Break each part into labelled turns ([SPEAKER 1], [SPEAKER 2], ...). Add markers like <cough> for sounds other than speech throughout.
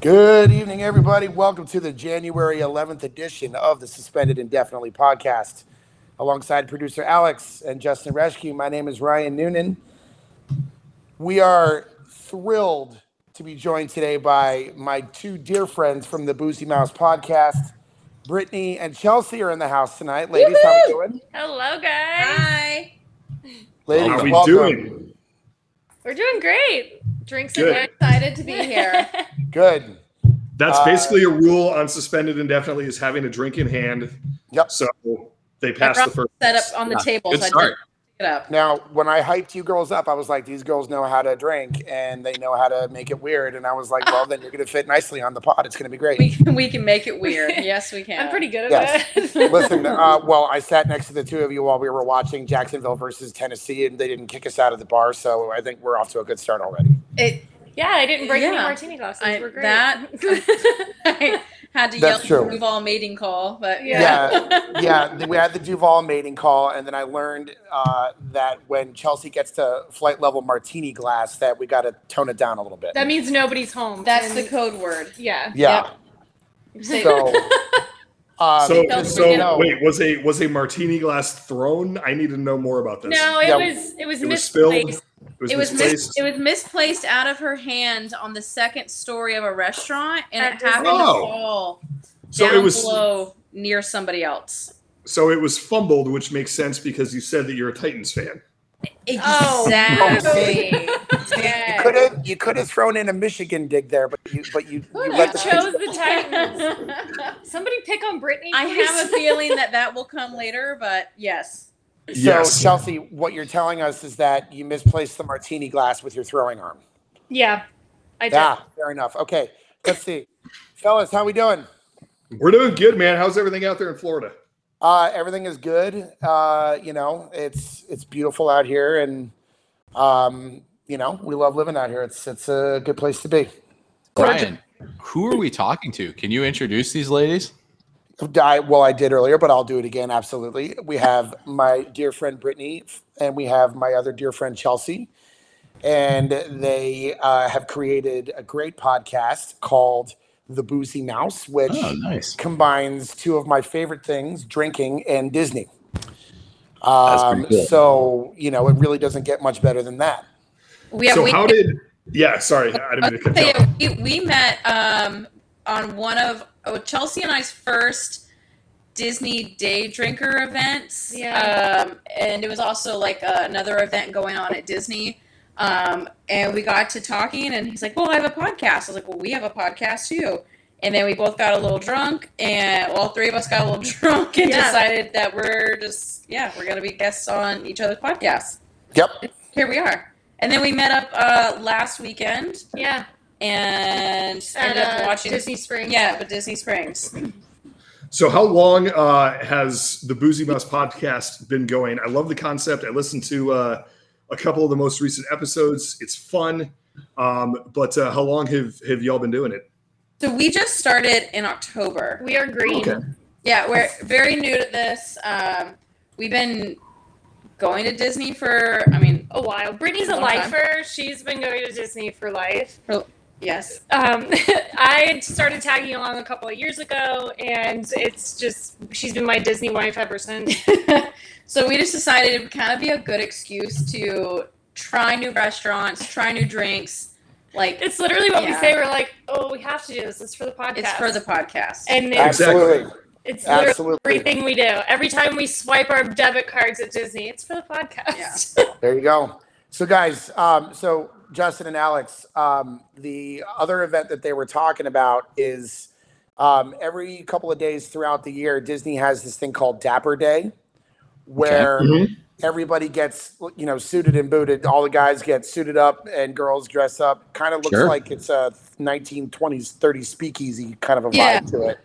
[SPEAKER 1] Good evening, everybody. Welcome to the January 11th edition of the Suspended Indefinitely podcast. Alongside producer Alex and Justin Reschke, my name is Ryan Noonan. We are thrilled to be joined today by my two dear friends from the Boozy Mouse podcast. Brittany and Chelsea are in the house tonight. Ladies, how we
[SPEAKER 2] Woohoo!
[SPEAKER 1] doing?
[SPEAKER 2] Hello, guys.
[SPEAKER 3] Hi.
[SPEAKER 4] How
[SPEAKER 1] Ladies,
[SPEAKER 4] we
[SPEAKER 1] welcome.
[SPEAKER 4] doing?
[SPEAKER 2] We're doing great.
[SPEAKER 3] Drinks and we're
[SPEAKER 4] Good.
[SPEAKER 3] excited to
[SPEAKER 2] <laughs>
[SPEAKER 3] be here.
[SPEAKER 1] Good.
[SPEAKER 4] That's
[SPEAKER 1] Uh,
[SPEAKER 4] basically a rule on suspended indefinitely is having a drink in hand.
[SPEAKER 1] Yep.
[SPEAKER 4] So they
[SPEAKER 3] I
[SPEAKER 4] passed
[SPEAKER 3] brought
[SPEAKER 4] the first.
[SPEAKER 3] set up on the table,
[SPEAKER 5] Good
[SPEAKER 3] so I
[SPEAKER 5] start.
[SPEAKER 3] didn't pick it up.
[SPEAKER 1] Now, when I hyped you girls up, I was like, these girls know how to drink and they know how to make it weird. And I was like, well, then you're going to fit nicely on the pod. It's going to be great.
[SPEAKER 3] We can, we can make it weird. Yes, we can.
[SPEAKER 2] <laughs> I'm pretty good at
[SPEAKER 1] Yes.
[SPEAKER 2] that.
[SPEAKER 3] <laughs>
[SPEAKER 1] Listen, uh, well, I sat next to the two of you while we were watching Jacksonville versus Tennessee, and they didn't kick us out of the bar. So I think we're off to a good start already.
[SPEAKER 3] It,
[SPEAKER 2] <laughs> yeah, I didn't break any
[SPEAKER 3] Yeah.
[SPEAKER 2] martini glasses.
[SPEAKER 3] I,
[SPEAKER 2] We're great. <laughs>
[SPEAKER 3] that um, <laughs> I had to yell
[SPEAKER 1] That's true.
[SPEAKER 3] move all mating call, but
[SPEAKER 2] Yeah.
[SPEAKER 1] Yeah, yeah. th- <laughs> We had the Duval mating call, and then I learned uh, that when Chelsea gets to flight level martini glass, that we got to tone it down a little bit.
[SPEAKER 2] that means nobody's home.
[SPEAKER 3] <laughs> That's
[SPEAKER 2] and-
[SPEAKER 3] the code word.
[SPEAKER 2] Yeah.
[SPEAKER 3] <laughs>
[SPEAKER 1] yeah.
[SPEAKER 3] Say-
[SPEAKER 1] So, um,
[SPEAKER 4] So
[SPEAKER 3] Don't
[SPEAKER 1] just so you
[SPEAKER 4] so
[SPEAKER 3] forget-
[SPEAKER 1] know,
[SPEAKER 4] wait, was a was a martini glass thrown? I need to know more about this.
[SPEAKER 2] No, it
[SPEAKER 1] Yeah.
[SPEAKER 2] was it was
[SPEAKER 4] It was spilled.
[SPEAKER 2] misplaced.
[SPEAKER 4] It was,
[SPEAKER 3] It was mis-
[SPEAKER 4] misplaced.
[SPEAKER 3] it was misplaced out of her hand on the second story of a restaurant, and
[SPEAKER 2] At
[SPEAKER 3] it happened to
[SPEAKER 1] Oh.
[SPEAKER 4] Disney.
[SPEAKER 3] fall
[SPEAKER 4] so
[SPEAKER 3] down
[SPEAKER 4] it was
[SPEAKER 3] below near somebody else.
[SPEAKER 4] so it was fumbled, which makes sense because you said that you're a Titans fan.
[SPEAKER 2] Oh,
[SPEAKER 3] Exactly.
[SPEAKER 1] you
[SPEAKER 2] Yeah.
[SPEAKER 1] could have you could have thrown in a Michigan dig there, but you but you, you
[SPEAKER 2] You
[SPEAKER 1] let <laughs>
[SPEAKER 3] <laughs>
[SPEAKER 1] the
[SPEAKER 2] chose the Titans. Somebody pick on Brittany.
[SPEAKER 3] I
[SPEAKER 2] please.
[SPEAKER 3] have a feeling that that will come later, but yes.
[SPEAKER 1] So,
[SPEAKER 4] Yes.
[SPEAKER 1] Chelsea, what you're telling us is that you misplaced the martini glass with your throwing arm.
[SPEAKER 2] <laughs> Yeah. I did.
[SPEAKER 1] Yeah, fair enough. Okay, let's see. Fellas, how we doing?
[SPEAKER 4] We're doing good, man. How's everything out there in Florida?
[SPEAKER 1] Uh, everything is good. Uh, you know, it's it's beautiful out here, and um, you know, we love living out here. It's it's a good place to be.
[SPEAKER 5] Brian, who are we talking to? Can you introduce these ladies?
[SPEAKER 1] I, well, I did earlier, but I'll do it again. Absolutely. We have my dear friend Brittany, and we have my other dear friend Chelsea, and they uh, have created a great podcast called The Boozy Mouse, which
[SPEAKER 5] Oh, nice.
[SPEAKER 1] combines two of my favorite things drinking and Disney.
[SPEAKER 5] That's pretty
[SPEAKER 1] Um,
[SPEAKER 5] cool.
[SPEAKER 1] so, you know, it really doesn't get much better than that.
[SPEAKER 3] We have
[SPEAKER 4] so
[SPEAKER 3] we,
[SPEAKER 4] how did? Yeah, sorry, I
[SPEAKER 3] I
[SPEAKER 4] didn't
[SPEAKER 3] was
[SPEAKER 4] mean to
[SPEAKER 3] gonna
[SPEAKER 4] cut you
[SPEAKER 3] say,
[SPEAKER 4] off.
[SPEAKER 3] we, we met um, on one of oh, Chelsea and I's first Disney Day Drinker events.
[SPEAKER 2] Yeah.
[SPEAKER 3] Um, and it was also like uh, another event going on at Disney. Um, and we got to talking, and he's like, Well, I have a podcast. I was like, Well, we have a podcast too. And then we both got a little drunk, and all three of us got a little <laughs> drunk and
[SPEAKER 2] Yeah.
[SPEAKER 3] decided that we're just, yeah, we're going to be guests on each other's podcasts.
[SPEAKER 1] Yep.
[SPEAKER 3] Here we are. And then we met up uh, last weekend
[SPEAKER 2] Yeah.
[SPEAKER 3] and
[SPEAKER 2] At
[SPEAKER 3] ended up
[SPEAKER 2] uh,
[SPEAKER 3] watching.
[SPEAKER 2] Disney Springs.
[SPEAKER 3] Yeah, but Disney Springs.
[SPEAKER 4] So, how long uh, has the Boozy Mouse podcast been going? I love the concept. I listened to uh, a couple of the most recent episodes. It's fun. Um, but uh, how long have, have y'all been doing it?
[SPEAKER 3] So we just started in October.
[SPEAKER 2] We are green.
[SPEAKER 4] Okay.
[SPEAKER 3] Yeah, we're very new to this. Um, we've been going to Disney for, I mean,
[SPEAKER 2] A while. Brittany's a
[SPEAKER 3] Long time.
[SPEAKER 2] lifer. She's been going to Disney for life.
[SPEAKER 3] yes. <laughs>
[SPEAKER 2] um, <laughs> I had started tagging along a couple of years ago, and it's just she's been my Disney wife ever since. <laughs>
[SPEAKER 3] so we just decided it would kind of be a good excuse to try new restaurants, try new drinks. Like,
[SPEAKER 2] It's literally what we
[SPEAKER 3] Yeah.
[SPEAKER 2] say. We're like, oh, we have to do this. It's for the podcast.
[SPEAKER 3] it's for the podcast.
[SPEAKER 2] and it's,
[SPEAKER 4] Exactly.
[SPEAKER 1] Absolutely.
[SPEAKER 2] it's literally
[SPEAKER 1] Absolutely.
[SPEAKER 2] everything we do. Every time we swipe our debit cards at Disney, it's for the <laughs> podcast.
[SPEAKER 1] There you go. So, guys, um, so Justin and Alex, um, the other event that they were talking about is um, every couple of days throughout the year, Disney has this thing called Dapper Day, where everybody gets you know suited and booted. All the guys get suited up and girls dress up. Kind of looks
[SPEAKER 5] Sure.
[SPEAKER 1] like it's a 1920s, 30s speakeasy kind of a
[SPEAKER 3] Yeah.
[SPEAKER 1] vibe to it.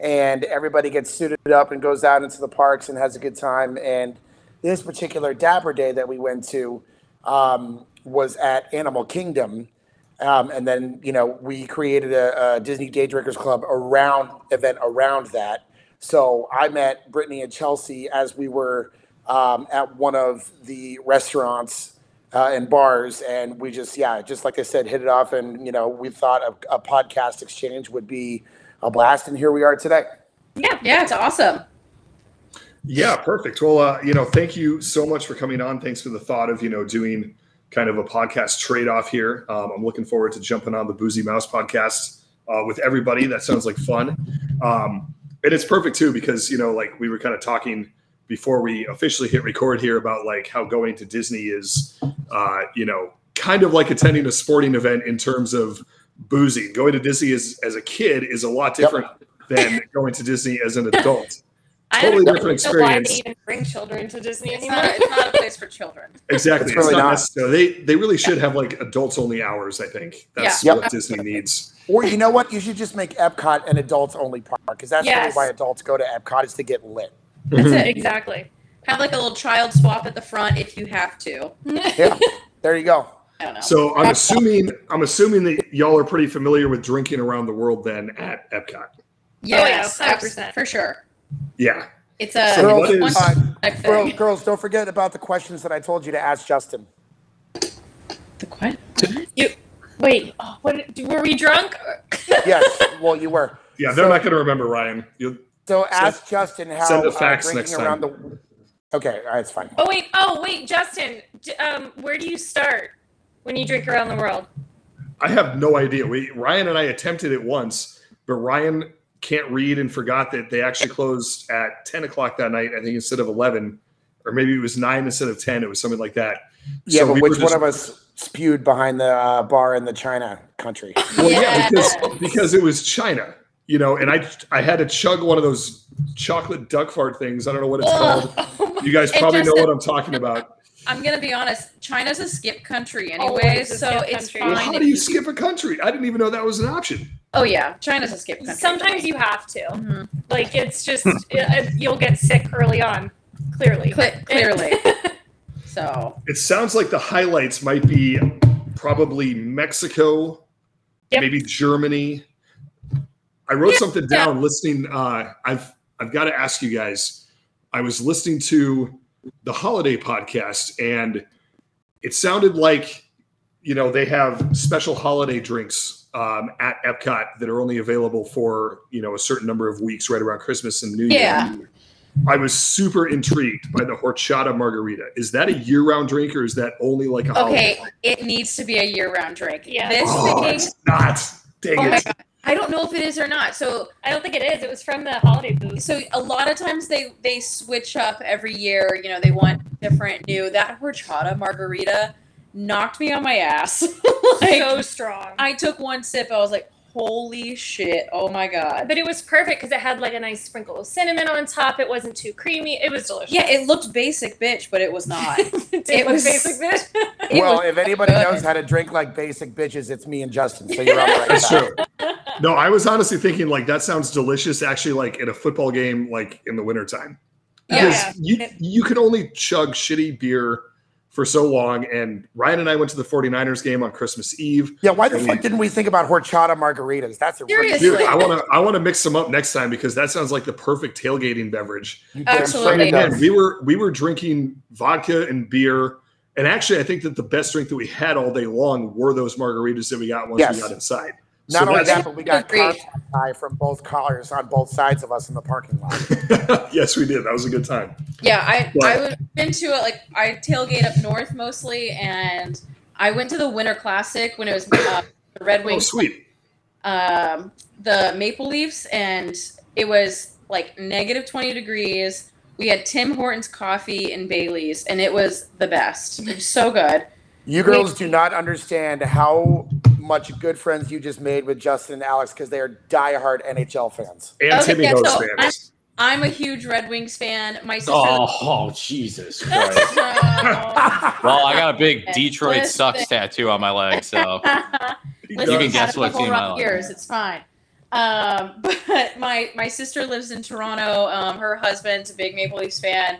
[SPEAKER 1] And everybody gets suited up and goes out into the parks and has a good time. And this particular Dapper Day that we went to um, was at Animal Kingdom. Um, and then, you know, we created a, a Disney Day Drinkers Club around event around that. So I met Brittany and Chelsea as we were um, at one of the restaurants uh, and bars. And we just, yeah, just like I said, hit it off. And, you know, we thought a, a podcast exchange would be a blast. And here we are today.
[SPEAKER 2] Yeah.
[SPEAKER 3] Yeah, it's awesome.
[SPEAKER 4] Yeah, perfect. Well, uh, you know, thank you so much for coming on. Thanks for the thought of, you know, doing kind of a podcast trade off here. Um, I'm looking forward to jumping on the Boozy Mouse podcast uh, with everybody. That sounds like fun. Um, and it's perfect too, because, you know, like we were kind of talking before we officially hit record here about like how going to Disney is, uh, you know, kind of like attending a sporting event in terms of boozing. Going to Disney is, as a kid is a lot different than going to Disney as an adult.
[SPEAKER 2] I
[SPEAKER 4] Totally
[SPEAKER 2] don't
[SPEAKER 4] different
[SPEAKER 2] know why they
[SPEAKER 4] experience.
[SPEAKER 2] even bring children to Disney
[SPEAKER 3] It's
[SPEAKER 2] anymore.
[SPEAKER 3] not, it's not a place for children.
[SPEAKER 4] Exactly.
[SPEAKER 1] It's really not.
[SPEAKER 4] necessary. They they really should have like adults only hours. I think that's
[SPEAKER 1] Yeah. Yep.
[SPEAKER 4] what Disney needs.
[SPEAKER 1] Or you know what? You should just make Epcot an adults only park because that's really
[SPEAKER 2] Yes.
[SPEAKER 1] why adults go to Epcot is to get lit.
[SPEAKER 3] That's it.
[SPEAKER 2] <laughs> exactly.
[SPEAKER 3] Have like a little child swap at the front if you have to. I
[SPEAKER 1] Yeah, there you go.
[SPEAKER 3] don't know.
[SPEAKER 4] So I'm assuming I'm assuming that y'all are pretty familiar with drinking around the world then at Epcot.
[SPEAKER 3] yes,
[SPEAKER 2] Oh, yeah,
[SPEAKER 3] abs-
[SPEAKER 2] 100%.
[SPEAKER 3] for sure.
[SPEAKER 4] Yeah.
[SPEAKER 3] It's a
[SPEAKER 4] So
[SPEAKER 1] Girls,
[SPEAKER 4] what is-
[SPEAKER 3] one
[SPEAKER 1] uh,
[SPEAKER 3] type
[SPEAKER 1] girl-
[SPEAKER 3] thing.
[SPEAKER 1] girls, don't forget about the questions that I told you to ask Justin.
[SPEAKER 3] The what?
[SPEAKER 2] Wait, oh, what, were we drunk?
[SPEAKER 1] Yes, well, you were.
[SPEAKER 4] Yeah, they're not going to remember Ryan. You, <laughs>
[SPEAKER 1] So ask Justin how
[SPEAKER 4] send the
[SPEAKER 1] uh,
[SPEAKER 4] facts
[SPEAKER 1] drinking
[SPEAKER 4] next Uh,
[SPEAKER 1] around the. Okay, all right, it's fine.
[SPEAKER 2] Oh wait, oh wait, Justin, d- um, where do you start when you drink around the world?
[SPEAKER 4] I have no idea. We Ryan and I attempted it once, but Ryan can't read and forgot that they actually closed at 10 o'clock that night. I think instead of 11, or maybe it was nine instead of 10. It was something like that.
[SPEAKER 1] Yeah,
[SPEAKER 4] So
[SPEAKER 1] but
[SPEAKER 4] we were
[SPEAKER 1] which
[SPEAKER 4] just-
[SPEAKER 1] one of us spewed behind the uh, bar in the China
[SPEAKER 4] <laughs>
[SPEAKER 1] country?
[SPEAKER 4] Well, yeah,
[SPEAKER 3] Yeah.
[SPEAKER 4] because because it was China, you know, and I I had to chug one of those chocolate duck fart things. I don't know what it's called.
[SPEAKER 3] Ugh.
[SPEAKER 4] You guys
[SPEAKER 3] Oh. It
[SPEAKER 4] probably know
[SPEAKER 3] doesn't-
[SPEAKER 4] what I'm talking about.
[SPEAKER 3] I'm gonna be honest. China's a skip country
[SPEAKER 2] Always
[SPEAKER 3] anyway,
[SPEAKER 2] a
[SPEAKER 3] so
[SPEAKER 2] skip
[SPEAKER 3] Oh, it's
[SPEAKER 2] country.
[SPEAKER 3] fine.
[SPEAKER 2] Well,
[SPEAKER 4] How
[SPEAKER 3] if
[SPEAKER 4] do you
[SPEAKER 3] do-
[SPEAKER 4] skip a country? I didn't even know that was an option.
[SPEAKER 3] Oh yeah, China's a skip country.
[SPEAKER 2] Sometimes you have to.
[SPEAKER 3] <laughs> Mhm.
[SPEAKER 2] Like it's just uh, you'll get sick early on. Clearly.
[SPEAKER 3] Cle- <laughs> clearly. so
[SPEAKER 4] It sounds like the highlights might be probably Mexico,
[SPEAKER 2] Yep.
[SPEAKER 4] maybe Germany. I wrote
[SPEAKER 3] Yeah,
[SPEAKER 4] something
[SPEAKER 3] yeah.
[SPEAKER 4] down listening. Uh, I've I've got to ask you guys. I was listening to the holiday podcast, and it sounded like you know they have special holiday drinks um, at Epcot that are only available for you know a certain number of weeks, right around Christmas and New Year.
[SPEAKER 3] Yeah.
[SPEAKER 4] I was super intrigued by the horchata margarita. Is that a year-round drink, or is that only like a holiday?
[SPEAKER 3] okay, it needs to be a year-round drink.
[SPEAKER 2] Yeah.
[SPEAKER 3] This
[SPEAKER 4] Oh,
[SPEAKER 3] thing.
[SPEAKER 4] it's not. Dang
[SPEAKER 3] Oh my
[SPEAKER 4] it.
[SPEAKER 3] god. I don't know if it is or not. So
[SPEAKER 2] I don't think it is. It was from the holiday booth.
[SPEAKER 3] so a lot of times they they switch up every year. You know, they want different new. That horchata margarita knocked me on my ass. <laughs> like,
[SPEAKER 2] so strong.
[SPEAKER 3] I took one sip. I was like, holy shit! Oh my god.
[SPEAKER 2] but it was perfect because it had like a nice sprinkle of cinnamon on top. It wasn't too creamy. It was delicious.
[SPEAKER 3] Yeah,
[SPEAKER 2] <laughs>
[SPEAKER 3] it looked basic, bitch, but it was not. It
[SPEAKER 2] it, was
[SPEAKER 3] was-
[SPEAKER 2] basic <laughs> bitch.
[SPEAKER 1] well,
[SPEAKER 3] was
[SPEAKER 1] if anybody
[SPEAKER 3] good.
[SPEAKER 1] knows how to drink like basic bitches, it's me and Justin. So you're on the right
[SPEAKER 4] <laughs> That's
[SPEAKER 1] track.
[SPEAKER 4] true. No, I was honestly thinking like that sounds delicious. Actually, like at a football game, like in the wintertime. Because
[SPEAKER 3] Yeah.
[SPEAKER 4] you you can only chug shitty beer for so long. And Ryan and I went to the 49ers game on Christmas Eve.
[SPEAKER 1] Yeah, why the
[SPEAKER 4] Yeah.
[SPEAKER 1] fuck didn't we think about horchata margaritas? That's a really
[SPEAKER 3] Seriously.
[SPEAKER 4] Dude, I wanna I wanna mix them up next time because that sounds like the perfect tailgating beverage.
[SPEAKER 1] You damn straight
[SPEAKER 3] Absolutely.
[SPEAKER 1] it
[SPEAKER 4] Man,
[SPEAKER 1] does.
[SPEAKER 4] we were we were drinking vodka and beer, and actually, I think that the best drink that we had all day long were those margaritas that we got once
[SPEAKER 1] Yes.
[SPEAKER 4] we got inside.
[SPEAKER 1] Not
[SPEAKER 4] So
[SPEAKER 1] only that,
[SPEAKER 4] that's-
[SPEAKER 1] but we got
[SPEAKER 3] Agreed.
[SPEAKER 1] contact high from both cars on both sides of us in the parking lot.
[SPEAKER 4] <laughs> yes, we did. That was a good time.
[SPEAKER 3] Yeah, I
[SPEAKER 4] But-
[SPEAKER 3] I was into it like I tailgate up north mostly, and I went to the Winter Classic when it was uh, the Red
[SPEAKER 4] Oh,
[SPEAKER 3] Wings,
[SPEAKER 4] sweet.
[SPEAKER 3] um, the Maple Leafs, and it was like negative twenty degrees. We had Tim Hortons coffee and Bailey's, and it was the best. It was so good.
[SPEAKER 1] You
[SPEAKER 3] We-
[SPEAKER 1] girls do not understand how much good friends you just made with Justin and Alex because they are diehard NHL
[SPEAKER 4] <laughs>
[SPEAKER 1] fans.
[SPEAKER 4] And
[SPEAKER 3] Okay,
[SPEAKER 4] Timmy
[SPEAKER 3] yeah,
[SPEAKER 4] knows
[SPEAKER 3] so
[SPEAKER 4] fans.
[SPEAKER 3] I'm a huge Red Wings fan. My sister.
[SPEAKER 5] Oh, Jesus Christ.
[SPEAKER 3] No.
[SPEAKER 5] <laughs> well, I got a big Detroit
[SPEAKER 3] Listen.
[SPEAKER 5] sucks tattoo on my leg, so
[SPEAKER 3] <laughs>
[SPEAKER 4] He
[SPEAKER 5] You can
[SPEAKER 4] does.
[SPEAKER 3] Listen, I've
[SPEAKER 5] guess
[SPEAKER 3] had it
[SPEAKER 5] what
[SPEAKER 3] the whole
[SPEAKER 5] team I
[SPEAKER 3] rough
[SPEAKER 5] like.
[SPEAKER 3] Years, it's fine. Um, <laughs> but my my sister lives in Toronto. Um, her husband's a big Maple Leafs fan.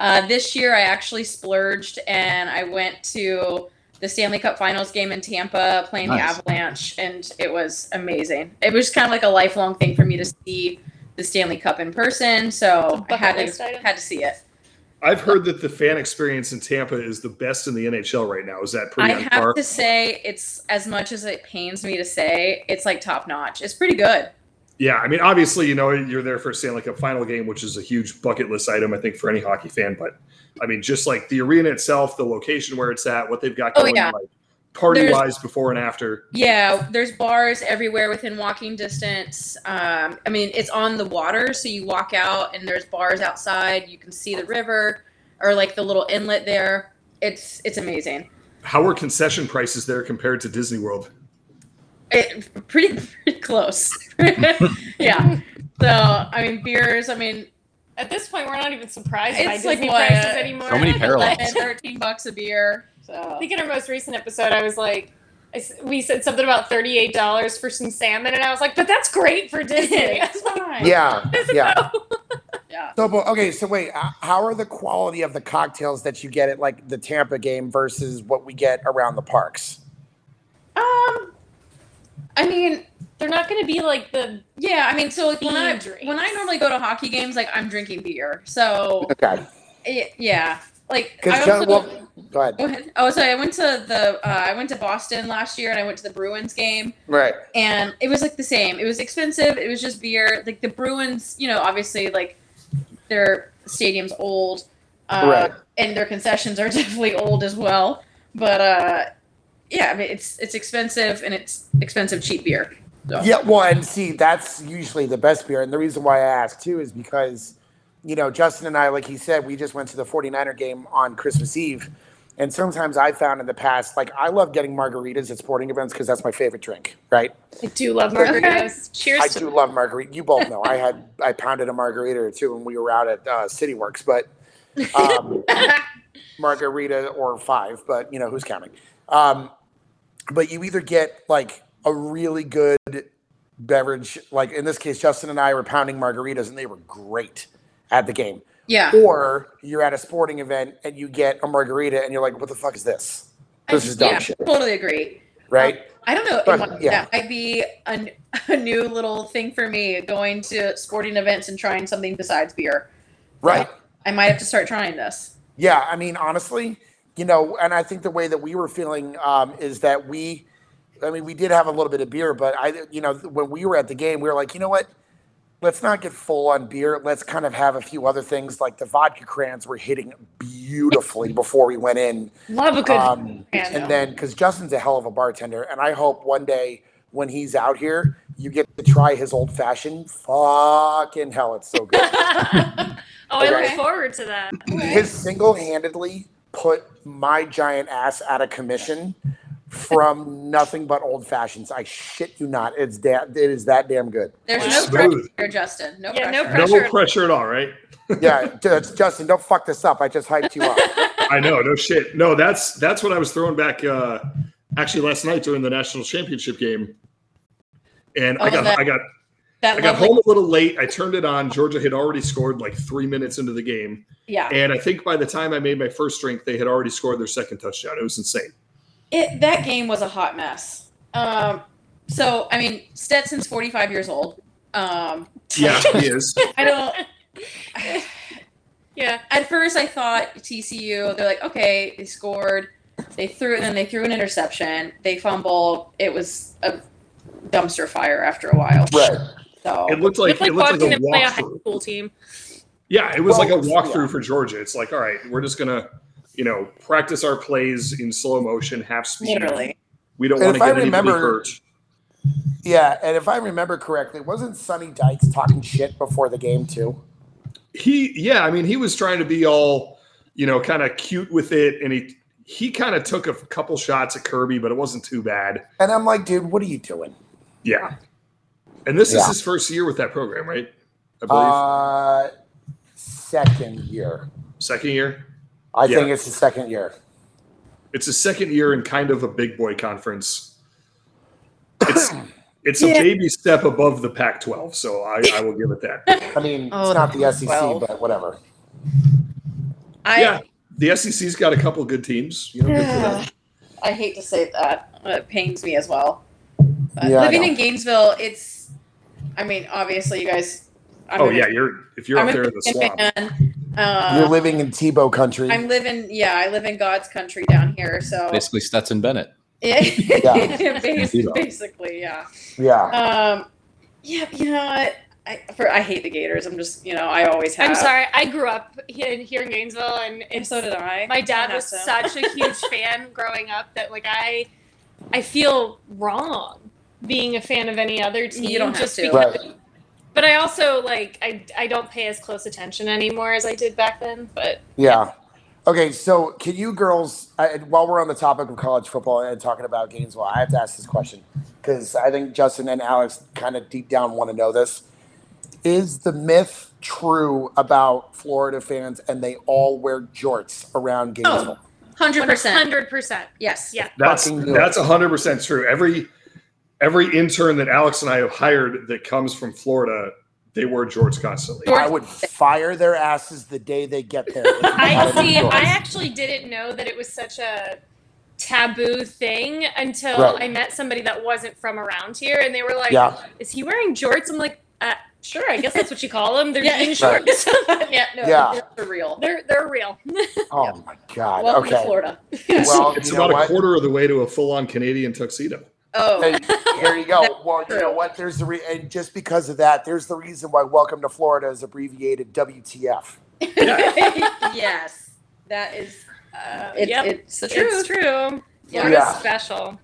[SPEAKER 3] Uh, this year, I actually splurged and I went to the Stanley Cup Finals game in Tampa, playing
[SPEAKER 5] Nice.
[SPEAKER 3] the Avalanche, and it was amazing. It was kind of like a lifelong thing for me to see the Stanley Cup in person, so I
[SPEAKER 2] Bucket
[SPEAKER 3] had
[SPEAKER 2] list
[SPEAKER 3] to
[SPEAKER 2] item.
[SPEAKER 3] had to see it.
[SPEAKER 4] I've heard that the fan experience in Tampa is the best in the NHL right now. Is that pretty
[SPEAKER 3] I
[SPEAKER 4] on
[SPEAKER 3] have
[SPEAKER 4] par?
[SPEAKER 3] to say, it's as much as it pains me to say, it's like top notch. It's pretty good.
[SPEAKER 4] Yeah, I mean, obviously, you know, you're there for a Stanley Cup final game, which is a huge bucket list item, I think, for any hockey fan. But I mean, just like the arena itself, the location where it's at, what they've got
[SPEAKER 3] Oh,
[SPEAKER 4] going,
[SPEAKER 3] yeah.
[SPEAKER 4] like party wise, before and after.
[SPEAKER 3] Yeah, there's bars everywhere within walking distance. Um, I mean, it's on the water, so you walk out and there's bars outside. You can see the river or like the little inlet there. It's it's amazing.
[SPEAKER 4] How are concession prices there compared to Disney World?
[SPEAKER 3] It, pretty <laughs> pretty close. yeah. So I mean, beers. I mean,
[SPEAKER 2] At this point, we're not even surprised by
[SPEAKER 3] It's like
[SPEAKER 2] Disney
[SPEAKER 3] what?
[SPEAKER 2] prices anymore.
[SPEAKER 5] So many parallels.
[SPEAKER 3] 11, 13 bucks a beer.
[SPEAKER 2] I
[SPEAKER 3] So
[SPEAKER 2] think in our most recent episode, I was like, I s we said something about thirty-eight dollars for some salmon, and I was like, "But <laughs> that's great for
[SPEAKER 3] <laughs>
[SPEAKER 2] Disney."
[SPEAKER 3] it's fine.
[SPEAKER 1] Yeah, yeah.
[SPEAKER 3] Yeah.
[SPEAKER 1] So, but, okay, so wait, uh, how are the quality of the cocktails that you get at like the Tampa game versus what we get around the parks?
[SPEAKER 3] Um, I mean,
[SPEAKER 2] <laughs> They're not going to be like the
[SPEAKER 3] yeah. I mean, so like when
[SPEAKER 2] Bean
[SPEAKER 3] I
[SPEAKER 2] drinks.
[SPEAKER 3] when I normally go to hockey games, like I'm drinking beer. So
[SPEAKER 1] Okay,
[SPEAKER 3] y- yeah, like I
[SPEAKER 1] because John,
[SPEAKER 3] also-
[SPEAKER 1] well, go ahead.
[SPEAKER 3] Go ahead. Oh, sorry. I went to the uh, I went to Boston last year, and I went to the Bruins game,
[SPEAKER 1] Right.
[SPEAKER 3] and it was like the same. It was expensive. It was just beer. Like the Bruins, you know, obviously like their stadium's old, uh,
[SPEAKER 1] Right.
[SPEAKER 3] and their concessions are <laughs> definitely old as well. But uh, yeah, I mean, it's it's expensive, and it's expensive cheap beer. So.
[SPEAKER 1] Yeah, well, and see, that's usually the best beer. And the reason why I ask too is because, you know, Justin and I, like he said, we just went to the 49er game on Christmas Eve. And sometimes I found in the past, like, I love getting margaritas at sporting events because that's my favorite drink, right?
[SPEAKER 2] I do love
[SPEAKER 1] Okay.
[SPEAKER 2] margaritas. Cheers
[SPEAKER 1] I
[SPEAKER 2] to
[SPEAKER 1] do love margarita. You both know. I had,
[SPEAKER 3] <laughs>
[SPEAKER 1] I pounded a margarita or two when we were out at uh, City Works,
[SPEAKER 3] <laughs>
[SPEAKER 1] but um, margarita or five, but, you know, who's counting? Um, but you either get like a really good beverage, like in this case, Justin and I were pounding margaritas and they were great at the game.
[SPEAKER 3] Yeah.
[SPEAKER 1] Or you're at a sporting event and you get a margarita and you're like, what the fuck is this? This is dumb
[SPEAKER 3] yeah,
[SPEAKER 1] shit,
[SPEAKER 3] Totally agree.
[SPEAKER 1] right?
[SPEAKER 3] I don't know.
[SPEAKER 1] But,
[SPEAKER 3] It-
[SPEAKER 1] yeah.
[SPEAKER 3] That might be a, n- a new little thing for me going to sporting events and trying something besides beer.
[SPEAKER 1] Right.
[SPEAKER 3] I might have to start trying this.
[SPEAKER 1] Yeah, I mean, honestly, you know, and I think the way that we were feeling um, is that we, I mean, we did have a little bit of beer, but I, you know, when we were at the game, we were like, you know what? Let's not get full on beer. Let's kind of have a few other things. Like the vodka crayons were hitting beautifully before we went in.
[SPEAKER 2] love a good
[SPEAKER 1] Um,
[SPEAKER 2] brand.
[SPEAKER 1] and then, because Justin's a hell of a bartender, and I hope one day when he's out here, you get to try his old fashioned. Fucking hell, it's so good.
[SPEAKER 2] oh, I look
[SPEAKER 1] Okay.
[SPEAKER 2] forward to that.
[SPEAKER 1] His single-handedly put my giant ass out of commission from nothing but old fashions. I shit you not. It's da- it is that damn good.
[SPEAKER 3] There's
[SPEAKER 2] Wow.
[SPEAKER 3] no pressure
[SPEAKER 4] Smooth.
[SPEAKER 3] here, Justin. No
[SPEAKER 2] Yeah,
[SPEAKER 3] pressure.
[SPEAKER 2] no
[SPEAKER 4] No
[SPEAKER 2] Pressure.
[SPEAKER 4] pressure at all,
[SPEAKER 3] <laughs>
[SPEAKER 4] right?
[SPEAKER 1] Yeah,
[SPEAKER 4] <laughs>
[SPEAKER 1] Ju- Justin, don't fuck this up. I just hyped you up.
[SPEAKER 4] I know, no shit. No, that's that's what I was throwing back uh actually last night during the national championship game. And I
[SPEAKER 3] Oh,
[SPEAKER 4] got
[SPEAKER 3] that-
[SPEAKER 4] I got
[SPEAKER 3] That
[SPEAKER 4] I got
[SPEAKER 3] lovely-
[SPEAKER 4] home a little late. I turned it on. Georgia had already scored like three minutes into the game.
[SPEAKER 3] Yeah.
[SPEAKER 4] And I think by the time I made my first drink, they had already scored their second touchdown. It was
[SPEAKER 1] <laughs>
[SPEAKER 4] insane.
[SPEAKER 3] It, that game was a hot mess. Um, so, I mean, Stetson's 45 years old. Um,
[SPEAKER 4] Yeah, he is.
[SPEAKER 3] I don't.
[SPEAKER 2] Yeah,
[SPEAKER 3] at first I thought TCU, they're like, okay, they scored. They threw and then they threw an interception. They fumbled. It was a dumpster fire after a while.
[SPEAKER 1] Right.
[SPEAKER 3] So
[SPEAKER 4] It looked like
[SPEAKER 2] it's like
[SPEAKER 4] it looked
[SPEAKER 2] watching
[SPEAKER 4] like a
[SPEAKER 2] them play a high
[SPEAKER 4] walkthrough.
[SPEAKER 2] school team.
[SPEAKER 4] Yeah, it was like a
[SPEAKER 1] Well,
[SPEAKER 4] walkthrough
[SPEAKER 1] Oh, yeah.
[SPEAKER 4] for Georgia. It's like, all right, we're just gonna, you know, practice our plays in slow motion, half speed.
[SPEAKER 3] literally.
[SPEAKER 4] We don't
[SPEAKER 1] And
[SPEAKER 4] want to
[SPEAKER 1] if I
[SPEAKER 4] get anybody
[SPEAKER 1] remember-
[SPEAKER 4] hurt.
[SPEAKER 1] Yeah, and if I remember correctly, wasn't Sonny Dykes talking shit before the game too?
[SPEAKER 4] he yeah i mean he was trying to be all you know kind of cute with it and he he kind of took a couple shots at kirby but it wasn't too bad
[SPEAKER 1] And I'm like, dude, what are you doing?
[SPEAKER 4] yeah and this is
[SPEAKER 1] Yeah.
[SPEAKER 4] his first year with that program right i believe
[SPEAKER 1] Uh, second year.
[SPEAKER 4] second year
[SPEAKER 1] I
[SPEAKER 4] Yeah.
[SPEAKER 1] think it's the second year.
[SPEAKER 4] it's his second year in kind of a big boy conference
[SPEAKER 3] <clears throat>
[SPEAKER 4] it's it's a
[SPEAKER 2] Yeah.
[SPEAKER 4] baby step above the pac 12 so i i will give it that
[SPEAKER 1] I mean,
[SPEAKER 3] Oh,
[SPEAKER 1] it's not the SEC,
[SPEAKER 3] well.
[SPEAKER 1] but whatever.
[SPEAKER 3] <laughs> I
[SPEAKER 4] yeah the sec's got a couple good teams you know good for them.
[SPEAKER 3] I hate to say that. It pains me as well. But
[SPEAKER 1] Yeah, I
[SPEAKER 3] living
[SPEAKER 1] know.
[SPEAKER 3] in Gainesville, it's I mean, obviously you guys I'm
[SPEAKER 4] oh
[SPEAKER 3] a-
[SPEAKER 4] yeah you're if you're
[SPEAKER 3] I'm
[SPEAKER 4] up
[SPEAKER 3] a
[SPEAKER 4] there in the
[SPEAKER 3] Michigan
[SPEAKER 4] swamp
[SPEAKER 3] fan.
[SPEAKER 1] You're
[SPEAKER 3] Uh,
[SPEAKER 1] living in Tebow country.
[SPEAKER 3] I'm living, yeah, I live in God's country down here. So
[SPEAKER 5] Basically, Stetson Bennett.
[SPEAKER 3] <laughs> yeah.
[SPEAKER 5] Yeah.
[SPEAKER 3] basically, basically, yeah.
[SPEAKER 1] yeah.
[SPEAKER 3] Um, yeah, you know, I, I, for, I hate the Gators. I'm just, you know, I always have.
[SPEAKER 2] I'm sorry. I grew up here, here in Gainesville, and
[SPEAKER 3] And
[SPEAKER 2] it's
[SPEAKER 3] so did I.
[SPEAKER 2] my dad
[SPEAKER 3] I
[SPEAKER 2] was
[SPEAKER 3] have to.
[SPEAKER 2] such a
[SPEAKER 3] <laughs>
[SPEAKER 2] huge fan growing up that like I, I feel wrong being a fan of any other team.
[SPEAKER 3] You don't have
[SPEAKER 2] just
[SPEAKER 3] to.
[SPEAKER 2] Because,
[SPEAKER 1] Right.
[SPEAKER 2] But I also like I I don't pay as close attention anymore as I did back then. But
[SPEAKER 1] Yeah. Okay, so can you girls, I, while we're on the topic of college football and talking about Gainesville, I have to ask this question because I think Justin and Alex kind of deep down want to know this. Is the myth true about Florida fans and they all wear jorts around
[SPEAKER 2] Oh,
[SPEAKER 1] Gainesville?
[SPEAKER 3] 100%.
[SPEAKER 2] hundred percent.
[SPEAKER 3] Yes.
[SPEAKER 2] Yeah.
[SPEAKER 4] That's
[SPEAKER 1] Fucking do it.
[SPEAKER 4] that's hundred percent true. Every every intern that Alex and I have hired that comes from Florida, they wear jorts constantly.
[SPEAKER 3] Jorts.
[SPEAKER 1] I would fire their asses the day they get there. if they
[SPEAKER 2] <laughs> I
[SPEAKER 1] had any
[SPEAKER 2] see.
[SPEAKER 1] jorts.
[SPEAKER 2] I actually didn't know that it was such a taboo thing until
[SPEAKER 1] Right.
[SPEAKER 2] I met somebody that wasn't from around here, and they were like,
[SPEAKER 1] Yeah.
[SPEAKER 2] "Is he wearing jorts?" I'm like, uh, "Sure, I guess that's what you call them. They're
[SPEAKER 3] Yeah.
[SPEAKER 1] <laughs>
[SPEAKER 2] jean
[SPEAKER 1] Right.
[SPEAKER 2] shorts.
[SPEAKER 3] <laughs> yeah, no,
[SPEAKER 1] Yeah.
[SPEAKER 3] they're- they're real.
[SPEAKER 2] they're they're real."
[SPEAKER 1] Oh my God.
[SPEAKER 3] Welcome to
[SPEAKER 1] okay.
[SPEAKER 3] Florida. <laughs>
[SPEAKER 1] Well,
[SPEAKER 4] it's
[SPEAKER 1] you know
[SPEAKER 4] about a
[SPEAKER 1] what?
[SPEAKER 4] quarter of the way to a full-on Canadian tuxedo.
[SPEAKER 3] Oh, <laughs>
[SPEAKER 1] Hey, there you go.
[SPEAKER 3] That's
[SPEAKER 1] Well, you know
[SPEAKER 3] true.
[SPEAKER 1] what? There's the re- and just because of that, there's the reason why Welcome to Florida is abbreviated WTF.
[SPEAKER 4] Yeah.
[SPEAKER 3] <laughs> yes. That is,
[SPEAKER 2] Uh,
[SPEAKER 3] it,
[SPEAKER 2] yep.
[SPEAKER 3] it's the truth.
[SPEAKER 2] It's true.
[SPEAKER 3] Yeah.
[SPEAKER 2] Florida's
[SPEAKER 1] Yeah.
[SPEAKER 2] special.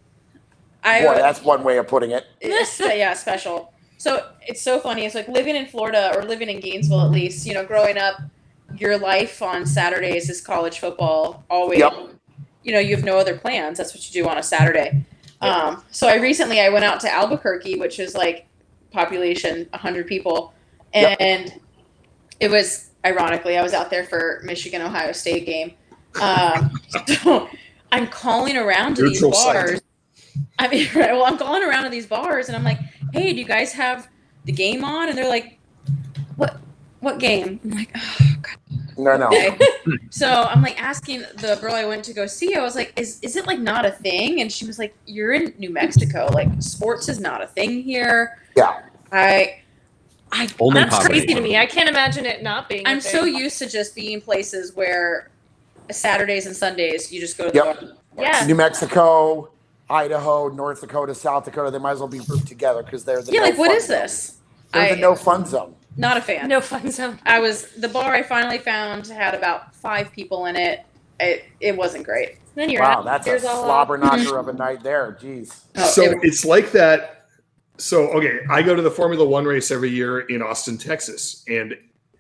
[SPEAKER 3] I,
[SPEAKER 1] Boy, that's one way of putting it.
[SPEAKER 3] it's, uh, yeah, special. So it's so funny. It's like living in Florida or living in Gainesville, at least, you know, growing up, your life on Saturdays is college football always.
[SPEAKER 1] Yep.
[SPEAKER 3] You know, you have no other plans. That's what you do on a Saturday. Um, so I recently I went out to Albuquerque, which is like population 100 people,
[SPEAKER 1] Yep.
[SPEAKER 3] and it was ironically I was out there for Michigan Ohio State game. Um, <laughs> so I'm calling around to
[SPEAKER 4] Neutral
[SPEAKER 3] these
[SPEAKER 4] site.
[SPEAKER 3] bars. I mean, <laughs> right, well, I'm calling around to these bars and I'm like, "Hey, do you guys have the game on?" And they're like, "What? What game?" I'm like, "Oh, God."
[SPEAKER 1] No, no.
[SPEAKER 3] okay." <laughs> so I'm like asking the girl I went to go see. I was like, "Is is it like not a thing?" And she was like, "You're in New Mexico. Like, sports is not a thing here."
[SPEAKER 1] Yeah.
[SPEAKER 3] I, I
[SPEAKER 5] Only
[SPEAKER 2] That's
[SPEAKER 5] poverty.
[SPEAKER 2] crazy to me. I can't imagine it not being. a
[SPEAKER 3] I'm so
[SPEAKER 2] thing.
[SPEAKER 3] used to just being places where Saturdays and Sundays you just go to the
[SPEAKER 1] Yep.
[SPEAKER 3] bar.
[SPEAKER 2] Yeah.
[SPEAKER 1] New Mexico, Idaho, North Dakota, South Dakota, they might as well be grouped together because they're the
[SPEAKER 3] Yeah,
[SPEAKER 1] no
[SPEAKER 3] like what
[SPEAKER 1] fun
[SPEAKER 3] is
[SPEAKER 1] zone.
[SPEAKER 3] this?
[SPEAKER 1] They're the
[SPEAKER 3] I-
[SPEAKER 1] no fun zone.
[SPEAKER 3] Not a fan.
[SPEAKER 2] No fun zone.
[SPEAKER 3] I was the bar I finally found had about five people in it. It it wasn't great.
[SPEAKER 2] Then you're
[SPEAKER 1] Wow,
[SPEAKER 2] out.
[SPEAKER 1] that's a
[SPEAKER 2] Here's all out.
[SPEAKER 1] slobber knocker of a night there. Jeez.
[SPEAKER 3] Oh,
[SPEAKER 4] so <laughs>
[SPEAKER 3] it-
[SPEAKER 4] it's like that. So okay, I go to the Formula One race every year in Austin, Texas, and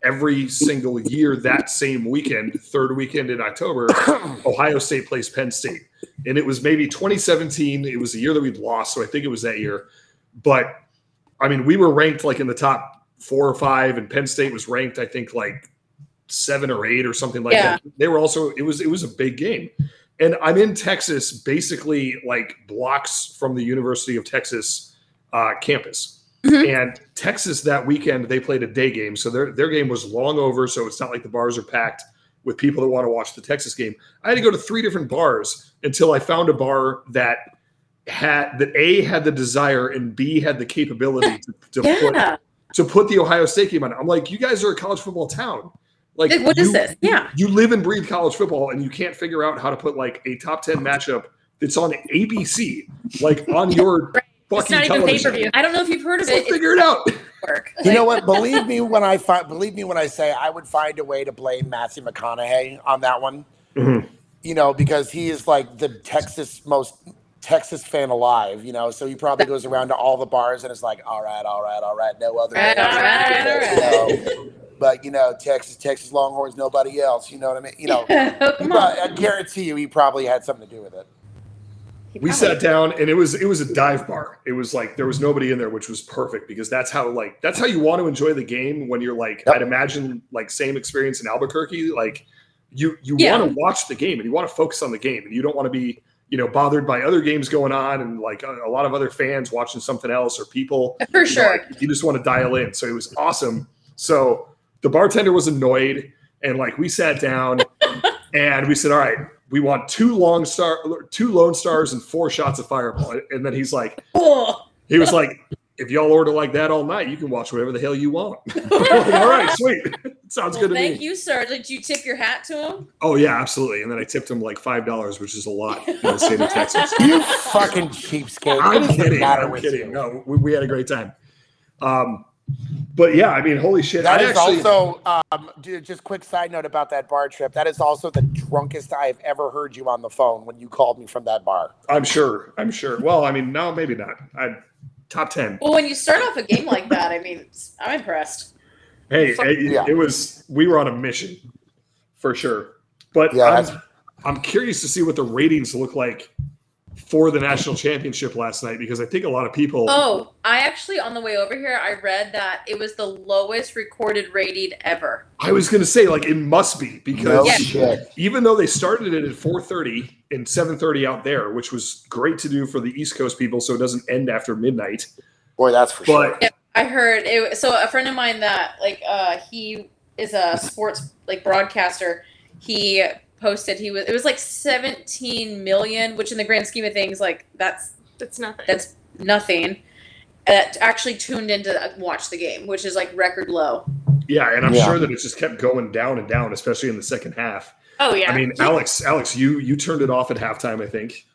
[SPEAKER 4] every single year that same weekend, third weekend in October, Ohio State plays Penn State, and it was maybe 2017. It was the year that we'd lost, so I think it was that year. But I mean, we were ranked like in the top four or five, and Penn State was ranked, I think, like seven or eight or something like
[SPEAKER 3] Yeah.
[SPEAKER 4] that. They were also it was it was a big game. And I'm in Texas, basically like blocks from the University of Texas uh, campus.
[SPEAKER 3] <laughs> Mhm.
[SPEAKER 4] And Texas that weekend they played a day game, so their their game was long over. So it's not like the bars are packed with people that want to watch the Texas game. I had to go to three different bars until I found a bar that had that A had the desire and B had the capability
[SPEAKER 3] <laughs>
[SPEAKER 4] to, to put
[SPEAKER 3] yeah.
[SPEAKER 4] to put the Ohio State game on. I'm like, you guys are a college football town. Like,
[SPEAKER 3] Like, what is
[SPEAKER 4] you-
[SPEAKER 3] this? Yeah.
[SPEAKER 4] You live and breathe college football, and you can't figure out how to put like a top ten matchup that's on ABC, like on
[SPEAKER 3] <laughs>
[SPEAKER 4] your
[SPEAKER 2] It's
[SPEAKER 4] fucking
[SPEAKER 2] not even pay per view.
[SPEAKER 4] television.
[SPEAKER 3] I don't know if you've heard of
[SPEAKER 4] We'll
[SPEAKER 3] it. It's
[SPEAKER 4] figure it out.
[SPEAKER 3] work. <laughs>
[SPEAKER 1] You know what? Believe me when I fi- believe me when I say I would find a way to blame Matthew McConaughey on that one.
[SPEAKER 4] Mhm.
[SPEAKER 1] You know, because he is like the Texas most Texas fan alive. You know, so he probably goes around to all the bars and is like, "All right, all right, all right, no other."
[SPEAKER 3] Right,
[SPEAKER 1] way I'm
[SPEAKER 2] all
[SPEAKER 1] gonna do
[SPEAKER 2] right,
[SPEAKER 1] this," You know? But you know, Texas, Texas Longhorns, nobody else. You know what I mean? You know,
[SPEAKER 3] oh,
[SPEAKER 1] he
[SPEAKER 3] come
[SPEAKER 1] prob-
[SPEAKER 3] on.
[SPEAKER 1] I guarantee you, he probably had something to do with it.
[SPEAKER 4] We sat down, and it was it was a dive bar. It was like there was nobody in there, which was perfect because that's how like that's how you want to enjoy the game when you're like
[SPEAKER 1] Yep.
[SPEAKER 4] I'd imagine like same experience in Albuquerque. Like you you
[SPEAKER 3] Yeah.
[SPEAKER 4] want to watch the game and you want to focus on the game and you don't want to be you know bothered by other games going on and like a, a lot of other fans watching something else or people
[SPEAKER 3] for
[SPEAKER 4] you know,
[SPEAKER 3] sure.
[SPEAKER 4] like, you just want to dial in. So it was awesome. So the bartender was annoyed, and like we sat down,
[SPEAKER 3] <laughs>
[SPEAKER 4] and we said, "All right, we want two long star, two lone stars, and four shots of Fireball." And then he's like,
[SPEAKER 3] Cool.
[SPEAKER 4] he was <laughs> like, "If y'all order like that all night, you can watch whatever the hell you want." I'm like, all right, sweet. <laughs> Sounds
[SPEAKER 3] Well,
[SPEAKER 4] good to
[SPEAKER 3] thank
[SPEAKER 4] me.
[SPEAKER 3] you, sir. Did you tip your hat to him?
[SPEAKER 4] Oh yeah, absolutely. And then I tipped him like five dollars, which is a lot in the
[SPEAKER 3] <laughs>
[SPEAKER 4] state of Texas.
[SPEAKER 1] You fucking cheapskate.
[SPEAKER 4] I'm
[SPEAKER 1] What is the
[SPEAKER 4] kidding.
[SPEAKER 1] matter
[SPEAKER 4] I'm
[SPEAKER 1] with
[SPEAKER 4] kidding.
[SPEAKER 1] you?
[SPEAKER 4] No, we, we had a great time. Um, but yeah, I mean, holy shit!
[SPEAKER 1] That
[SPEAKER 4] I
[SPEAKER 1] is
[SPEAKER 4] actually,
[SPEAKER 1] also um, ju- just quick side note about that bar trip. That is also the drunkest I have ever heard you on the phone when you called me from that bar.
[SPEAKER 4] I'm sure. I'm sure. Well, I mean, no, maybe not. I top ten.
[SPEAKER 3] Well, when you start off a game like that, I mean, it's- I'm impressed.
[SPEAKER 4] Hey,
[SPEAKER 3] Fuck
[SPEAKER 4] it,
[SPEAKER 1] yeah.
[SPEAKER 4] it was. We were on a mission, for sure. But
[SPEAKER 1] Yeah,
[SPEAKER 4] I'm,
[SPEAKER 1] that's-
[SPEAKER 4] I'm curious to see what the ratings look like for the national championship last night because I think a lot of people.
[SPEAKER 3] Oh, I actually on the way over here, I read that it was the lowest recorded rated ever.
[SPEAKER 4] I was gonna say like it must be because
[SPEAKER 3] Yeah.
[SPEAKER 1] shit.
[SPEAKER 4] even though they started it at 4.30 and 7.30 out there which was great to do for the east coast people so it doesn't end after midnight
[SPEAKER 1] Boy, that's for sure.
[SPEAKER 4] but
[SPEAKER 3] I heard it. So a friend of mine that like uh, he is a sports like broadcaster. He posted he was it was like 17 million, which in the grand scheme of things, like that's
[SPEAKER 2] That's nothing.
[SPEAKER 3] that's nothing. That actually tuned in to watch the game, which is like record low.
[SPEAKER 4] yeah and i'm
[SPEAKER 1] Yeah.
[SPEAKER 4] sure that it just kept going down and down especially in the second half
[SPEAKER 2] oh yeah.
[SPEAKER 4] i mean alex alex you you turned it off at halftime i think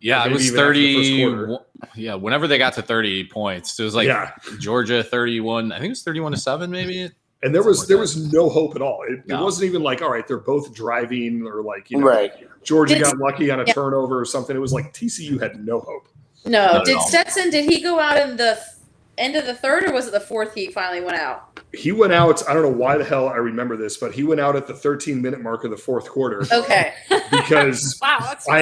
[SPEAKER 5] Yeah,
[SPEAKER 4] Maybe
[SPEAKER 5] it was
[SPEAKER 4] even after the first
[SPEAKER 5] 30.
[SPEAKER 4] quarter.
[SPEAKER 5] Yeah, whenever they got to 30 points, it was like
[SPEAKER 4] yeah
[SPEAKER 5] Georgia 31. I think it was 31 to 7, maybe.
[SPEAKER 4] and there
[SPEAKER 5] Something
[SPEAKER 4] was
[SPEAKER 5] like
[SPEAKER 4] there
[SPEAKER 5] that.
[SPEAKER 4] was no hope at all it, it
[SPEAKER 5] No.
[SPEAKER 4] wasn't even like all right they're both driving or like you know
[SPEAKER 1] Right.
[SPEAKER 4] georgia
[SPEAKER 3] Did-
[SPEAKER 4] got lucky on a
[SPEAKER 3] Yeah.
[SPEAKER 4] turnover or something it was like tcu had no hope
[SPEAKER 3] No,
[SPEAKER 5] Not at
[SPEAKER 3] did
[SPEAKER 5] all.
[SPEAKER 3] Stetson? Did he go out in the th- end of the third, or was it the fourth? He finally went out.
[SPEAKER 4] he went out i don't know why the hell i remember this but he went out at the 13 minute mark of the fourth quarter
[SPEAKER 3] Okay,
[SPEAKER 4] because
[SPEAKER 2] wow. That's
[SPEAKER 4] I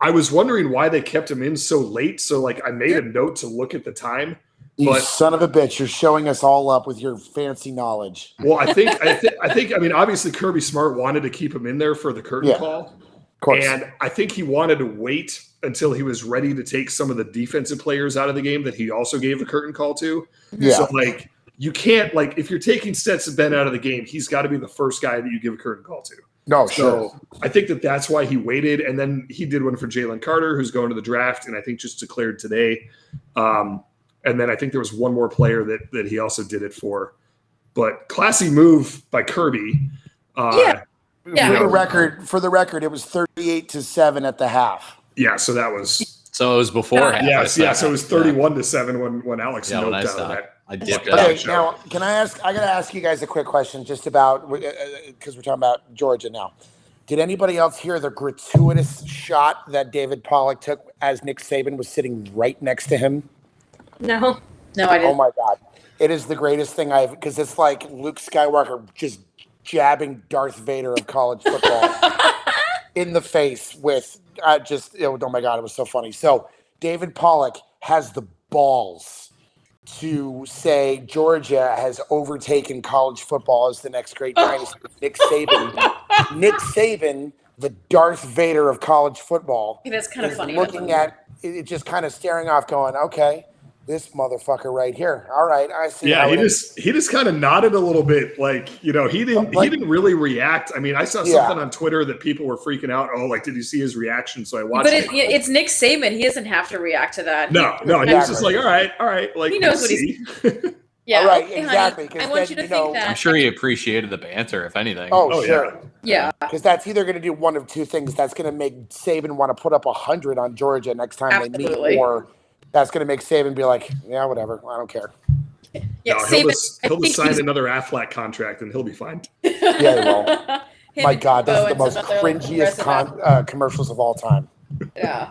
[SPEAKER 4] I was wondering why they kept him in so late. So like I made a note to look at the time.
[SPEAKER 1] You
[SPEAKER 4] But-
[SPEAKER 1] son of a bitch. You're showing us all up with your fancy knowledge.
[SPEAKER 4] Well, I think I, th- I think I mean obviously Kirby Smart wanted to keep him in there for the curtain
[SPEAKER 1] Yeah,
[SPEAKER 4] call,
[SPEAKER 1] Of course.
[SPEAKER 4] and I think he wanted to wait until he was ready to take some of the defensive players out of the game that he also gave the curtain call to.
[SPEAKER 1] yeah.
[SPEAKER 4] So like you can't like if you're taking Stetson Bennett out of the game, he's got to be the first guy that you give a curtain call to.
[SPEAKER 1] no, sure.
[SPEAKER 4] So I think that that's why he waited, and then he did one for Jalen Carter, who's going to the draft, and I think just declared today. Um, and then I think there was one more player that that he also did it for. But classy move by Kirby. Uh, yeah.
[SPEAKER 3] Yeah. Yeah.
[SPEAKER 1] For the record, for the record, it was 38 to 7 at the half.
[SPEAKER 4] So that was
[SPEAKER 5] So it was before. half,
[SPEAKER 4] yes,
[SPEAKER 5] I
[SPEAKER 4] yeah. So it
[SPEAKER 5] said.
[SPEAKER 4] was thirty-one to seven when when Alex
[SPEAKER 5] Yeah,
[SPEAKER 4] noped
[SPEAKER 5] when I
[SPEAKER 4] out of
[SPEAKER 5] stopped.
[SPEAKER 4] that.
[SPEAKER 5] I dipped it
[SPEAKER 4] Yeah,
[SPEAKER 1] Okay,
[SPEAKER 5] out.
[SPEAKER 4] sure.
[SPEAKER 1] now can I ask? I gotta ask you guys a quick question, just about because we're talking about Georgia now. Did anybody else hear the gratuitous shot that David Pollock took as Nick Saban was sitting right next to him?
[SPEAKER 2] no.
[SPEAKER 3] no, I
[SPEAKER 1] Oh
[SPEAKER 3] didn't.
[SPEAKER 1] my god, it is the greatest thing I've because it's like Luke Skywalker just jabbing Darth Vader of college
[SPEAKER 3] <laughs>
[SPEAKER 1] football in the face with I just it, was- oh my god, it was so funny. So David Pollock has the balls to say Georgia has overtaken college football as the next great
[SPEAKER 3] Oh.
[SPEAKER 1] dynasty. Nick Saban,
[SPEAKER 3] <laughs>
[SPEAKER 1] Nick Saban, the Darth Vader of college football
[SPEAKER 3] That's kind of
[SPEAKER 1] is
[SPEAKER 3] funny.
[SPEAKER 1] Looking at it, it just kind of staring off, going, "Okay, this motherfucker right here. All right, I see."
[SPEAKER 4] Yeah,
[SPEAKER 1] how
[SPEAKER 4] he
[SPEAKER 1] it is."
[SPEAKER 4] just he just kind of nodded a little bit, like you know he didn't he
[SPEAKER 1] Like-
[SPEAKER 4] didn't really react. I mean, I saw
[SPEAKER 1] Yeah.
[SPEAKER 4] something on Twitter that people were freaking out. Oh, like did you see his reaction? So I watched.
[SPEAKER 3] but
[SPEAKER 4] it.
[SPEAKER 3] it, it's Nick Saban. He doesn't have to react to that.
[SPEAKER 4] No, no, he was just like, all right, all right, like
[SPEAKER 3] He knows what
[SPEAKER 4] see.
[SPEAKER 3] Yeah.
[SPEAKER 1] All right,
[SPEAKER 3] okay, honey,
[SPEAKER 1] exactly, 'cause
[SPEAKER 3] I want
[SPEAKER 1] then,
[SPEAKER 3] you to
[SPEAKER 1] you know-
[SPEAKER 3] think that.
[SPEAKER 5] I'm sure he appreciated the banter, if anything.
[SPEAKER 1] Oh,
[SPEAKER 4] Oh,
[SPEAKER 1] sure,
[SPEAKER 3] yeah.
[SPEAKER 1] because that's either going to do one of two things. That's going to make Saban want to put up a hundred on Georgia next time they
[SPEAKER 3] Absolutely.
[SPEAKER 1] meet, or that's going to make Saban be like, "Yeah, whatever, I don't care."
[SPEAKER 3] Yeah.
[SPEAKER 4] No, he'll
[SPEAKER 3] Saban.
[SPEAKER 4] just,
[SPEAKER 3] I
[SPEAKER 4] he'll just
[SPEAKER 3] think
[SPEAKER 4] sign
[SPEAKER 3] he's- <laughs>
[SPEAKER 4] another Aflac contract and he'll be fine.
[SPEAKER 1] Yeah, he will.
[SPEAKER 3] Him
[SPEAKER 1] My
[SPEAKER 3] and
[SPEAKER 1] God, this
[SPEAKER 3] Tebow
[SPEAKER 1] is the
[SPEAKER 3] and
[SPEAKER 1] most
[SPEAKER 3] some other, like,
[SPEAKER 1] cringiest
[SPEAKER 3] progressive
[SPEAKER 1] con- uh, commercials of all time.
[SPEAKER 3] athlete. Yeah.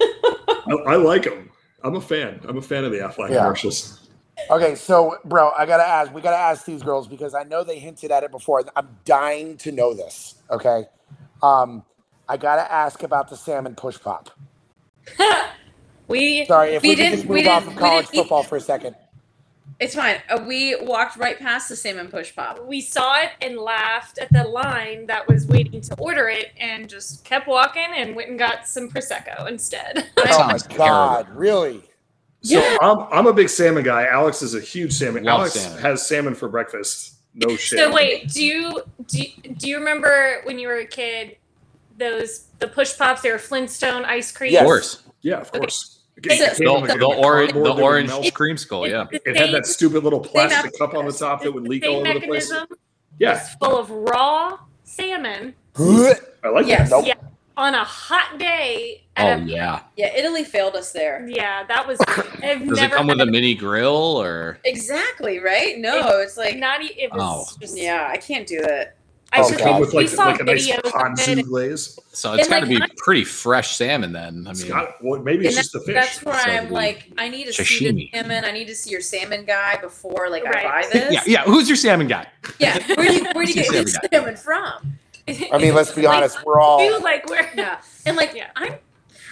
[SPEAKER 4] I, I like him. I'm a fan. I'm a fan of the Aflac
[SPEAKER 1] Yeah.
[SPEAKER 4] commercials.
[SPEAKER 1] Okay, so bro, I gotta ask. We gotta ask these girls because I know they hinted at it before. I'm dying to know this. Okay, um, I gotta ask about the salmon push pop.
[SPEAKER 2] We
[SPEAKER 1] Sorry, if we,
[SPEAKER 3] We
[SPEAKER 1] could just
[SPEAKER 3] didn't- we
[SPEAKER 1] move off
[SPEAKER 3] didn't-
[SPEAKER 1] of
[SPEAKER 3] we
[SPEAKER 1] college
[SPEAKER 3] didn't eat-
[SPEAKER 1] football for a second.
[SPEAKER 3] It's fine. Uh, we walked right past the salmon push pop.
[SPEAKER 2] we saw it and laughed at the line that was waiting to order it and just kept walking and went and got some prosecco instead. <laughs>
[SPEAKER 5] That
[SPEAKER 1] Oh
[SPEAKER 5] sounds
[SPEAKER 1] my God, really?
[SPEAKER 4] So I'm, I'm a big salmon guy. Alex is a huge salmon.
[SPEAKER 5] Love
[SPEAKER 4] Alex
[SPEAKER 5] salmon.
[SPEAKER 4] has salmon for breakfast. No shit.
[SPEAKER 2] So wait, do you do, you- do you remember when you were a kid those the push pops they were Flintstone ice cream?
[SPEAKER 5] Of
[SPEAKER 1] Yes.
[SPEAKER 5] course.
[SPEAKER 4] Yeah, of course.
[SPEAKER 2] Okay,
[SPEAKER 4] It came
[SPEAKER 5] The,
[SPEAKER 4] in, like,
[SPEAKER 5] the,
[SPEAKER 4] a
[SPEAKER 5] or-
[SPEAKER 4] cardboard that
[SPEAKER 5] the
[SPEAKER 4] would
[SPEAKER 5] orange
[SPEAKER 4] melt.
[SPEAKER 5] cream skull, Oh, yeah.
[SPEAKER 2] It's the
[SPEAKER 4] It had
[SPEAKER 2] same-
[SPEAKER 4] that stupid little plastic
[SPEAKER 3] app-
[SPEAKER 4] cup on the top that
[SPEAKER 2] it's
[SPEAKER 4] would
[SPEAKER 2] the
[SPEAKER 4] leak
[SPEAKER 2] same
[SPEAKER 4] all over the place.
[SPEAKER 2] mechanism.
[SPEAKER 4] Yeah,
[SPEAKER 2] is full of raw salmon
[SPEAKER 4] I like that.
[SPEAKER 3] Yes.
[SPEAKER 1] Nope.
[SPEAKER 2] Yeah, on a hot day.
[SPEAKER 5] Oh
[SPEAKER 2] At a,
[SPEAKER 5] yeah.
[SPEAKER 3] Yeah, Italy failed us there.
[SPEAKER 2] yeah, that
[SPEAKER 5] <coughs>
[SPEAKER 2] was. I've
[SPEAKER 5] Does it
[SPEAKER 2] never
[SPEAKER 5] come with a
[SPEAKER 2] had
[SPEAKER 5] mini grill or?
[SPEAKER 3] Exactly, right? No, it's like
[SPEAKER 2] Not e- it was
[SPEAKER 5] Oh.
[SPEAKER 2] just
[SPEAKER 3] yeah, I can't do it.
[SPEAKER 2] I
[SPEAKER 1] Oh,
[SPEAKER 2] took
[SPEAKER 1] God.
[SPEAKER 2] a,
[SPEAKER 4] with
[SPEAKER 2] we
[SPEAKER 4] like,
[SPEAKER 2] saw
[SPEAKER 4] like a nice
[SPEAKER 2] videos of it.
[SPEAKER 4] ponzu glaze.
[SPEAKER 5] So it's
[SPEAKER 2] And,
[SPEAKER 5] got to
[SPEAKER 2] like,
[SPEAKER 5] be pretty fresh salmon then. I mean,
[SPEAKER 4] Scott, well, maybe
[SPEAKER 3] And
[SPEAKER 4] it's just the fish.
[SPEAKER 3] That's where
[SPEAKER 5] So
[SPEAKER 3] I'm
[SPEAKER 5] the
[SPEAKER 3] like, I need to see the
[SPEAKER 5] sashimi.
[SPEAKER 3] salmon. I need to see your salmon guy before like I
[SPEAKER 2] Right.
[SPEAKER 3] buy this.
[SPEAKER 5] <laughs> <laughs> yeah, yeah. Who's your salmon guy?
[SPEAKER 3] Yeah, where do you where do you get
[SPEAKER 5] Salmon
[SPEAKER 3] your
[SPEAKER 5] guy.
[SPEAKER 3] salmon from?
[SPEAKER 1] I
[SPEAKER 3] <laughs>
[SPEAKER 1] mean, let's be
[SPEAKER 2] Like,
[SPEAKER 1] honest. We're
[SPEAKER 2] We
[SPEAKER 1] all
[SPEAKER 2] were like we're
[SPEAKER 3] Yeah, and like
[SPEAKER 2] Yeah.
[SPEAKER 3] I'm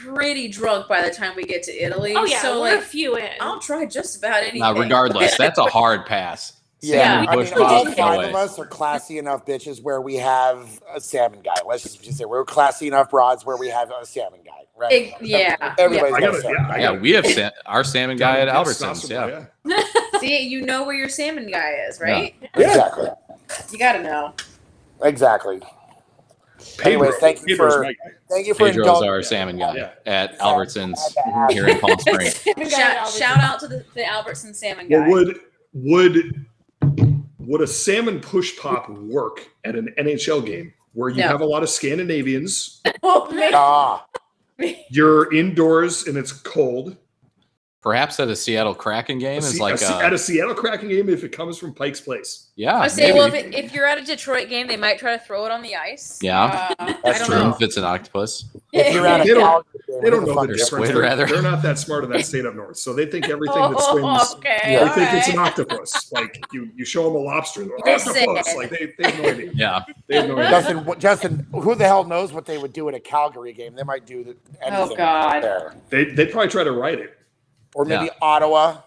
[SPEAKER 3] pretty drunk by the time we get to Italy.
[SPEAKER 2] oh yeah
[SPEAKER 3] so
[SPEAKER 2] we're
[SPEAKER 3] like
[SPEAKER 2] a few in.
[SPEAKER 3] I'll try just about anything.
[SPEAKER 5] Now, regardless, that's a hard pass.
[SPEAKER 1] yeah.
[SPEAKER 5] Salmon
[SPEAKER 1] I
[SPEAKER 5] bush
[SPEAKER 1] mean, all
[SPEAKER 5] bob, no
[SPEAKER 1] five
[SPEAKER 5] way.
[SPEAKER 1] of us are classy enough bitches where we have a salmon guy. Let's just, just say we're classy enough broads where we have a salmon guy, right?
[SPEAKER 3] Ex- yeah,
[SPEAKER 1] Everybody's
[SPEAKER 4] I
[SPEAKER 1] got
[SPEAKER 4] got
[SPEAKER 1] a
[SPEAKER 4] it.
[SPEAKER 1] salmon
[SPEAKER 4] Yeah,
[SPEAKER 1] guy.
[SPEAKER 4] I
[SPEAKER 5] Yeah,
[SPEAKER 4] got
[SPEAKER 5] we have sa- our salmon guy at
[SPEAKER 4] Yeah,
[SPEAKER 5] Albertsons.
[SPEAKER 4] Stossel,
[SPEAKER 5] Yeah.
[SPEAKER 3] See, you know where your salmon guy is, right?
[SPEAKER 4] Yeah.
[SPEAKER 1] Exactly.
[SPEAKER 3] You gotta know.
[SPEAKER 1] Exactly.
[SPEAKER 4] Pedro-
[SPEAKER 1] Anyways, thank you
[SPEAKER 4] Pedro's
[SPEAKER 1] for-
[SPEAKER 4] my guy.
[SPEAKER 1] Thank you for
[SPEAKER 5] Pedro's
[SPEAKER 1] indulging.
[SPEAKER 5] our salmon guy
[SPEAKER 4] Yeah.
[SPEAKER 5] at
[SPEAKER 1] Had
[SPEAKER 5] Albertsons
[SPEAKER 1] to ask.
[SPEAKER 5] here in Palm Springs.
[SPEAKER 3] Shout, shout out to the, the Albertson salmon guy.
[SPEAKER 4] Well, would would would a salmon push pop work at an NHL game where you
[SPEAKER 3] No.
[SPEAKER 4] have a lot of Scandinavians?
[SPEAKER 2] <laughs>
[SPEAKER 3] Oh, man.
[SPEAKER 1] Ah,
[SPEAKER 4] You're indoors and it's cold.
[SPEAKER 5] Perhaps at a Seattle Kraken game
[SPEAKER 4] A
[SPEAKER 5] is
[SPEAKER 4] Se-
[SPEAKER 5] like
[SPEAKER 4] a Se- at
[SPEAKER 5] a,
[SPEAKER 4] a Seattle Kraken game if it comes from Pike's Place.
[SPEAKER 5] yeah.
[SPEAKER 3] I say,
[SPEAKER 5] maybe.
[SPEAKER 3] well, if, it, if you're at a Detroit game, they might try to throw it on the ice.
[SPEAKER 5] Yeah.
[SPEAKER 3] Uh, I
[SPEAKER 1] That's
[SPEAKER 3] don't
[SPEAKER 1] true.
[SPEAKER 5] Even
[SPEAKER 3] know.
[SPEAKER 5] if it's an octopus.
[SPEAKER 1] if you're at a
[SPEAKER 4] <laughs> They don't-
[SPEAKER 1] Calgary game, what
[SPEAKER 4] They don't
[SPEAKER 1] the
[SPEAKER 4] know
[SPEAKER 1] fuck
[SPEAKER 4] the
[SPEAKER 1] is-
[SPEAKER 4] difference.
[SPEAKER 5] squid,
[SPEAKER 4] They're,
[SPEAKER 5] rather.
[SPEAKER 4] they're not that smart in that
[SPEAKER 5] <laughs>
[SPEAKER 4] state up north, so they think everything that
[SPEAKER 3] oh,
[SPEAKER 4] swims.
[SPEAKER 3] okay.
[SPEAKER 1] Yeah.
[SPEAKER 4] They
[SPEAKER 1] I
[SPEAKER 4] think it's an
[SPEAKER 3] alright.
[SPEAKER 4] octopus. Like you, you show them a lobster, they're like,
[SPEAKER 3] They're sick.
[SPEAKER 4] octopus. Like they, they have no idea.
[SPEAKER 5] Yeah.
[SPEAKER 4] They have no idea.
[SPEAKER 1] Justin, wh- Justin, who the hell knows what they would do at a Calgary game? They might do the- anything.
[SPEAKER 3] God.
[SPEAKER 1] there.
[SPEAKER 4] They they probably try to write it.
[SPEAKER 1] Or maybe
[SPEAKER 5] Yeah.
[SPEAKER 1] Ottawa.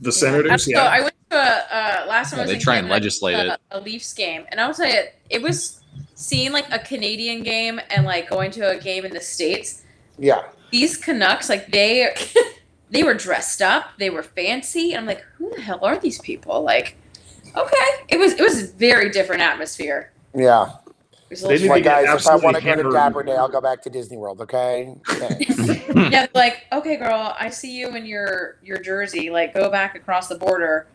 [SPEAKER 4] The
[SPEAKER 3] I,
[SPEAKER 4] senators,
[SPEAKER 3] so
[SPEAKER 4] yeah.
[SPEAKER 3] I went to a, uh, last time
[SPEAKER 5] Yeah,
[SPEAKER 3] I was
[SPEAKER 5] they
[SPEAKER 3] in
[SPEAKER 5] try
[SPEAKER 3] Canada, I went
[SPEAKER 5] and
[SPEAKER 3] to
[SPEAKER 5] legislate
[SPEAKER 3] a, a Leafs game, and I will tell you, it was seeing like a Canadian game and like going to a game in the states.
[SPEAKER 1] Yeah.
[SPEAKER 3] These Canucks, like they, <laughs> they were dressed up, they were fancy. And I'm like, who the hell are these people? Like, okay, it was it was a very different atmosphere.
[SPEAKER 1] Yeah.
[SPEAKER 3] It was a
[SPEAKER 4] They
[SPEAKER 3] little
[SPEAKER 4] didn't
[SPEAKER 1] Like,
[SPEAKER 4] get
[SPEAKER 1] guys, if I
[SPEAKER 4] absolutely
[SPEAKER 1] want to go to
[SPEAKER 4] hammered.
[SPEAKER 1] Dapper Day, I'll go back to Disney World, okay? Thanks.
[SPEAKER 3] yeah, like okay, girl, I see you in your your jersey. Like, go back across the border.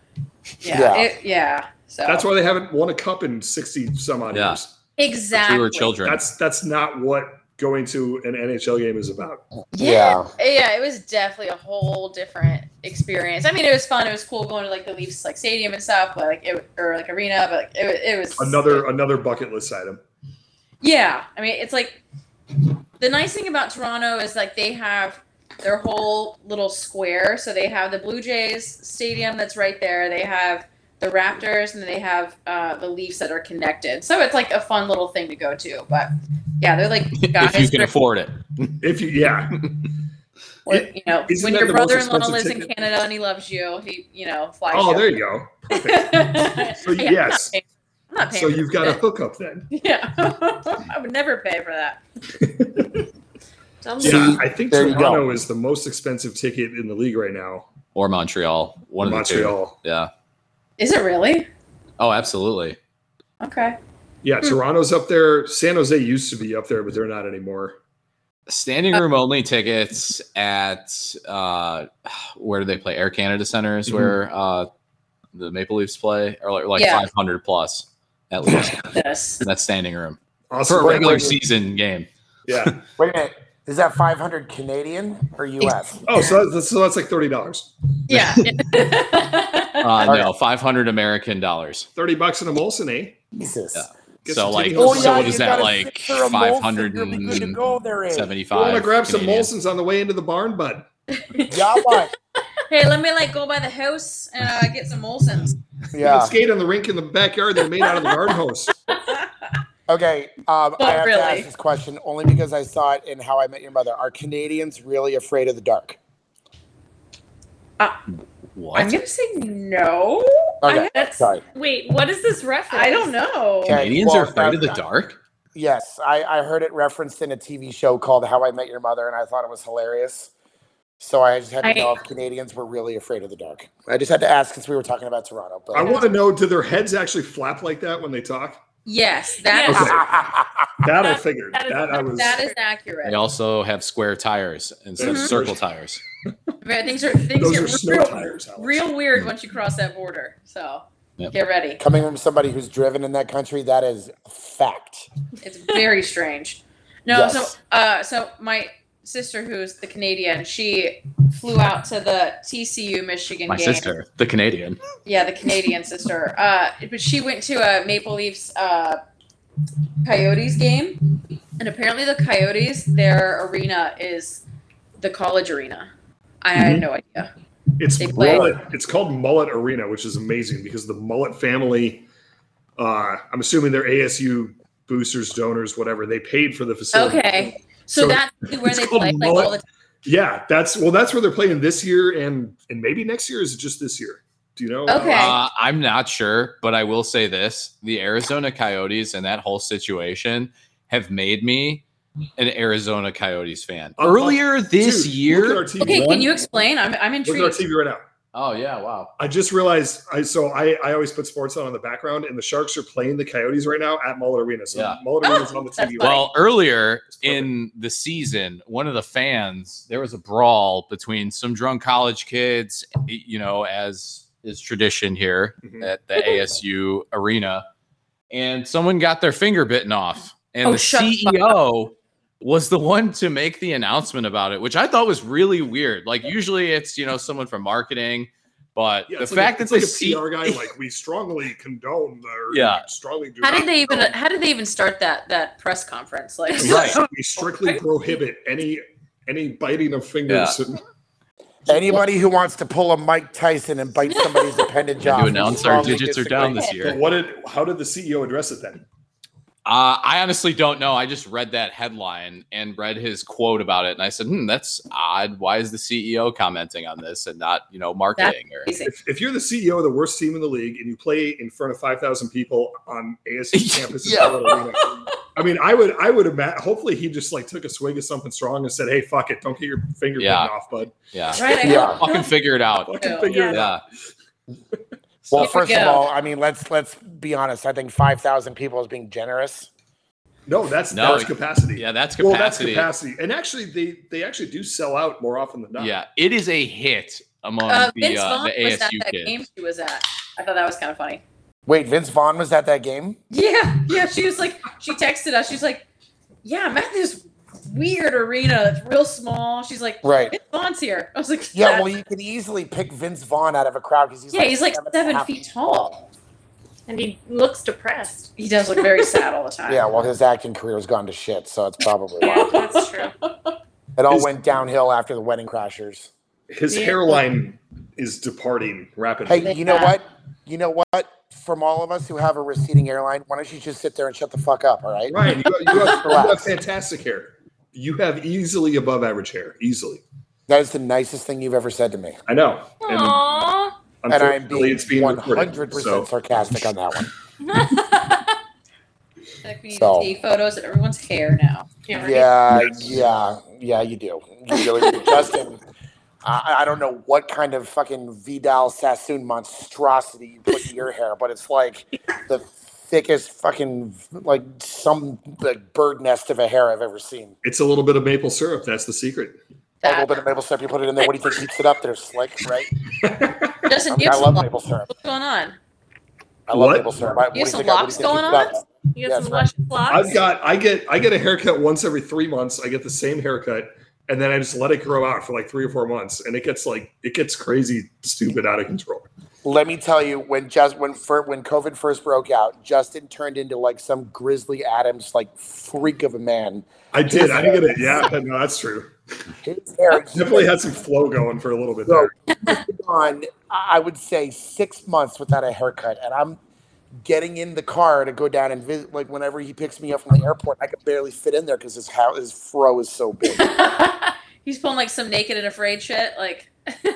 [SPEAKER 3] Yeah,
[SPEAKER 1] Yeah.
[SPEAKER 3] yeah. yeah so
[SPEAKER 4] That's why they haven't won a cup in sixty some odd
[SPEAKER 5] Yeah.
[SPEAKER 4] years.
[SPEAKER 3] exactly.
[SPEAKER 5] We were children.
[SPEAKER 4] That's that's not what going to an NHL game is about.
[SPEAKER 3] Yeah. <laughs> Yeah, it was definitely a whole different experience. I mean, it was fun. It was cool going to like the Leafs like stadium and stuff, but like it or like arena, but like it, wa- it was
[SPEAKER 4] Another another bucket list item.
[SPEAKER 3] Yeah, I mean, it's like the nice thing about Toronto is like they have their whole little square. So they have the Blue Jays stadium that's right there. They have the Raptors, and they have uh, the Leafs that are connected. So it's like a fun little thing to go to. But yeah, they're like guys.
[SPEAKER 5] if you can
[SPEAKER 3] that-
[SPEAKER 5] afford it.
[SPEAKER 4] If you yeah,
[SPEAKER 3] Or,
[SPEAKER 4] It-
[SPEAKER 3] you know,
[SPEAKER 4] isn't
[SPEAKER 3] when
[SPEAKER 4] that
[SPEAKER 3] your
[SPEAKER 4] the most
[SPEAKER 3] brother-in-law
[SPEAKER 4] expensive
[SPEAKER 3] lives in
[SPEAKER 4] ticket?
[SPEAKER 3] Canada and he loves you, he you know flies.
[SPEAKER 4] oh
[SPEAKER 3] you.
[SPEAKER 4] there you go. Perfect.
[SPEAKER 3] <laughs>
[SPEAKER 4] So
[SPEAKER 3] Yeah,
[SPEAKER 4] yes,
[SPEAKER 3] I'm not paying. I'm not paying
[SPEAKER 4] so
[SPEAKER 3] for
[SPEAKER 4] you've got a
[SPEAKER 3] that. <laughs>
[SPEAKER 4] hookup then.
[SPEAKER 3] yeah. I would never pay for that.
[SPEAKER 2] Dumb
[SPEAKER 1] See,
[SPEAKER 4] Yeah, I think
[SPEAKER 1] there you
[SPEAKER 4] Toronto
[SPEAKER 1] go.
[SPEAKER 4] is the most expensive ticket in the league right now.
[SPEAKER 5] Or Montreal. One of
[SPEAKER 4] Montreal.
[SPEAKER 5] the two. Yeah.
[SPEAKER 3] Is it really?
[SPEAKER 5] Oh, absolutely.
[SPEAKER 3] Okay.
[SPEAKER 4] Yeah, Toronto's up there. San Jose used to be up there, but they're not anymore.
[SPEAKER 5] Standing
[SPEAKER 3] Uh,
[SPEAKER 5] room only tickets at uh, <sighs> where do they play? Air Canada Center is
[SPEAKER 1] Mm-hmm.
[SPEAKER 4] Mhm.
[SPEAKER 5] where uh, the Maple Leafs play, or like, like
[SPEAKER 3] Yeah.
[SPEAKER 5] 500 plus
[SPEAKER 3] <laughs>
[SPEAKER 5] at least.
[SPEAKER 3] This.
[SPEAKER 5] That's standing room
[SPEAKER 4] Awesome.
[SPEAKER 5] for a regular
[SPEAKER 1] wait.
[SPEAKER 3] <laughs>
[SPEAKER 5] season game.
[SPEAKER 4] Yeah.
[SPEAKER 1] Wait a minute. Is that 500 Canadian or US?
[SPEAKER 4] Oh, so that's, so that's like thirty dollars,
[SPEAKER 3] Yeah. <laughs>
[SPEAKER 5] Uh,
[SPEAKER 1] Okay.
[SPEAKER 5] no, 500 American dollars.
[SPEAKER 4] thirty bucks in a Molson, eh?
[SPEAKER 1] Jesus.
[SPEAKER 5] Yeah.
[SPEAKER 4] Get
[SPEAKER 5] so
[SPEAKER 4] some
[SPEAKER 5] like,
[SPEAKER 4] titty
[SPEAKER 5] so
[SPEAKER 4] hot sauce.
[SPEAKER 5] what is
[SPEAKER 1] Oh, you
[SPEAKER 5] that
[SPEAKER 1] got a
[SPEAKER 5] like?
[SPEAKER 1] sixer of
[SPEAKER 5] Five
[SPEAKER 1] Molson,
[SPEAKER 5] hundred
[SPEAKER 1] you'll be good to go there, eh?
[SPEAKER 4] I want
[SPEAKER 5] seventy-five.
[SPEAKER 4] to grab some
[SPEAKER 5] Canadian.
[SPEAKER 4] Molsons on the way into the barn, bud.
[SPEAKER 1] Yeah, what?
[SPEAKER 3] hey, let me like go by the house and uh, get some Molson's.
[SPEAKER 4] You
[SPEAKER 1] Yeah.
[SPEAKER 4] can skate on the rink in the backyard they're made out of the garden hose.
[SPEAKER 1] Okay. Um, I
[SPEAKER 3] Not
[SPEAKER 1] have
[SPEAKER 3] really.
[SPEAKER 1] to ask this question only because I saw it in How I Met Your Mother. Are Canadians really afraid of the dark?
[SPEAKER 3] I'm
[SPEAKER 5] What?
[SPEAKER 3] gonna say no.
[SPEAKER 1] Okay.
[SPEAKER 2] That's
[SPEAKER 1] Sorry.
[SPEAKER 2] wait. What is this reference?
[SPEAKER 3] I don't know.
[SPEAKER 1] Okay.
[SPEAKER 5] Canadians
[SPEAKER 1] well,
[SPEAKER 5] are afraid of the
[SPEAKER 1] uh,
[SPEAKER 5] dark.
[SPEAKER 1] Yes, I, I heard it referenced in a TV show called How I Met Your Mother, and I thought it was hilarious. So I just had to
[SPEAKER 2] I-
[SPEAKER 1] know if Canadians were really afraid of the dark. I just had to ask since we were talking about Toronto. But <laughs>
[SPEAKER 4] I want to know do their heads actually flap like that when they talk?
[SPEAKER 3] Yes, that
[SPEAKER 2] Yeah.
[SPEAKER 3] is
[SPEAKER 4] That I
[SPEAKER 2] That-
[SPEAKER 4] figured.
[SPEAKER 2] that is-
[SPEAKER 4] That I was.
[SPEAKER 3] that is accurate.
[SPEAKER 5] They also have square tires instead of
[SPEAKER 1] Mm-hmm.
[SPEAKER 3] Mhm.
[SPEAKER 5] circle tires.
[SPEAKER 3] But Things are things
[SPEAKER 4] Those
[SPEAKER 3] get
[SPEAKER 4] are snow
[SPEAKER 3] real,
[SPEAKER 4] tires. Alex.
[SPEAKER 3] real weird once you cross that border. So Get ready.
[SPEAKER 1] Coming from somebody who's driven in that country, that is a fact.
[SPEAKER 3] It's very strange. No,
[SPEAKER 1] Yes.
[SPEAKER 3] so uh, so my sister, who's the Canadian, she flew out to the TCU Michigan
[SPEAKER 5] My
[SPEAKER 3] game.
[SPEAKER 5] sister, the Canadian.
[SPEAKER 3] Yeah, the
[SPEAKER 4] <laughs>
[SPEAKER 3] Canadian sister. Uh, but she went to a Maple Leafs uh, Coyotes game, and apparently the Coyotes, their arena is the college arena. I
[SPEAKER 4] Mm-hmm.
[SPEAKER 3] had no idea.
[SPEAKER 4] It's
[SPEAKER 3] They play.
[SPEAKER 4] mullet. It's called Mullet Arena, which is amazing because the Mullet family. Uh, I'm assuming they're ASU boosters, donors, whatever. They paid for the facility.
[SPEAKER 3] Okay, so,
[SPEAKER 4] So <laughs>
[SPEAKER 3] that's where
[SPEAKER 4] it's
[SPEAKER 3] they
[SPEAKER 4] called
[SPEAKER 3] play like all the
[SPEAKER 4] mullet. Yeah, that's well. That's where they're playing this year, and and maybe next year. Is it just this year? Do you know?
[SPEAKER 3] Okay.
[SPEAKER 5] Uh, I'm not sure, but I will say this: the Arizona Coyotes and that whole situation have made me an Arizona Coyotes fan.
[SPEAKER 4] Uh,
[SPEAKER 5] Earlier this
[SPEAKER 4] Dude, Look at our
[SPEAKER 5] year.
[SPEAKER 4] TV.
[SPEAKER 3] Okay,
[SPEAKER 4] One-
[SPEAKER 3] can you explain? I'm I'm
[SPEAKER 4] Look at our
[SPEAKER 3] intrigued.
[SPEAKER 4] TV right now.
[SPEAKER 5] Oh yeah! Wow.
[SPEAKER 4] I just realized. I so I I always put sports on in the background, and the Sharks are playing the Coyotes right now at Mullet Arena. So
[SPEAKER 5] Yeah.
[SPEAKER 4] Mullet
[SPEAKER 3] Oh,
[SPEAKER 4] Arena's on the
[SPEAKER 3] <laughs> that's
[SPEAKER 4] TV.
[SPEAKER 3] funny.
[SPEAKER 4] Well,
[SPEAKER 5] Well, earlier in the season, one of the fans there was a brawl between some drunk college kids. You know, as is tradition here,
[SPEAKER 4] mhm.
[SPEAKER 5] at the ASU arena, and someone got their finger bitten off, and
[SPEAKER 3] Oh,
[SPEAKER 5] the
[SPEAKER 3] shut the fuck
[SPEAKER 5] CEO was the one to make the announcement about it, which I thought was really weird. Like usually it's you know someone from marketing, but
[SPEAKER 4] Yeah,
[SPEAKER 5] the
[SPEAKER 4] it's like a-
[SPEAKER 5] fact
[SPEAKER 4] it's
[SPEAKER 5] that the
[SPEAKER 4] like a PR
[SPEAKER 5] CEO
[SPEAKER 4] guy, like we strongly condone the
[SPEAKER 5] Yeah.
[SPEAKER 4] strongly. Do
[SPEAKER 3] How
[SPEAKER 4] not
[SPEAKER 3] did they even
[SPEAKER 4] condone-
[SPEAKER 3] How did they even start that that press conference? Like,
[SPEAKER 4] <laughs>
[SPEAKER 5] Right.
[SPEAKER 4] We strictly prohibit any any biting of fingers. and-
[SPEAKER 1] Anybody who wants to pull a Mike Tyson and bite somebody's
[SPEAKER 5] <laughs>
[SPEAKER 1] appendage off.
[SPEAKER 5] to
[SPEAKER 1] we
[SPEAKER 5] announce our
[SPEAKER 1] strongly
[SPEAKER 5] digits are
[SPEAKER 1] disagree.
[SPEAKER 5] down this
[SPEAKER 4] But
[SPEAKER 5] year.
[SPEAKER 4] what did? How did the CEO address it then?
[SPEAKER 5] Uh, I honestly don't know. I just read that headline and read his quote about it, and I said, "Hmm, that's odd. Why is the CEO commenting on this and not you know marketing or?"
[SPEAKER 3] amazing.
[SPEAKER 4] If, if you're the CEO of the worst team in the league and you play in front of 5,000 people on ASU campus, in
[SPEAKER 5] <laughs> Yeah.
[SPEAKER 4] Colorado Arena, I mean, I would, I would imagine. Hopefully, he just like took a swig of something strong and said, "Hey, fuck it, don't get your finger
[SPEAKER 5] Yeah.
[SPEAKER 4] bitten off, bud.
[SPEAKER 5] Yeah,
[SPEAKER 3] right? I
[SPEAKER 1] Yeah.
[SPEAKER 3] hope-
[SPEAKER 5] fucking figure it out.
[SPEAKER 4] Fucking
[SPEAKER 3] Yeah.
[SPEAKER 4] figure it out."
[SPEAKER 5] Yeah,
[SPEAKER 1] Well,
[SPEAKER 3] Here we
[SPEAKER 1] first of
[SPEAKER 3] go.
[SPEAKER 1] all, I mean, let's let's be honest. I think five thousand people is being generous.
[SPEAKER 4] No, that's
[SPEAKER 5] No,
[SPEAKER 4] that's capacity.
[SPEAKER 5] yeah, that's
[SPEAKER 4] Well, that's
[SPEAKER 5] capacity.
[SPEAKER 4] capacity. And actually, they they actually do sell out more often than not.
[SPEAKER 5] Yeah, it is a hit among
[SPEAKER 3] Uh,
[SPEAKER 5] the,
[SPEAKER 3] Vince
[SPEAKER 5] uh,
[SPEAKER 3] Vaughn
[SPEAKER 5] the
[SPEAKER 3] was at
[SPEAKER 5] ASU
[SPEAKER 3] that
[SPEAKER 5] kids.
[SPEAKER 3] game she was at. I thought that was kind of funny.
[SPEAKER 1] Wait, Vince Vaughn was at that game.
[SPEAKER 3] Yeah, yeah. She was like, she texted us. She's like, yeah, I'm at this weird arena that's real small. She's like,
[SPEAKER 1] Right.
[SPEAKER 3] "Vince Vaughn's here. I was like,
[SPEAKER 1] Yeah. Well, you can easily pick Vince Vaughn out of a crowd because he's
[SPEAKER 3] yeah, he's like
[SPEAKER 1] and a
[SPEAKER 3] seven
[SPEAKER 1] half.
[SPEAKER 3] feet tall.
[SPEAKER 2] And he looks depressed.
[SPEAKER 3] He does look very
[SPEAKER 1] <laughs>
[SPEAKER 3] sad all the time.
[SPEAKER 1] Yeah. Well, his acting career has gone to shit, so it's probably
[SPEAKER 3] <laughs>
[SPEAKER 1] why.
[SPEAKER 2] that's true.
[SPEAKER 1] It all
[SPEAKER 4] His-
[SPEAKER 1] went downhill after the Wedding Crashers.
[SPEAKER 4] His
[SPEAKER 3] Yeah.
[SPEAKER 4] hairline is departing rapidly.
[SPEAKER 1] Hey, you know what? You know what? From all of us who have a receding airline, why don't you just sit there and shut the fuck up? All right.
[SPEAKER 4] Ryan, you have, you have- you have
[SPEAKER 1] Relax.
[SPEAKER 4] fantastic hair. You have easily above average hair, easily.
[SPEAKER 1] That is the nicest thing you've ever said to me,
[SPEAKER 4] I know. And
[SPEAKER 2] Aww.
[SPEAKER 1] and I'm
[SPEAKER 4] Unfortunately,
[SPEAKER 1] being
[SPEAKER 4] it's being
[SPEAKER 1] one
[SPEAKER 4] recorded,
[SPEAKER 1] hundred percent
[SPEAKER 4] so-
[SPEAKER 1] sarcastic on that one.
[SPEAKER 3] Like we need
[SPEAKER 1] So-
[SPEAKER 3] to take photos of everyone's hair now.
[SPEAKER 1] Yeah,
[SPEAKER 4] Yes.
[SPEAKER 1] yeah, yeah. You do. You really do, Justin. I, I don't know what kind of fucking Vidal Sassoon monstrosity you put in your hair, but it's like the thickest fucking like some like bird nest of a hair I've ever seen.
[SPEAKER 4] It's a little bit of maple syrup. That's the secret.
[SPEAKER 1] A little
[SPEAKER 3] That
[SPEAKER 1] bit of maple syrup, you put it in there. What do you think keeps it up there? Slick,
[SPEAKER 3] <laughs>
[SPEAKER 1] right?
[SPEAKER 3] Justin,
[SPEAKER 1] I,
[SPEAKER 3] do
[SPEAKER 1] mean,
[SPEAKER 3] you
[SPEAKER 1] I
[SPEAKER 3] have some
[SPEAKER 1] love
[SPEAKER 3] locks?
[SPEAKER 1] maple syrup.
[SPEAKER 3] What's going on?
[SPEAKER 1] I love
[SPEAKER 4] What?
[SPEAKER 1] maple syrup. I, what do
[SPEAKER 3] have
[SPEAKER 1] you
[SPEAKER 3] some
[SPEAKER 1] think? I- what do
[SPEAKER 3] locks
[SPEAKER 1] you think keeps
[SPEAKER 3] going
[SPEAKER 1] it up?
[SPEAKER 2] You
[SPEAKER 1] Yeah,
[SPEAKER 2] got
[SPEAKER 1] that's
[SPEAKER 2] some
[SPEAKER 1] right.
[SPEAKER 2] lush locks?
[SPEAKER 4] I've got I get I get a haircut once every three months. I get the same haircut, and then I just let it grow out for like three or four months, and it gets like it gets crazy, stupid, out of control.
[SPEAKER 1] Let me tell you, when just when fir- when COVID first broke out, Justin turned into like some Grizzly Adams like freak of a man.
[SPEAKER 4] I did. I didn't get it. Yeah, <laughs> no, that's true.
[SPEAKER 1] His hair
[SPEAKER 4] Definitely had some flow going for a little bit
[SPEAKER 1] So
[SPEAKER 4] there.
[SPEAKER 1] he must have gone, I I would say, six months without a haircut, and I'm getting in the car to go down and visit. Like whenever he picks me up from the airport, I could barely fit in there because his house, his fro is so big.
[SPEAKER 3] <laughs> He's pulling like some naked and afraid shit. Like,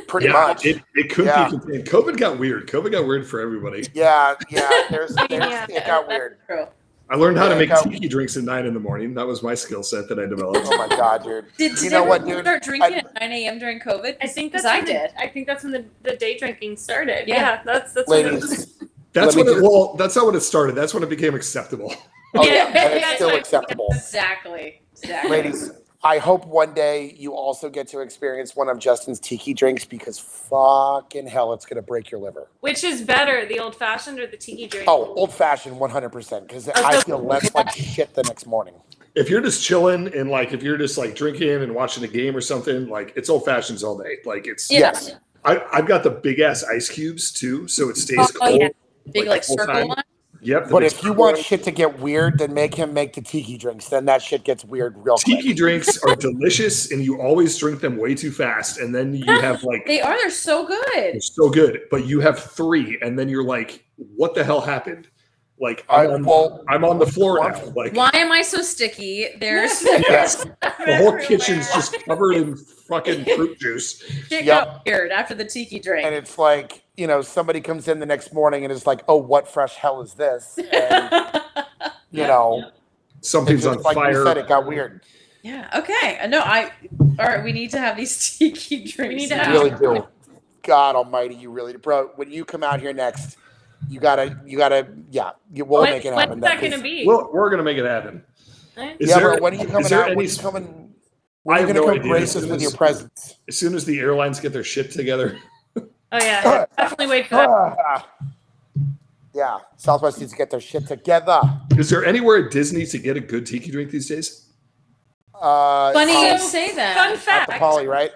[SPEAKER 1] Pretty
[SPEAKER 4] Yeah,
[SPEAKER 1] much.
[SPEAKER 4] it, it could
[SPEAKER 1] Yeah.
[SPEAKER 4] be contained. COVID got weird. COVID got weird for everybody.
[SPEAKER 1] yeah, yeah. There's, there's
[SPEAKER 2] Yeah.
[SPEAKER 1] it got
[SPEAKER 3] that's
[SPEAKER 1] weird.
[SPEAKER 3] True.
[SPEAKER 4] I learned how to
[SPEAKER 1] Yeah,
[SPEAKER 4] make
[SPEAKER 1] go.
[SPEAKER 4] tiki drinks at nine in the morning. That was my skill set that I developed.
[SPEAKER 1] Oh my god, dude.
[SPEAKER 3] Did,
[SPEAKER 1] You
[SPEAKER 3] did
[SPEAKER 1] know what,
[SPEAKER 3] everyone
[SPEAKER 1] dude?
[SPEAKER 3] start drinking
[SPEAKER 1] I-
[SPEAKER 3] at 9 a.m. during COVID?
[SPEAKER 2] I think
[SPEAKER 3] 'Cause
[SPEAKER 2] that's
[SPEAKER 3] I
[SPEAKER 2] when the-
[SPEAKER 3] did.
[SPEAKER 2] I think that's when the, the day drinking started.
[SPEAKER 3] Yeah.
[SPEAKER 2] Yeah, that's that's when it was-
[SPEAKER 1] Ladies,
[SPEAKER 4] That's
[SPEAKER 1] Let
[SPEAKER 4] when
[SPEAKER 1] me
[SPEAKER 4] it,
[SPEAKER 1] do-
[SPEAKER 4] well, that's not when it started. That's when it became acceptable. <laughs>
[SPEAKER 1] oh yeah,
[SPEAKER 3] Yeah,
[SPEAKER 1] and it's
[SPEAKER 3] that's
[SPEAKER 1] still
[SPEAKER 2] what-
[SPEAKER 1] acceptable.
[SPEAKER 3] Exactly. Exactly.
[SPEAKER 1] Ladies, I hope one day you also get to experience one of Justin's tiki drinks because fucking hell, it's gonna break your liver.
[SPEAKER 2] Which is better, the old fashioned or the tiki drink?
[SPEAKER 1] Oh, old fashioned, one hundred percent. Because
[SPEAKER 2] Oh,
[SPEAKER 1] I feel less like shit the next morning.
[SPEAKER 4] If you're just chilling and like if you're just like drinking and watching a game or something, like it's old fashions all day. Like it's
[SPEAKER 3] Yeah.
[SPEAKER 1] Yes.
[SPEAKER 4] I, I've got the big ass ice cubes too, so it stays
[SPEAKER 3] Oh,
[SPEAKER 4] cold.
[SPEAKER 3] yeah. Big like,
[SPEAKER 4] Like, the whole
[SPEAKER 3] circle
[SPEAKER 4] time?
[SPEAKER 3] one.
[SPEAKER 4] Yep. the
[SPEAKER 1] But
[SPEAKER 4] big
[SPEAKER 1] if you
[SPEAKER 4] circle
[SPEAKER 1] want
[SPEAKER 4] one.
[SPEAKER 1] shit to get weird, then make him make the tiki drinks. Then that shit gets weird real quick.
[SPEAKER 4] tiki drinks are delicious, and you always drink them way too fast, and
[SPEAKER 1] <laughs>
[SPEAKER 4] then you have like
[SPEAKER 3] They are. They're so good.
[SPEAKER 4] It's so good, but you have three, and then you're like, "What the hell happened?" Like
[SPEAKER 1] I
[SPEAKER 4] I'm on,
[SPEAKER 1] will.
[SPEAKER 4] I'm on the floor now. Like
[SPEAKER 3] Why am I so sticky? There's
[SPEAKER 1] Yes.
[SPEAKER 4] the whole kitchen's just covered in fucking fruit juice.
[SPEAKER 3] <laughs>
[SPEAKER 1] Yep.
[SPEAKER 3] shit got weird after the tiki drink.
[SPEAKER 1] And it's like you know, somebody comes in the next morning and is like, "Oh, what fresh hell is this?"
[SPEAKER 2] <laughs>
[SPEAKER 1] And, you know, it's
[SPEAKER 4] Something's on
[SPEAKER 1] just like you
[SPEAKER 4] fire.
[SPEAKER 1] said, it got weird.
[SPEAKER 3] <laughs> yeah. Okay. Uh, No, I. All right. We need to have these <laughs> tiki drinks.
[SPEAKER 2] need to
[SPEAKER 1] You
[SPEAKER 2] Yeah.
[SPEAKER 3] now.
[SPEAKER 1] really do. God Almighty, you really, bro. When you come out here next, you gotta, you gotta, yeah, you, we'll
[SPEAKER 2] When-
[SPEAKER 1] make it happen.
[SPEAKER 2] when's that
[SPEAKER 1] is-
[SPEAKER 2] gonna be?
[SPEAKER 4] well, we're gonna make it happen.
[SPEAKER 2] Eh?
[SPEAKER 4] Is
[SPEAKER 1] yeah,
[SPEAKER 4] there-
[SPEAKER 1] bro. When are you
[SPEAKER 4] is
[SPEAKER 1] coming
[SPEAKER 4] there
[SPEAKER 1] out? When
[SPEAKER 4] any-
[SPEAKER 1] are you coming? When
[SPEAKER 4] I
[SPEAKER 1] are you
[SPEAKER 4] have
[SPEAKER 1] gonna
[SPEAKER 4] no
[SPEAKER 1] come
[SPEAKER 4] idea.
[SPEAKER 1] grace us
[SPEAKER 4] As soon
[SPEAKER 1] with your
[SPEAKER 4] as,
[SPEAKER 1] presence?
[SPEAKER 4] as soon as the airlines get their shit together,
[SPEAKER 2] Oh
[SPEAKER 4] uh,
[SPEAKER 2] yeah, definitely wait for that.
[SPEAKER 1] <sighs> yeah, Southwest needs to get their shit together.
[SPEAKER 4] is there anywhere at Disney to get a good tiki drink these days?
[SPEAKER 1] Uh,
[SPEAKER 3] Funny
[SPEAKER 1] uh,
[SPEAKER 3] you
[SPEAKER 2] So,
[SPEAKER 3] say
[SPEAKER 2] Fun
[SPEAKER 3] that.
[SPEAKER 1] at
[SPEAKER 2] fact.
[SPEAKER 1] the Poly, right?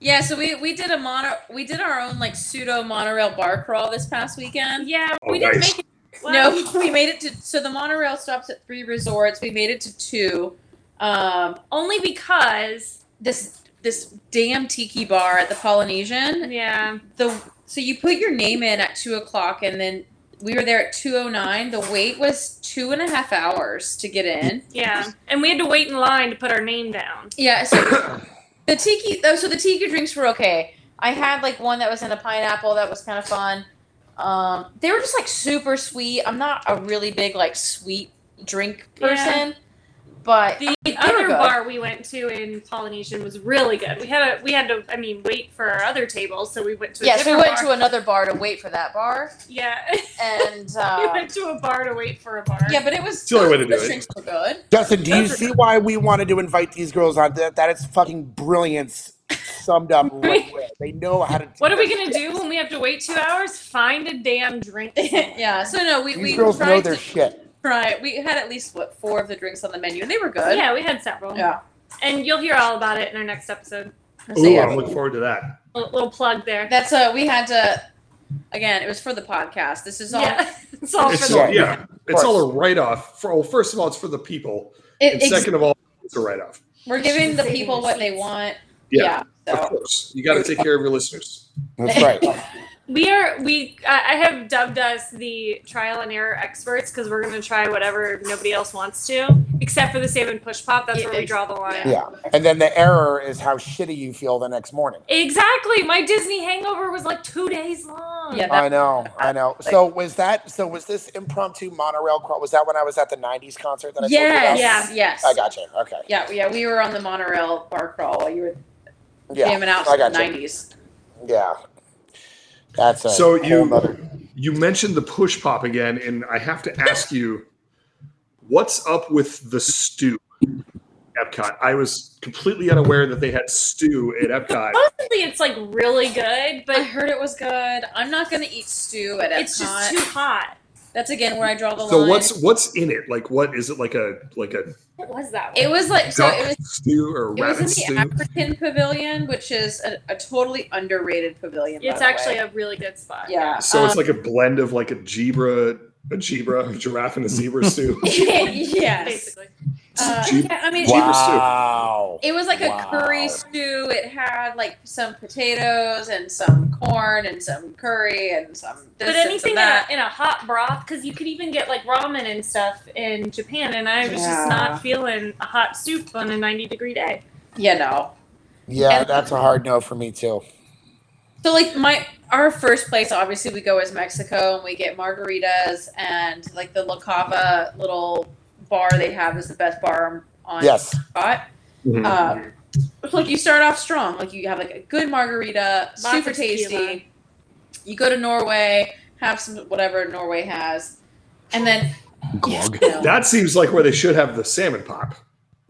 [SPEAKER 3] Yeah. So we we did a mono we did our own like pseudo monorail bar crawl this past weekend.
[SPEAKER 2] Yeah,
[SPEAKER 4] Oh,
[SPEAKER 2] we didn't
[SPEAKER 4] nice.
[SPEAKER 2] make it.
[SPEAKER 3] No, <laughs> we made it to so the monorail stops at three resorts. We made it to two. Um,
[SPEAKER 2] only because
[SPEAKER 3] this this damn tiki bar at the Polynesian.
[SPEAKER 2] yeah,
[SPEAKER 3] the so you put your name in at two o'clock and then we were there at 209 the wait was two and a half hours to get in
[SPEAKER 2] yeah, and we had to wait in line to put our name down.
[SPEAKER 3] yeah so <coughs> the tiki though so the tiki drinks were okay i had like one that was in a pineapple that was kind of fun um they were just like super sweet i'm not a really big like sweet drink
[SPEAKER 2] Yeah.
[SPEAKER 3] person but
[SPEAKER 2] The
[SPEAKER 3] they were
[SPEAKER 2] other
[SPEAKER 3] good.
[SPEAKER 2] bar we went to in Polynesian was really good. We had a we had to I mean wait for our other table, so we went to a
[SPEAKER 3] yes we
[SPEAKER 2] different
[SPEAKER 3] went
[SPEAKER 2] bar.
[SPEAKER 3] to another bar to wait for that bar
[SPEAKER 2] yeah. <laughs>
[SPEAKER 3] and
[SPEAKER 2] we
[SPEAKER 3] uh
[SPEAKER 2] went to a bar to wait for a bar.
[SPEAKER 3] yeah but it was
[SPEAKER 4] It's the only way to do
[SPEAKER 3] those
[SPEAKER 4] it.
[SPEAKER 3] drinks were good
[SPEAKER 1] Justin, do you
[SPEAKER 2] Those are-
[SPEAKER 1] see why we wanted to invite these girls on? That, that is fucking brilliance summed
[SPEAKER 2] <laughs>
[SPEAKER 1] up right there. They know how to. do
[SPEAKER 2] What are we
[SPEAKER 1] that
[SPEAKER 2] gonna
[SPEAKER 1] shit.
[SPEAKER 2] do when we have to wait two hours? Find a damn drink.
[SPEAKER 3] <laughs> <laughs>
[SPEAKER 2] <laughs>
[SPEAKER 3] yeah so no we, we
[SPEAKER 1] These girls know
[SPEAKER 3] tried
[SPEAKER 1] their
[SPEAKER 3] to
[SPEAKER 1] shit.
[SPEAKER 3] Right. We had at least what four of the drinks on the menu, and they were good.
[SPEAKER 2] Yeah, we had several.
[SPEAKER 3] Yeah.
[SPEAKER 2] And you'll hear all about it in our next episode.
[SPEAKER 3] So,
[SPEAKER 4] Ooh,
[SPEAKER 3] yeah.
[SPEAKER 4] Oh, I'm looking forward to that.
[SPEAKER 2] A little plug there.
[SPEAKER 3] That's uh we had to. Again, it was for the podcast. This is all.
[SPEAKER 2] yeah. <laughs> it's all
[SPEAKER 4] It's
[SPEAKER 2] Oh, for
[SPEAKER 1] all-
[SPEAKER 2] the
[SPEAKER 4] yeah, it's all a
[SPEAKER 1] course.
[SPEAKER 4] write off. For well, first of all, it's for the people,
[SPEAKER 3] <laughs> It,
[SPEAKER 4] and
[SPEAKER 3] ex-
[SPEAKER 4] second of all, it's a write off.
[SPEAKER 3] we're giving the
[SPEAKER 2] Saving
[SPEAKER 3] people what they
[SPEAKER 2] receipts.
[SPEAKER 3] want.
[SPEAKER 4] Yeah,
[SPEAKER 3] Yeah.
[SPEAKER 4] Of
[SPEAKER 3] so.
[SPEAKER 4] course, you got to take care of your listeners.
[SPEAKER 1] That's
[SPEAKER 2] <laughs>
[SPEAKER 1] right.
[SPEAKER 2] We are we. I I have dubbed us the trial and error experts because we're gonna try whatever nobody else wants to, except for the save and push pop. That's
[SPEAKER 3] Yeah,
[SPEAKER 2] where we
[SPEAKER 3] ex-
[SPEAKER 2] draw the line.
[SPEAKER 1] Yeah. And then the error is how shitty you feel the next morning.
[SPEAKER 2] Exactly. My Disney hangover was like two days long.
[SPEAKER 3] Yeah.
[SPEAKER 1] I know, I
[SPEAKER 2] <laughs>
[SPEAKER 1] know. So was that? So was this impromptu monorail? crawl- Was that when I was at the '90s concert that I told you about?
[SPEAKER 3] Yes.
[SPEAKER 2] Yeah.
[SPEAKER 3] Yes.
[SPEAKER 1] I got you. Okay.
[SPEAKER 3] Yeah. Yeah. We were on the monorail bar crawl while you were
[SPEAKER 1] Yeah.
[SPEAKER 3] jamming out
[SPEAKER 1] I
[SPEAKER 3] to the
[SPEAKER 1] got you.
[SPEAKER 3] nineties.
[SPEAKER 1] Yeah. That's a
[SPEAKER 4] So
[SPEAKER 1] whole
[SPEAKER 4] you-
[SPEAKER 1] nother-
[SPEAKER 4] You mentioned the push pop again, and I have to ask you, what's up with the stew? Epcot. I was completely unaware that they had stew at Epcot.
[SPEAKER 2] Supposedly it's like really good,
[SPEAKER 3] But I
[SPEAKER 2] but
[SPEAKER 3] heard it was good. I'm not gonna eat stew at Epcot.
[SPEAKER 2] it's just too hot.
[SPEAKER 3] That's again where I draw the
[SPEAKER 4] So
[SPEAKER 3] line.
[SPEAKER 4] what's what's in it? Like what is it like a like a
[SPEAKER 2] What was that?
[SPEAKER 3] it was like so
[SPEAKER 4] duck
[SPEAKER 3] it was
[SPEAKER 4] stew or
[SPEAKER 3] It was
[SPEAKER 4] rabbit
[SPEAKER 3] in the
[SPEAKER 4] stew?
[SPEAKER 3] African Pavilion, which is a, a totally underrated pavilion. by
[SPEAKER 2] It's
[SPEAKER 3] the
[SPEAKER 2] actually
[SPEAKER 3] way.
[SPEAKER 2] a really good spot.
[SPEAKER 3] yeah.
[SPEAKER 4] so it's
[SPEAKER 3] um,
[SPEAKER 4] like a blend of like a zebra, a zebra, a giraffe, and a
[SPEAKER 3] <laughs>
[SPEAKER 4] zebra stew.
[SPEAKER 3] um, yes.
[SPEAKER 2] Basically.
[SPEAKER 3] Uh,
[SPEAKER 4] <laughs> Jeep-
[SPEAKER 3] yeah, I mean,
[SPEAKER 4] Jeep-
[SPEAKER 3] it,
[SPEAKER 1] wow.
[SPEAKER 3] it was like a
[SPEAKER 1] Wow.
[SPEAKER 3] curry stew. It had like some potatoes and some corn and some curry and some. This
[SPEAKER 2] But
[SPEAKER 3] and some
[SPEAKER 2] anything in a,
[SPEAKER 3] that.
[SPEAKER 2] in a hot broth, because you could even get like ramen and stuff in Japan, and I was
[SPEAKER 3] Yeah.
[SPEAKER 2] just not feeling a hot soup on a 90 degree day.
[SPEAKER 3] You know.
[SPEAKER 1] Yeah,
[SPEAKER 3] and-
[SPEAKER 1] that's a hard no for me too.
[SPEAKER 3] So like my our first place obviously we go is Mexico and we get margaritas and like the La Cava little bar they have is the best bar on
[SPEAKER 1] Yes.
[SPEAKER 3] spot.
[SPEAKER 4] Mhm.
[SPEAKER 3] Uh, like you start off strong. Like you have like a good margarita,
[SPEAKER 2] Lots
[SPEAKER 3] super
[SPEAKER 2] of tequila.
[SPEAKER 3] tasty. You go to Norway, have some whatever Norway has, and then
[SPEAKER 5] Glug.
[SPEAKER 3] you
[SPEAKER 4] <laughs>
[SPEAKER 3] know,
[SPEAKER 4] that seems like where they should have the salmon pop.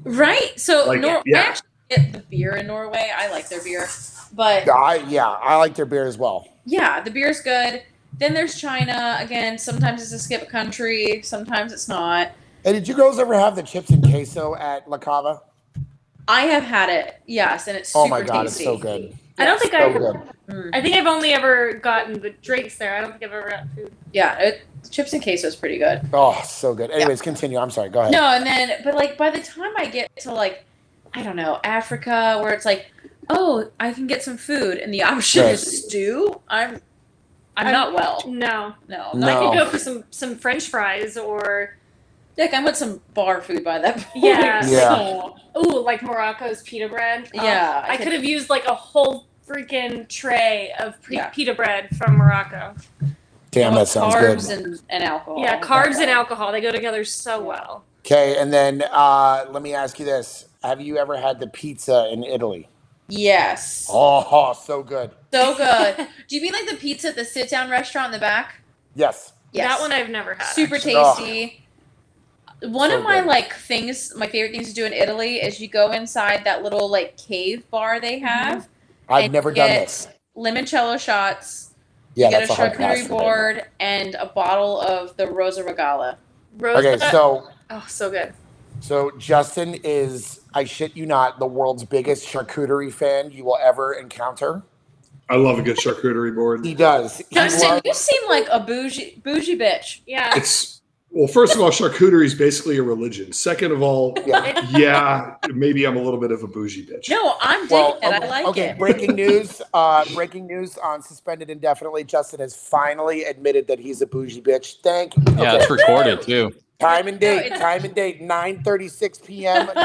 [SPEAKER 3] Right. So
[SPEAKER 4] Like,
[SPEAKER 3] Nor-
[SPEAKER 4] yeah.
[SPEAKER 3] I actually get the beer in Norway. I like their beer, but
[SPEAKER 1] I, yeah, I like their beer as well.
[SPEAKER 3] yeah, the beer's good. Then there's China again. Sometimes it's a skip country. Sometimes it's not.
[SPEAKER 1] Hey, did you girls ever have the chips and queso at La Cava?
[SPEAKER 3] I have had it. Yes, and it's super
[SPEAKER 1] Oh my god, it's
[SPEAKER 3] tasty.
[SPEAKER 1] so good.
[SPEAKER 2] I don't think
[SPEAKER 1] So good.
[SPEAKER 2] I've. I think I've only ever gotten the drinks there. I don't think I've ever gotten food.
[SPEAKER 3] Yeah, it, chips and queso is pretty good.
[SPEAKER 1] Oh, so good. Anyways, continue. I'm sorry. Go ahead.
[SPEAKER 3] No, and then but like by the time I get to like I don't know Africa, where it's like, oh, I can get some food, and the <laughs> option
[SPEAKER 1] Yes.
[SPEAKER 3] is stew. I'm, I'm,
[SPEAKER 2] I'm-
[SPEAKER 3] not well.
[SPEAKER 2] No,
[SPEAKER 3] No,
[SPEAKER 1] No.
[SPEAKER 2] I
[SPEAKER 3] Not,
[SPEAKER 2] could go for some some French fries or
[SPEAKER 3] like I'm with some bar food by that point.
[SPEAKER 2] Yeah.
[SPEAKER 1] Yeah.
[SPEAKER 3] <laughs> so-
[SPEAKER 2] ooh, like Morocco's pita bread. Oh,
[SPEAKER 3] Yeah, I
[SPEAKER 2] I
[SPEAKER 3] could-
[SPEAKER 2] could have used like a whole freaking tray of pre-
[SPEAKER 3] Yeah.
[SPEAKER 2] pita bread from Morocco.
[SPEAKER 1] Damn, that sounds good.
[SPEAKER 3] carbs and, and alcohol.
[SPEAKER 2] yeah, carbs and alcohol they go together so well.
[SPEAKER 1] Okay, and then uh, let me ask you this: Have you ever had the pizza in Italy?
[SPEAKER 3] Yes.
[SPEAKER 1] Oh, oh, so good. <laughs>
[SPEAKER 3] So good. Do you mean like the pizza at the sit down restaurant in the back?
[SPEAKER 1] Yes.
[SPEAKER 3] Yes.
[SPEAKER 2] That one I've never had.
[SPEAKER 3] super
[SPEAKER 1] actually.
[SPEAKER 3] tasty. One
[SPEAKER 1] So
[SPEAKER 3] of my
[SPEAKER 1] good.
[SPEAKER 3] like things, my favorite things to do in Italy is you go inside that little like cave bar they
[SPEAKER 1] Mm-hmm.
[SPEAKER 3] have.
[SPEAKER 1] I've
[SPEAKER 3] and
[SPEAKER 1] never
[SPEAKER 3] you
[SPEAKER 1] done
[SPEAKER 3] get
[SPEAKER 1] this.
[SPEAKER 3] Limoncello shots.
[SPEAKER 1] Yeah,
[SPEAKER 3] you get
[SPEAKER 1] that's
[SPEAKER 3] a
[SPEAKER 1] a hard pass.
[SPEAKER 3] charcuterie
[SPEAKER 1] for me.
[SPEAKER 3] board and a bottle of the Rosa Regala.
[SPEAKER 2] Rose
[SPEAKER 1] Okay, so
[SPEAKER 2] oh, so good.
[SPEAKER 1] so Justin is, I shit you not, the world's biggest charcuterie fan you will ever encounter.
[SPEAKER 4] I love a good charcuterie board.
[SPEAKER 1] He does. He
[SPEAKER 3] Justin,
[SPEAKER 1] loves-
[SPEAKER 3] you seem like a bougie bougie bitch.
[SPEAKER 2] Yeah.
[SPEAKER 4] It's well, first of all, charcuterie is basically a religion. Second of all,
[SPEAKER 1] yeah.
[SPEAKER 4] yeah, maybe I'm a little bit of a bougie bitch.
[SPEAKER 3] No, I'm digging
[SPEAKER 1] Well,
[SPEAKER 3] it.
[SPEAKER 1] okay,
[SPEAKER 3] I like
[SPEAKER 1] okay,
[SPEAKER 3] it.
[SPEAKER 1] breaking news. Uh, breaking news on suspended indefinitely. Justin has finally admitted that he's a bougie bitch. Thank you.
[SPEAKER 5] Yeah,
[SPEAKER 1] Okay.
[SPEAKER 5] it's recorded too.
[SPEAKER 1] Time and date.
[SPEAKER 3] it's-
[SPEAKER 1] time and date. Nine thirty-six p.m. Eastern
[SPEAKER 3] <laughs>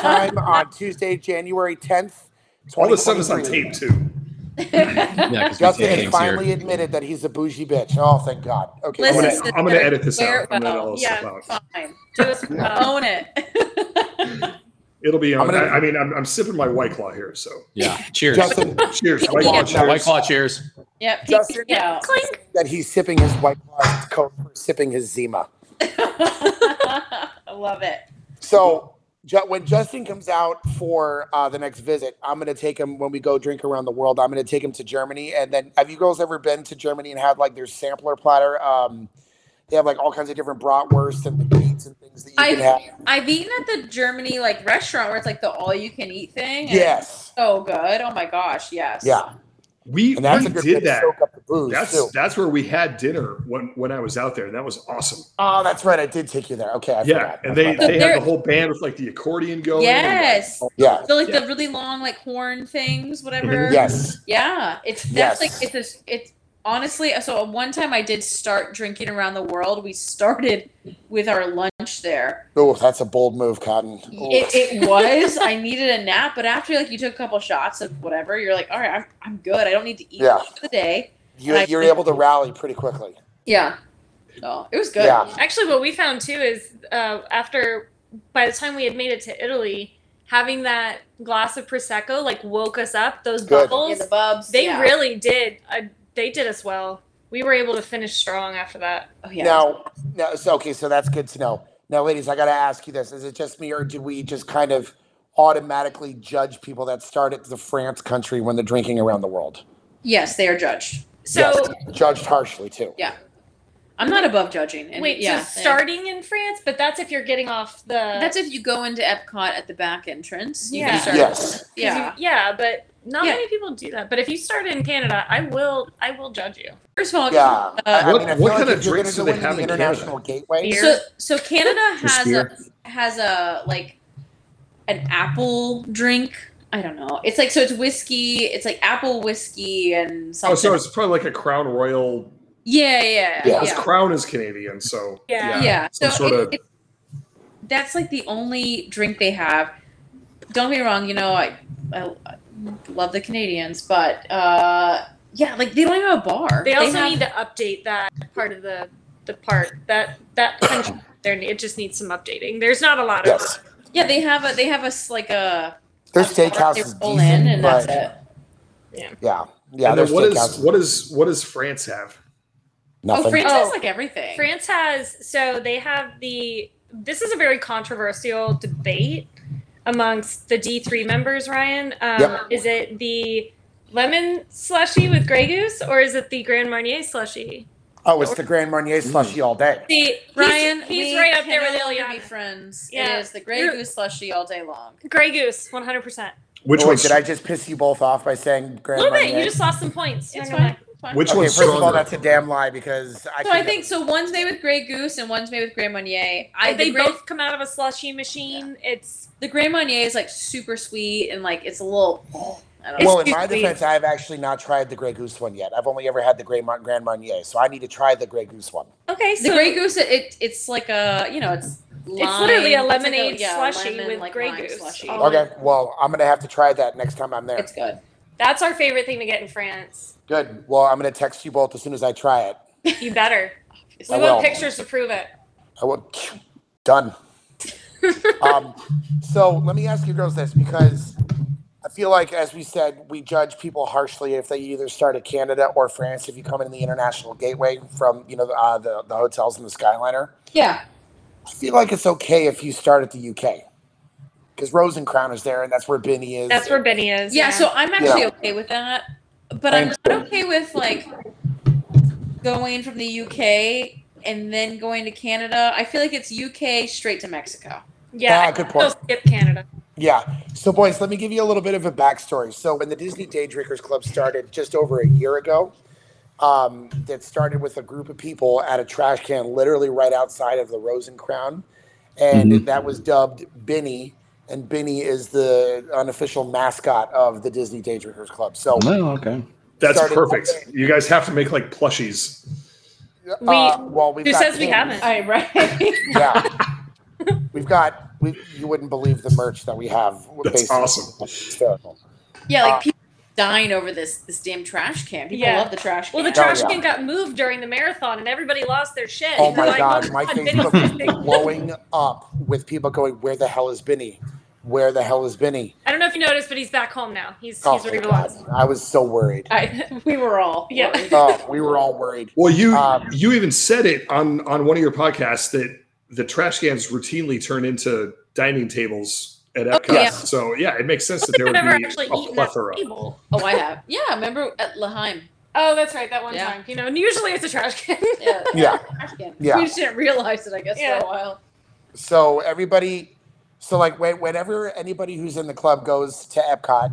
[SPEAKER 1] time on Tuesday, January tenth.
[SPEAKER 4] all this stuff is on tape too.
[SPEAKER 5] Yeah, 'cause
[SPEAKER 1] Justin
[SPEAKER 5] we take
[SPEAKER 1] has
[SPEAKER 5] things here.
[SPEAKER 1] finally admitted that he's a bougie bitch. Oh, thank God. Okay.
[SPEAKER 4] I'm
[SPEAKER 3] Listen,
[SPEAKER 4] gonna,
[SPEAKER 1] okay.
[SPEAKER 4] I'm gonna edit this
[SPEAKER 3] Wear
[SPEAKER 4] out.
[SPEAKER 3] it
[SPEAKER 4] I'm gonna edit
[SPEAKER 3] well.
[SPEAKER 4] all this
[SPEAKER 2] Yeah.
[SPEAKER 4] stuff out.
[SPEAKER 3] <laughs> Fine.
[SPEAKER 1] <laughs>
[SPEAKER 2] Just, um,
[SPEAKER 3] Own it. <laughs>
[SPEAKER 4] It'll be on.
[SPEAKER 1] I'm gonna-
[SPEAKER 4] I, I mean, I'm, I'm sipping my white claw here.
[SPEAKER 3] <laughs>
[SPEAKER 4] So
[SPEAKER 5] Yeah. Cheers.
[SPEAKER 1] Justin,
[SPEAKER 4] cheers, white
[SPEAKER 3] Yeah.
[SPEAKER 4] claw.
[SPEAKER 5] White
[SPEAKER 4] Cheers.
[SPEAKER 5] White Claw cheers.
[SPEAKER 3] yep.
[SPEAKER 1] Justin-
[SPEAKER 3] Yeah.
[SPEAKER 2] clink.
[SPEAKER 1] that he's sipping his white claw coat for sipping his Zima.
[SPEAKER 3] <laughs> I love it.
[SPEAKER 1] So Ju- when Justin comes out for uh, the next visit, I'm gonna take him when we go drink around the world. I'm gonna take him to Germany, and then have you girls ever been to Germany and had like their sampler platter? Um, they have like all kinds of different bratwursts and like, meats and things that you
[SPEAKER 3] I've-
[SPEAKER 1] can have.
[SPEAKER 3] I've eaten at the Germany like restaurant where it's like the all you can eat thing. and
[SPEAKER 1] Yes,
[SPEAKER 3] it's So good. Oh my gosh. Yes.
[SPEAKER 1] yeah,
[SPEAKER 4] We,
[SPEAKER 1] and that's
[SPEAKER 4] we
[SPEAKER 1] a good way
[SPEAKER 4] did
[SPEAKER 1] to
[SPEAKER 4] that.
[SPEAKER 1] soak up the booze
[SPEAKER 4] That's
[SPEAKER 1] too.
[SPEAKER 4] that's where we had dinner when when I was out there, and that was awesome.
[SPEAKER 1] Oh, that's right. I did take you there. Okay, I
[SPEAKER 4] yeah,
[SPEAKER 1] forgot.
[SPEAKER 4] and they
[SPEAKER 1] Okay.
[SPEAKER 4] they
[SPEAKER 3] there-
[SPEAKER 4] had the whole band with like the accordion going. and, like,
[SPEAKER 3] Yes.
[SPEAKER 1] yeah,
[SPEAKER 3] So like
[SPEAKER 4] Yeah.
[SPEAKER 3] the really long like horn things, whatever.
[SPEAKER 4] Mhm.
[SPEAKER 1] yes,
[SPEAKER 3] Yeah. It's
[SPEAKER 1] Yes.
[SPEAKER 3] that's like it's a, it's honestly so one time I did start drinking around the world. We started with our lunch there.
[SPEAKER 1] oh, that's a bold move, Cotton. Ooh.
[SPEAKER 3] It, it was. I needed a nap, but after like you took a couple shots of whatever, you're like, all right, I'm, I'm good. I don't need to eat
[SPEAKER 1] Yeah.
[SPEAKER 3] much for the day.
[SPEAKER 1] you, you're able to rally pretty quickly.
[SPEAKER 3] Yeah. So it was good.
[SPEAKER 1] Yeah.
[SPEAKER 2] Actually, what we found too is uh, after by the time we had made it to Italy, having that glass of prosecco like woke us up. Those
[SPEAKER 1] Good.
[SPEAKER 3] Yeah,
[SPEAKER 2] bubbles,
[SPEAKER 3] the bubs.
[SPEAKER 2] they
[SPEAKER 3] yeah.
[SPEAKER 2] really did. Uh, they did us well. We were able to finish strong after that.
[SPEAKER 3] Oh, yeah.
[SPEAKER 1] Now, now, so okay, so that's good to know. Now, ladies, I got to ask you this: Is it just me, or do we just kind of automatically judge people that start at the France country when they're drinking around the world?
[SPEAKER 3] Yes, they are judged.
[SPEAKER 2] So
[SPEAKER 1] Yes, judged harshly too.
[SPEAKER 3] Yeah. I'm not above judging. And
[SPEAKER 2] wait,
[SPEAKER 3] yeah,
[SPEAKER 2] so starting in France, but that's if you're getting off the
[SPEAKER 3] That's if you go into Epcot at the back entrance. You can
[SPEAKER 2] Yeah.
[SPEAKER 3] start-
[SPEAKER 1] Yes.
[SPEAKER 2] 'cause you-
[SPEAKER 3] Yeah.
[SPEAKER 2] yeah, but not
[SPEAKER 3] Yeah.
[SPEAKER 2] many people do that. But if you start in Canada, I will I will judge you.
[SPEAKER 3] First of all,
[SPEAKER 1] Yeah.
[SPEAKER 3] Uh,
[SPEAKER 4] What- what
[SPEAKER 1] like
[SPEAKER 4] kind
[SPEAKER 1] if
[SPEAKER 4] of
[SPEAKER 1] you're gonna
[SPEAKER 4] drinks do
[SPEAKER 1] go
[SPEAKER 4] they
[SPEAKER 1] into
[SPEAKER 4] have
[SPEAKER 1] the
[SPEAKER 4] in Canada?
[SPEAKER 1] international gateway?
[SPEAKER 2] Beer.
[SPEAKER 3] so so Canada
[SPEAKER 4] Just
[SPEAKER 3] has
[SPEAKER 4] beer?
[SPEAKER 3] a has a like an apple drink. I don't know. It's like so it's whiskey. It's like apple whiskey and
[SPEAKER 4] Oh,
[SPEAKER 3] something.
[SPEAKER 4] so it's probably like a Crown Royal.
[SPEAKER 3] yeah, yeah,
[SPEAKER 1] Yeah.
[SPEAKER 3] yeah,
[SPEAKER 4] His
[SPEAKER 3] yeah.
[SPEAKER 4] Crown is Canadian, so
[SPEAKER 2] Yeah.
[SPEAKER 3] So
[SPEAKER 4] Some sort
[SPEAKER 3] it-
[SPEAKER 4] of-
[SPEAKER 3] it- that's like the only drink they have. Don't get me wrong. You know, I, I love the Canadians, but uh, yeah, like they don't even have a bar.
[SPEAKER 2] They also
[SPEAKER 3] have-
[SPEAKER 2] need to update that part of the the part that
[SPEAKER 1] <clears throat>
[SPEAKER 2] that country there it just needs some updating. There's not a lot of
[SPEAKER 1] Yes,
[SPEAKER 3] Yeah, they have a they have a s- like a.
[SPEAKER 1] their
[SPEAKER 3] a bar
[SPEAKER 1] steakhouse
[SPEAKER 3] they
[SPEAKER 1] is
[SPEAKER 3] roll in,
[SPEAKER 1] decent,
[SPEAKER 3] and that's
[SPEAKER 1] but
[SPEAKER 3] it.
[SPEAKER 1] yeah, yeah,
[SPEAKER 4] and
[SPEAKER 1] their
[SPEAKER 4] then what
[SPEAKER 1] steakhouse
[SPEAKER 4] is
[SPEAKER 1] is
[SPEAKER 4] what is what does France have?
[SPEAKER 1] nothing.
[SPEAKER 3] Oh, France has
[SPEAKER 2] Oh.
[SPEAKER 3] like everything.
[SPEAKER 2] France has so they have the this is a very controversial debate amongst the D3 members, Ryan. Um,
[SPEAKER 1] Yep.
[SPEAKER 2] Is it the lemon slushy with Grey Goose or is it the Grand Marnier slushy?
[SPEAKER 1] Oh, it's the Grand Marnier
[SPEAKER 4] Mm.
[SPEAKER 1] slushy all day.
[SPEAKER 2] See, Ryan, he's,
[SPEAKER 3] we
[SPEAKER 2] right up there
[SPEAKER 3] can
[SPEAKER 2] with
[SPEAKER 3] no longer Be
[SPEAKER 2] Ileana.
[SPEAKER 3] friends.
[SPEAKER 2] Yeah.
[SPEAKER 3] It is the Grey
[SPEAKER 2] You're-
[SPEAKER 3] Goose slushy all day long.
[SPEAKER 2] Grey Goose, 100%.
[SPEAKER 4] Which
[SPEAKER 1] Oh, wait,
[SPEAKER 4] one's
[SPEAKER 1] did I just piss you both off by saying
[SPEAKER 2] A
[SPEAKER 1] Grand
[SPEAKER 2] little bit.
[SPEAKER 1] Marnier?
[SPEAKER 2] You just lost some points.
[SPEAKER 3] It's
[SPEAKER 2] Not gonna
[SPEAKER 3] fine.
[SPEAKER 2] lie.
[SPEAKER 3] Fine.
[SPEAKER 4] Which
[SPEAKER 1] okay,
[SPEAKER 4] one's
[SPEAKER 1] first of all,
[SPEAKER 4] stronger?
[SPEAKER 1] that's a damn lie because I.
[SPEAKER 3] So I
[SPEAKER 1] can-
[SPEAKER 3] think so. One's made with Grey Goose and one's made with Grand Marnier. I
[SPEAKER 2] If they
[SPEAKER 3] the Grand,
[SPEAKER 2] both come out of a slushy machine, it's
[SPEAKER 3] the Grand Marnier is like super sweet and like it's a little. I don't know.
[SPEAKER 1] Well, in
[SPEAKER 2] Excuse
[SPEAKER 1] my
[SPEAKER 2] me.
[SPEAKER 1] defense, I've actually not tried the Grey Goose one yet. I've only ever had the Grey Mar- Grand Marnier, so I need to try the Grey Goose one.
[SPEAKER 2] okay.
[SPEAKER 3] the Grey Goose, it, it it's like a you know it's. lime-
[SPEAKER 2] literally a
[SPEAKER 3] it's like
[SPEAKER 2] lemonade slushy with Grey
[SPEAKER 3] lime
[SPEAKER 2] Goose.
[SPEAKER 3] slushy.
[SPEAKER 2] Oh.
[SPEAKER 1] Okay, well, I'm gonna have to try that next time I'm there.
[SPEAKER 3] It's good.
[SPEAKER 2] That's our favorite thing to get in France.
[SPEAKER 1] Good. Well, I'm gonna text you both as soon as I try it.
[SPEAKER 2] You <laughs> better.
[SPEAKER 1] I
[SPEAKER 2] We want
[SPEAKER 1] will.
[SPEAKER 2] pictures to prove it.
[SPEAKER 1] I will. <sniffs>
[SPEAKER 2] <laughs>
[SPEAKER 1] Done. um, so let me ask you girls this because I feel like, as we said, we judge people harshly if they either start at Canada or France. If you come in the international gateway from you know the, uh, the the hotels in the Skyliner,
[SPEAKER 3] Yeah.
[SPEAKER 1] I feel like it's okay if you start at the UK because Rosencrown is there, and that's where Benny is.
[SPEAKER 2] That's where Benny is.
[SPEAKER 3] Yeah. So I'm actually
[SPEAKER 1] Yeah.
[SPEAKER 3] okay with that, but I'm
[SPEAKER 1] Thanks.
[SPEAKER 3] not okay with like going from the UK and then going to Canada. I feel like it's UK straight to Mexico.
[SPEAKER 2] yeah,
[SPEAKER 1] Ah,
[SPEAKER 2] I
[SPEAKER 1] good
[SPEAKER 2] still
[SPEAKER 1] point.
[SPEAKER 2] skip Canada.
[SPEAKER 1] Yeah. So, boys, let me give you a little bit of a backstory. So, when the Disney Day Drinkers Club started just over a year ago, um, that started with a group of people at a trash can literally right outside of the Rose and Crown. And that was dubbed Benny. And Benny is the unofficial mascot of the Disney Day Drinkers Club. So,
[SPEAKER 5] No, okay.
[SPEAKER 4] That's
[SPEAKER 1] started-
[SPEAKER 4] perfect. You guys have to make like plushies.
[SPEAKER 1] we,
[SPEAKER 2] We-
[SPEAKER 1] well, uh, we've
[SPEAKER 2] who
[SPEAKER 1] got
[SPEAKER 2] says we
[SPEAKER 1] games.
[SPEAKER 2] haven't?
[SPEAKER 3] All right. Right.
[SPEAKER 1] Yeah. we've got, we, you wouldn't believe the merch that we have.
[SPEAKER 4] That's
[SPEAKER 1] on-
[SPEAKER 4] awesome.
[SPEAKER 1] It's hysterical.
[SPEAKER 3] <laughs> Yeah, like
[SPEAKER 1] Uh,
[SPEAKER 3] people dying over this this damn trash can. People
[SPEAKER 2] Yeah.
[SPEAKER 3] love the trash can.
[SPEAKER 2] Well, the
[SPEAKER 1] Oh,
[SPEAKER 2] trash
[SPEAKER 1] yeah.
[SPEAKER 2] can got moved during the marathon, and everybody lost their shit.
[SPEAKER 1] Oh
[SPEAKER 2] They're
[SPEAKER 1] my
[SPEAKER 2] like,
[SPEAKER 1] God,
[SPEAKER 2] "Oh
[SPEAKER 1] my
[SPEAKER 2] God,
[SPEAKER 1] Facebook
[SPEAKER 2] Benny's
[SPEAKER 1] is <laughs> blowing up with people going, Where the hell is Benny? Where the hell is Benny?
[SPEAKER 2] I don't know if you noticed, but he's back home now. He's
[SPEAKER 1] Oh,
[SPEAKER 2] he's where he
[SPEAKER 1] thank God.
[SPEAKER 2] belongs.
[SPEAKER 1] I was so worried.
[SPEAKER 3] I, we were all
[SPEAKER 2] Yeah.
[SPEAKER 3] <laughs> worried.
[SPEAKER 1] Oh, we were all worried.
[SPEAKER 4] Well, you
[SPEAKER 1] Um,
[SPEAKER 4] you even said it on on one of your podcasts that the trash cans routinely turn into dining tables at Epcot.
[SPEAKER 3] yeah.
[SPEAKER 4] So yeah, it makes sense that there
[SPEAKER 2] I've
[SPEAKER 4] would
[SPEAKER 2] never
[SPEAKER 4] be
[SPEAKER 2] actually
[SPEAKER 4] a
[SPEAKER 2] eaten at
[SPEAKER 4] plethora.
[SPEAKER 2] table.
[SPEAKER 3] Oh, I have. Yeah, remember at Laheim?
[SPEAKER 2] Oh, that's right. That one
[SPEAKER 3] Yeah.
[SPEAKER 2] time, you know. And usually it's a trash can.
[SPEAKER 3] Yeah.
[SPEAKER 1] Yeah.
[SPEAKER 3] trash can.
[SPEAKER 1] Yeah.
[SPEAKER 3] We just didn't realize it, I guess,
[SPEAKER 2] Yeah.
[SPEAKER 3] for a while.
[SPEAKER 1] So everybody, so like when, whenever anybody who's in the club goes to Epcot,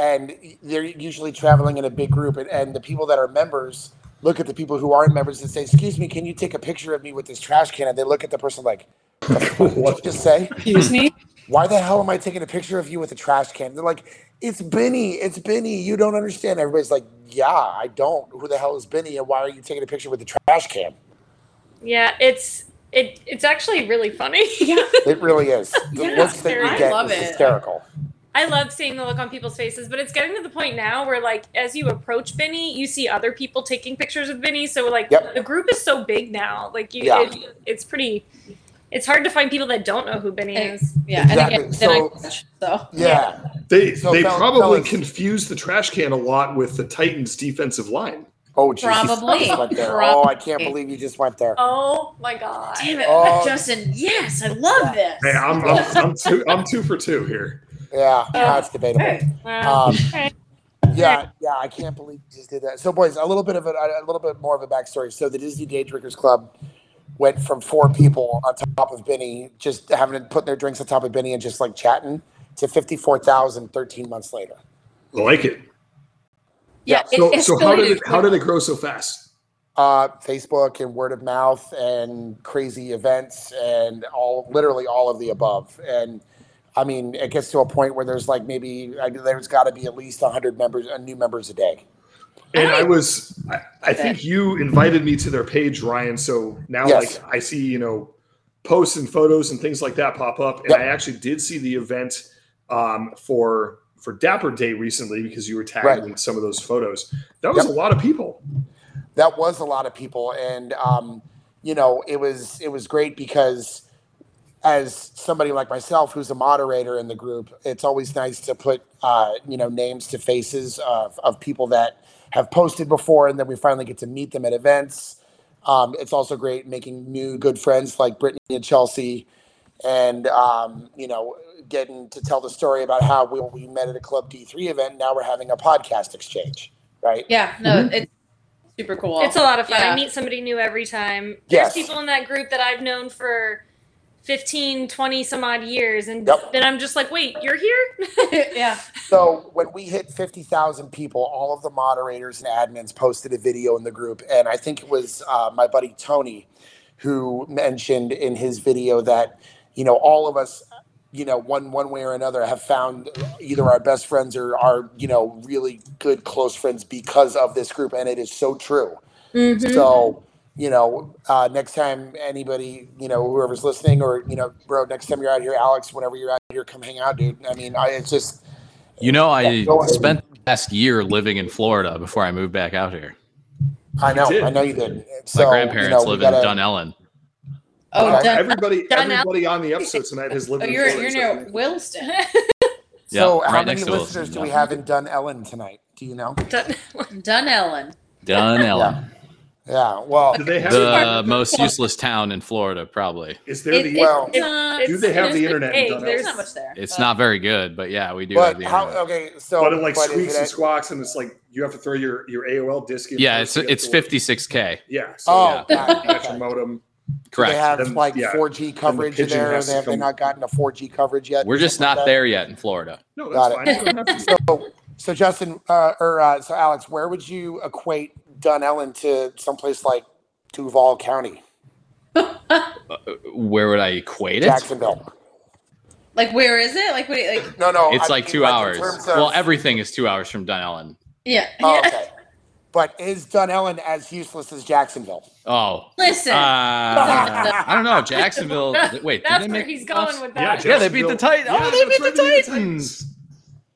[SPEAKER 1] and they're usually traveling in a big group, and, and the people that are members look at the people who aren't members and say, "Excuse me, can you take a picture of me with this trash can?" And they look at the person like, "What did you just say?"
[SPEAKER 3] Excuse me.
[SPEAKER 1] why the hell am I taking a picture of you with a trash can? They're like, it's Benny, it's Benny. You don't understand. Everybody's like, yeah, I don't. Who the hell is Benny? And why are you taking a picture with a trash can?
[SPEAKER 2] <laughs> Yeah, it's it it's actually really funny.
[SPEAKER 1] It really
[SPEAKER 3] <laughs>
[SPEAKER 1] is. The
[SPEAKER 3] Yeah,
[SPEAKER 1] looks that
[SPEAKER 2] I
[SPEAKER 1] you get
[SPEAKER 3] love
[SPEAKER 1] is
[SPEAKER 3] it.
[SPEAKER 1] hysterical.
[SPEAKER 2] I love seeing the look on people's faces, but it's getting to the point now where like as you approach Benny, you see other people taking pictures of Benny. So like
[SPEAKER 1] Yep.
[SPEAKER 2] the group is so big now, like you,
[SPEAKER 1] Yeah.
[SPEAKER 2] it, it's pretty. It's hard to find people that don't know who Benny is.
[SPEAKER 3] Yeah,
[SPEAKER 1] Exactly.
[SPEAKER 3] and again, then I
[SPEAKER 1] So-
[SPEAKER 3] crashed, so.
[SPEAKER 1] Yeah.
[SPEAKER 4] They
[SPEAKER 1] So
[SPEAKER 4] they
[SPEAKER 1] fel-
[SPEAKER 4] probably
[SPEAKER 1] fellas-
[SPEAKER 4] confuse the trash can a lot with the Titans' defensive line.
[SPEAKER 1] Oh, Jesus.
[SPEAKER 3] Probably.
[SPEAKER 1] Went there. Oh, I can't
[SPEAKER 3] Probably.
[SPEAKER 1] believe you just went there.
[SPEAKER 2] Oh my god!
[SPEAKER 3] Damn it,
[SPEAKER 1] Oh.
[SPEAKER 3] Justin. Yes, I love this.
[SPEAKER 4] Hey, I'm I'm, I'm two I'm two for two here.
[SPEAKER 1] Yeah, that's debatable.
[SPEAKER 3] Hey.
[SPEAKER 2] Wow.
[SPEAKER 1] Um,
[SPEAKER 2] Alright.
[SPEAKER 1] Yeah, yeah, I can't believe you just did that. So, boys, a little bit of a, a little bit more of a backstory. So, the Disney Day Drinkers Club went from four people on top of Benny, just having to put their drinks on top of Benny and just like chatting, to 54,000 13 months later.
[SPEAKER 4] I like it.
[SPEAKER 3] Yeah,
[SPEAKER 1] Yeah,
[SPEAKER 4] So
[SPEAKER 3] it
[SPEAKER 4] so how did
[SPEAKER 3] escalated
[SPEAKER 4] it how did it grow so fast?
[SPEAKER 1] Uh, Facebook and word of mouth and crazy events and all literally all of the above. And I mean, it gets to a point where there's like maybe I there's got to be at least 100 members, uh, new members a day.
[SPEAKER 4] And
[SPEAKER 3] I-
[SPEAKER 4] I was, I, I think you invited me to their page, Ryan. So now,
[SPEAKER 1] Yes.
[SPEAKER 4] like, I see, you know, posts and photos and things like that pop up. And
[SPEAKER 1] Yep.
[SPEAKER 4] I actually did see the event um, for for Dapper Day recently because you were tagged
[SPEAKER 1] Right.
[SPEAKER 4] in some of those photos. That was
[SPEAKER 1] Yep.
[SPEAKER 4] a lot of people.
[SPEAKER 1] that was a lot of people and um, you know it was it was great because as somebody like myself who's a moderator in the group it's always nice to put uh, you know names to faces of, of people that have posted before and then we finally get to meet them at events um, it's also great making new good friends like brittany and chelsea and um, you know getting to tell the story about how we, we met at a club d3 event now we're having a podcast exchange right
[SPEAKER 3] Yeah, no, it's super cool.
[SPEAKER 2] It's a lot of fun.
[SPEAKER 3] Yeah.
[SPEAKER 2] I meet somebody new every time.
[SPEAKER 1] Yes.
[SPEAKER 2] There's people in that group that I've known for 15, 20 some odd years. And
[SPEAKER 1] Yep.
[SPEAKER 2] then I'm just like, wait, you're here?
[SPEAKER 3] yeah.
[SPEAKER 1] So when we hit 50,000 people, all of the moderators and admins posted a video in the group. And I think it was uh, my buddy Tony who mentioned in his video that, you know, all of us, you know, one one way or another have found either our best friends or our, you know, really good close friends because of this group. And it is so true.
[SPEAKER 2] Mm-hmm.
[SPEAKER 1] So, you know, uh, next time anybody, you know, whoever's listening or, you know, bro, next time you're out here, Alex, whenever you're out here, come hang out, dude. I mean, I, it's just,
[SPEAKER 5] You know, I
[SPEAKER 1] Yeah, go ahead.
[SPEAKER 5] spent the last year living in Florida before I moved back out here.
[SPEAKER 1] I know,
[SPEAKER 4] did.
[SPEAKER 1] I know you did. So,
[SPEAKER 5] My
[SPEAKER 1] you
[SPEAKER 5] grandparents
[SPEAKER 1] know, we
[SPEAKER 5] live
[SPEAKER 1] gotta-
[SPEAKER 5] in Dunellen.
[SPEAKER 3] Oh,
[SPEAKER 1] Okay.
[SPEAKER 3] done.
[SPEAKER 4] Um, Everybody,
[SPEAKER 2] Done now.
[SPEAKER 4] everybody on the episode tonight has lived.
[SPEAKER 3] oh,
[SPEAKER 4] in
[SPEAKER 3] you're
[SPEAKER 4] Florida,
[SPEAKER 3] you're
[SPEAKER 4] so-
[SPEAKER 3] near Williston. <laughs>
[SPEAKER 1] So,
[SPEAKER 5] Yeah,
[SPEAKER 1] how
[SPEAKER 5] right
[SPEAKER 1] many
[SPEAKER 5] next to Wilson,
[SPEAKER 1] listeners do we
[SPEAKER 5] yeah.
[SPEAKER 1] have in Dun Ellen tonight? Do you know?
[SPEAKER 3] Dunellen.
[SPEAKER 5] Dunellen,
[SPEAKER 1] Yeah. Well,
[SPEAKER 4] Do they
[SPEAKER 2] <laughs>
[SPEAKER 4] have?
[SPEAKER 5] the most useless town in Florida, probably.
[SPEAKER 4] is there
[SPEAKER 3] It,
[SPEAKER 4] the?
[SPEAKER 1] Well-
[SPEAKER 3] it's, uh,
[SPEAKER 4] Do they have the internet in
[SPEAKER 2] Hey,
[SPEAKER 4] Dunelm?
[SPEAKER 3] there's
[SPEAKER 2] there's
[SPEAKER 3] not much there.
[SPEAKER 5] It's
[SPEAKER 3] but-
[SPEAKER 5] not very good, but yeah, we do have
[SPEAKER 1] but
[SPEAKER 5] the
[SPEAKER 1] how?
[SPEAKER 5] internet.
[SPEAKER 1] Okay. So,
[SPEAKER 4] But it like
[SPEAKER 1] but is
[SPEAKER 4] squeaks
[SPEAKER 1] it
[SPEAKER 4] and
[SPEAKER 1] at-
[SPEAKER 4] squawks, and it's like you have to throw your your AOL disk. in
[SPEAKER 5] Yeah, it's
[SPEAKER 4] first to get
[SPEAKER 5] it's
[SPEAKER 4] to work.
[SPEAKER 5] 56k.
[SPEAKER 4] Yeah. So
[SPEAKER 1] Oh,
[SPEAKER 5] Yeah.
[SPEAKER 1] got
[SPEAKER 4] <laughs> you
[SPEAKER 1] it,
[SPEAKER 4] got your
[SPEAKER 1] okay.
[SPEAKER 4] modem.
[SPEAKER 1] Do they
[SPEAKER 5] Correct.
[SPEAKER 1] have
[SPEAKER 4] Then,
[SPEAKER 1] like
[SPEAKER 4] yeah,
[SPEAKER 1] 4G coverage in
[SPEAKER 4] pigeon
[SPEAKER 1] there.
[SPEAKER 4] has
[SPEAKER 1] They
[SPEAKER 4] to
[SPEAKER 1] have they
[SPEAKER 4] come-
[SPEAKER 1] not gotten a 4G coverage yet?
[SPEAKER 5] We're just not there yet in Florida.
[SPEAKER 4] No,
[SPEAKER 1] Got
[SPEAKER 4] that's fine. You don't have to-
[SPEAKER 1] <laughs> So, so Justin uh, or uh, so Alex, where would you equate Dun Ellen to someplace like Duval County,
[SPEAKER 5] Where would I equate it?
[SPEAKER 1] Jacksonville?
[SPEAKER 3] Like, where is it? Like, what? do you- Like,
[SPEAKER 1] No, no.
[SPEAKER 5] It's
[SPEAKER 1] I
[SPEAKER 5] like
[SPEAKER 1] mean,
[SPEAKER 5] two hours.
[SPEAKER 1] in terms of-
[SPEAKER 5] well, everything is two hours from Dunellen.
[SPEAKER 3] yeah.
[SPEAKER 1] Oh,
[SPEAKER 3] yeah.
[SPEAKER 1] okay. But is Dun Ellen as useless as Jacksonville?
[SPEAKER 5] Oh,
[SPEAKER 3] <laughs> Listen.
[SPEAKER 5] uh,
[SPEAKER 2] <laughs>
[SPEAKER 5] I don't know. Jacksonville. Wait, did
[SPEAKER 2] that's
[SPEAKER 5] they
[SPEAKER 2] where
[SPEAKER 5] make
[SPEAKER 2] he's
[SPEAKER 5] the playoffs?
[SPEAKER 2] going with
[SPEAKER 4] Yeah,
[SPEAKER 2] that.
[SPEAKER 5] Yeah, they beat the
[SPEAKER 4] Jacksonville-
[SPEAKER 5] Titan- oh, they
[SPEAKER 4] that's
[SPEAKER 5] beat
[SPEAKER 4] right,
[SPEAKER 5] the
[SPEAKER 4] they beat
[SPEAKER 5] Titans.
[SPEAKER 3] <laughs>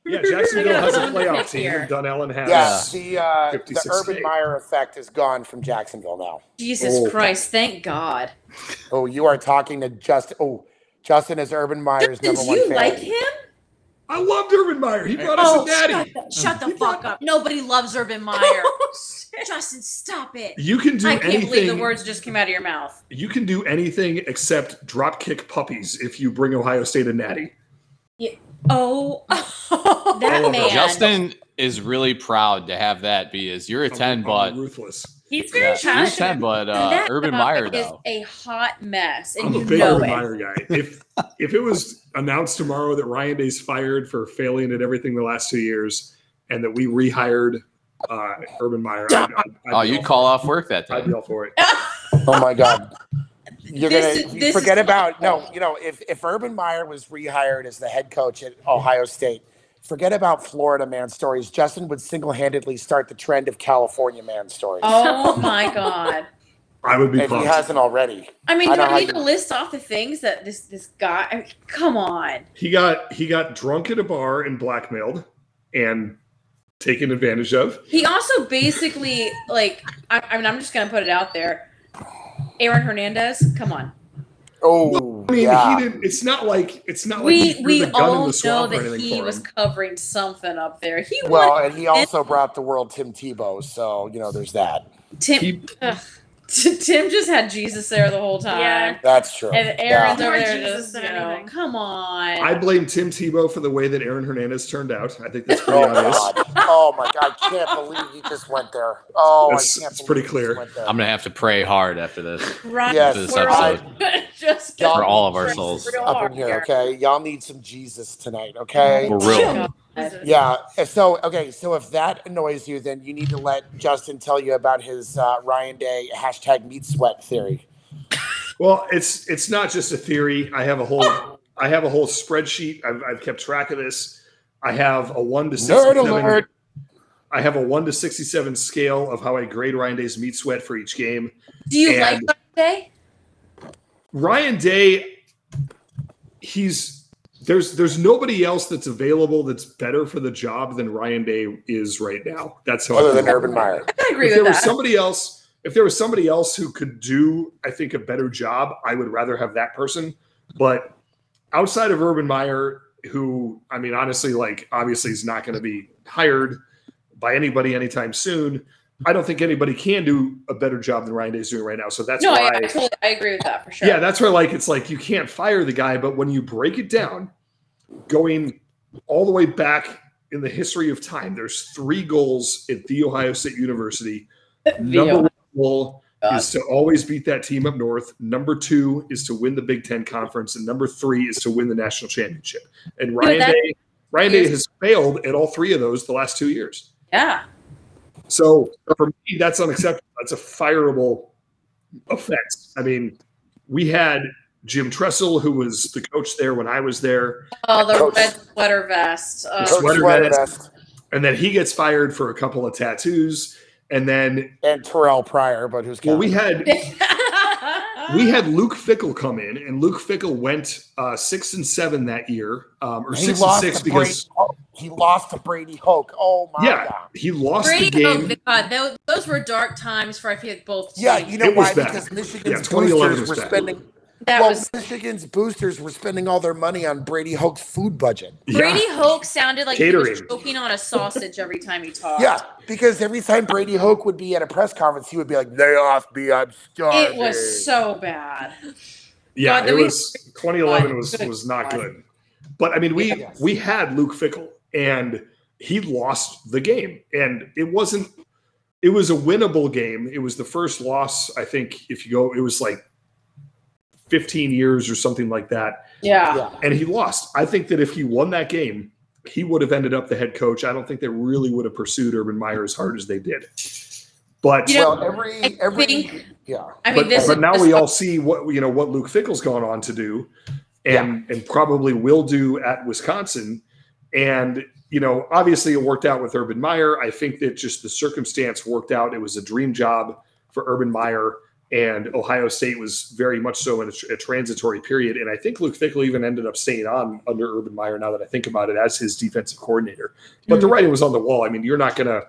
[SPEAKER 4] Yeah, Jacksonville has a
[SPEAKER 2] Yeah.
[SPEAKER 4] playoff team,
[SPEAKER 3] Here.
[SPEAKER 4] and Dunellen has.
[SPEAKER 1] Yes, the uh, the
[SPEAKER 4] 56
[SPEAKER 1] Urban
[SPEAKER 4] state.
[SPEAKER 1] Meyer effect is gone from Jacksonville now.
[SPEAKER 3] Jesus
[SPEAKER 4] Oh.
[SPEAKER 3] Christ! Thank God.
[SPEAKER 1] Oh, you are talking to Justin. Oh, Justin is Urban Meyer's
[SPEAKER 3] Did
[SPEAKER 1] number one
[SPEAKER 3] you
[SPEAKER 1] fan.
[SPEAKER 3] like him?
[SPEAKER 4] I loved Urban Meyer. He brought
[SPEAKER 3] Oh,
[SPEAKER 4] us a natty.
[SPEAKER 6] shut the, shut the
[SPEAKER 4] You brought-
[SPEAKER 6] fuck up. Nobody loves Urban
[SPEAKER 4] <laughs>
[SPEAKER 6] Meyer. Justin, stop it.
[SPEAKER 4] Oh, You can do
[SPEAKER 3] I can't believe the
[SPEAKER 4] anything.
[SPEAKER 3] words just came out of your mouth.
[SPEAKER 4] You can do anything except drop kick puppies if you bring Ohio State a natty.
[SPEAKER 3] <laughs> Oh,
[SPEAKER 4] All
[SPEAKER 3] that
[SPEAKER 4] of them.
[SPEAKER 3] man.
[SPEAKER 5] Justin is really proud to have that be his. You're a
[SPEAKER 4] I'm-
[SPEAKER 5] ten,
[SPEAKER 4] I'm
[SPEAKER 5] but
[SPEAKER 4] ruthless.
[SPEAKER 2] He's
[SPEAKER 5] yeah,
[SPEAKER 2] very
[SPEAKER 5] you're a ten,
[SPEAKER 2] passionate.
[SPEAKER 5] but uh,
[SPEAKER 3] That
[SPEAKER 5] Urban
[SPEAKER 3] guy
[SPEAKER 5] Meyer
[SPEAKER 3] is
[SPEAKER 5] though.
[SPEAKER 3] a hot mess, and
[SPEAKER 4] I'm a
[SPEAKER 3] you
[SPEAKER 4] big
[SPEAKER 3] know
[SPEAKER 4] Urban
[SPEAKER 3] it.
[SPEAKER 4] Meyer guy. If if it was announced tomorrow that Ryan Day's fired for failing at everything the last two years, and that we rehired uh, Urban Meyer, I'd, I'd, I'd
[SPEAKER 5] Oh,
[SPEAKER 4] be
[SPEAKER 5] you'd
[SPEAKER 4] all-
[SPEAKER 5] call off work that
[SPEAKER 4] I'd be
[SPEAKER 5] day.
[SPEAKER 4] all for it.
[SPEAKER 1] Oh my God. You're
[SPEAKER 3] This
[SPEAKER 1] gonna
[SPEAKER 3] is- this is
[SPEAKER 1] forget about no.
[SPEAKER 3] awful.
[SPEAKER 1] You know, if if Urban Meyer was rehired as the head coach at Ohio State, forget about Florida man stories. Justin would single-handedly start the trend of California man stories
[SPEAKER 4] <laughs>
[SPEAKER 3] Oh my God.
[SPEAKER 4] I would be
[SPEAKER 1] if he
[SPEAKER 4] pumped.
[SPEAKER 1] hasn't already.
[SPEAKER 3] I mean,
[SPEAKER 1] I
[SPEAKER 3] do
[SPEAKER 1] know how
[SPEAKER 3] I need
[SPEAKER 1] you-
[SPEAKER 3] to list off the things that this this guy? I mean, come on.
[SPEAKER 4] he got he got drunk at a bar and blackmailed and taken advantage of.
[SPEAKER 3] He also basically like. I, I mean, I'm just gonna put it out there. Aaron Hernandez, come on.
[SPEAKER 1] Oh,
[SPEAKER 4] I mean,
[SPEAKER 1] yeah.
[SPEAKER 4] he didn't. It's not like it's not like he
[SPEAKER 3] We
[SPEAKER 4] threw
[SPEAKER 3] we
[SPEAKER 4] the gun in
[SPEAKER 3] all
[SPEAKER 4] the
[SPEAKER 3] know
[SPEAKER 4] swamp or
[SPEAKER 3] that
[SPEAKER 4] anything
[SPEAKER 3] he
[SPEAKER 4] for
[SPEAKER 3] was
[SPEAKER 4] him.
[SPEAKER 3] covering something up there. He
[SPEAKER 1] Well,
[SPEAKER 3] won
[SPEAKER 1] and he also brought the world Tim Tebow, so you know, there's that.
[SPEAKER 3] Tim. <laughs>
[SPEAKER 4] He-
[SPEAKER 2] Ugh.
[SPEAKER 3] Tim just had Jesus there the whole time.
[SPEAKER 2] Yeah.
[SPEAKER 1] That's true.
[SPEAKER 3] And Aaron's
[SPEAKER 2] Yeah.
[SPEAKER 3] over
[SPEAKER 2] More
[SPEAKER 3] there
[SPEAKER 2] Jesus
[SPEAKER 3] just,
[SPEAKER 2] than
[SPEAKER 3] you know,
[SPEAKER 2] anything.
[SPEAKER 3] come on.
[SPEAKER 4] I blame Tim Tebow for the way that Aaron Hernandez turned out. I think that's
[SPEAKER 1] <laughs>
[SPEAKER 4] pretty
[SPEAKER 1] Oh my
[SPEAKER 4] obvious.
[SPEAKER 1] god! Oh my god! I can't believe he just went there. Oh,
[SPEAKER 4] That's-
[SPEAKER 1] I can't
[SPEAKER 4] it's
[SPEAKER 1] believe
[SPEAKER 4] pretty
[SPEAKER 1] he
[SPEAKER 4] clear.
[SPEAKER 1] Just went there.
[SPEAKER 5] I'm gonna have to pray hard after this.
[SPEAKER 3] Run
[SPEAKER 1] Yes.
[SPEAKER 5] This
[SPEAKER 3] for
[SPEAKER 5] episode.
[SPEAKER 3] all- <laughs> just
[SPEAKER 1] For
[SPEAKER 3] get
[SPEAKER 5] all of our
[SPEAKER 3] real
[SPEAKER 5] souls.
[SPEAKER 1] up in here, okay? Y'all need some Jesus tonight, okay?
[SPEAKER 5] For real.
[SPEAKER 3] God.
[SPEAKER 1] Yeah. So okay. So if that annoys you, then you need to let Justin tell you about his uh, Ryan Day hashtag meat sweat theory.
[SPEAKER 4] Well, it's it's not just a theory. I have a whole
[SPEAKER 1] Oh.
[SPEAKER 4] I have a whole spreadsheet. I've, I've kept track of this. I have a one to
[SPEAKER 1] Nerd
[SPEAKER 4] sixty-seven.
[SPEAKER 1] alert!
[SPEAKER 4] I have a one to sixty-seven scale of how I grade Ryan Day's meat sweat for each game.
[SPEAKER 3] Do you
[SPEAKER 4] And-
[SPEAKER 3] like birthday?
[SPEAKER 4] Ryan Day, he's there's there's nobody else that's available that's better for the job than Ryan Day is right now. That's how I
[SPEAKER 1] Other
[SPEAKER 4] feel
[SPEAKER 1] than
[SPEAKER 4] about
[SPEAKER 1] Urban
[SPEAKER 4] Ryan Day.
[SPEAKER 1] Meyer,
[SPEAKER 3] I agree
[SPEAKER 4] if there
[SPEAKER 3] with
[SPEAKER 4] was
[SPEAKER 3] that.
[SPEAKER 4] somebody else, if there was somebody else who could do, I think, a better job, I would rather have that person. But outside of Urban Meyer, who I mean, honestly, like obviously is not going to be hired by anybody anytime soon. I don't think anybody can do a better job than Ryan Day is doing right now. So that's
[SPEAKER 3] no,
[SPEAKER 4] why.
[SPEAKER 3] I, I totally I agree with that for sure.
[SPEAKER 4] Yeah, that's where like it's like you can't fire the guy, but when you break it down, going all the way back in the history of time, there's three goals at the Ohio State
[SPEAKER 3] <laughs>
[SPEAKER 4] University. Number one goal
[SPEAKER 3] God.
[SPEAKER 4] is to always beat that team up north. Number two is to win the Big Ten conference, and number three is to win the national championship. And Ryan
[SPEAKER 3] that-
[SPEAKER 4] Day, Ryan Day has failed at all three of those the last two years.
[SPEAKER 3] yeah.
[SPEAKER 4] So for me, that's unacceptable. That's a fireable offense. I mean, we had Jim Tressel, who was the coach there when I was there,
[SPEAKER 3] Oh, the
[SPEAKER 1] Coach-
[SPEAKER 3] red sweater vest. Uh,
[SPEAKER 4] Coach-
[SPEAKER 1] Coach
[SPEAKER 4] sweater
[SPEAKER 1] Sweater
[SPEAKER 4] vest.
[SPEAKER 1] Vest
[SPEAKER 4] and then he gets fired for a couple of tattoos. And then
[SPEAKER 1] and Terrell Pryor, but who's
[SPEAKER 4] well, we
[SPEAKER 1] counting?
[SPEAKER 4] had
[SPEAKER 3] <laughs>
[SPEAKER 4] we had Luke Fickle come in, and Luke Fickle went uh, six and seven that year, um, or
[SPEAKER 1] He
[SPEAKER 4] six and
[SPEAKER 1] lost
[SPEAKER 4] six
[SPEAKER 1] to
[SPEAKER 4] because
[SPEAKER 1] Brady Hoke. he lost to Brady Hoke. Oh my
[SPEAKER 4] yeah,
[SPEAKER 1] god!
[SPEAKER 4] he lost
[SPEAKER 6] Brady
[SPEAKER 4] the game.
[SPEAKER 6] Hoke, God, tho- those were dark times for I think both.
[SPEAKER 1] Yeah,
[SPEAKER 6] teams.
[SPEAKER 1] you know
[SPEAKER 4] It was
[SPEAKER 1] why?
[SPEAKER 4] bad.
[SPEAKER 1] Because
[SPEAKER 4] Yeah,
[SPEAKER 1] Michigan's
[SPEAKER 4] 2011
[SPEAKER 1] boosters
[SPEAKER 4] was
[SPEAKER 1] were
[SPEAKER 4] bad.
[SPEAKER 1] spending.
[SPEAKER 3] that
[SPEAKER 1] well,
[SPEAKER 3] was
[SPEAKER 1] Michigan's boosters were spending all their money on Brady Hoke's food budget.
[SPEAKER 4] yeah.
[SPEAKER 6] Brady Hoke sounded like he was
[SPEAKER 4] Catering.
[SPEAKER 6] choking on
[SPEAKER 3] on a sausage every time he talked.
[SPEAKER 1] Yeah, because every time Brady Hoke would be at a press conference, he would be like, "They off me, I'm starving."
[SPEAKER 3] It was so bad.
[SPEAKER 4] Yeah,
[SPEAKER 3] God,
[SPEAKER 4] it
[SPEAKER 3] we-
[SPEAKER 4] was 2011
[SPEAKER 3] God,
[SPEAKER 4] was
[SPEAKER 3] good
[SPEAKER 4] was not
[SPEAKER 3] God.
[SPEAKER 4] good. But I mean, we
[SPEAKER 1] Yes.
[SPEAKER 4] we had Luke Fickle and he lost the game, and it wasn't. It was a winnable game. It was the first loss, I think. If you go, it was like 15 years or something like that,
[SPEAKER 3] Yeah.
[SPEAKER 1] Yeah.
[SPEAKER 4] and he lost. I think that if he won that game, he would have ended up the head coach. I don't think they really would have pursued Urban Meyer as hard as they did. But
[SPEAKER 3] You know,
[SPEAKER 1] Well, every
[SPEAKER 3] I
[SPEAKER 1] every
[SPEAKER 3] think-
[SPEAKER 1] yeah.
[SPEAKER 3] I mean,
[SPEAKER 4] but,
[SPEAKER 3] this.
[SPEAKER 4] but now
[SPEAKER 3] this-
[SPEAKER 4] we all see what you know what Luke Fickle's gone on to do, and and probably will do at Wisconsin, and you know obviously it worked out with Urban Meyer. I think that just the circumstance worked out. It was a dream job for Urban Meyer, and Ohio State was very much so in a, tr- a transitory period. And I think Luke Fickle even ended up staying on under Urban Meyer. Now that I think about it, as his defensive coordinator, but
[SPEAKER 3] Mm.
[SPEAKER 4] the writing was on the wall. I mean, you're not gonna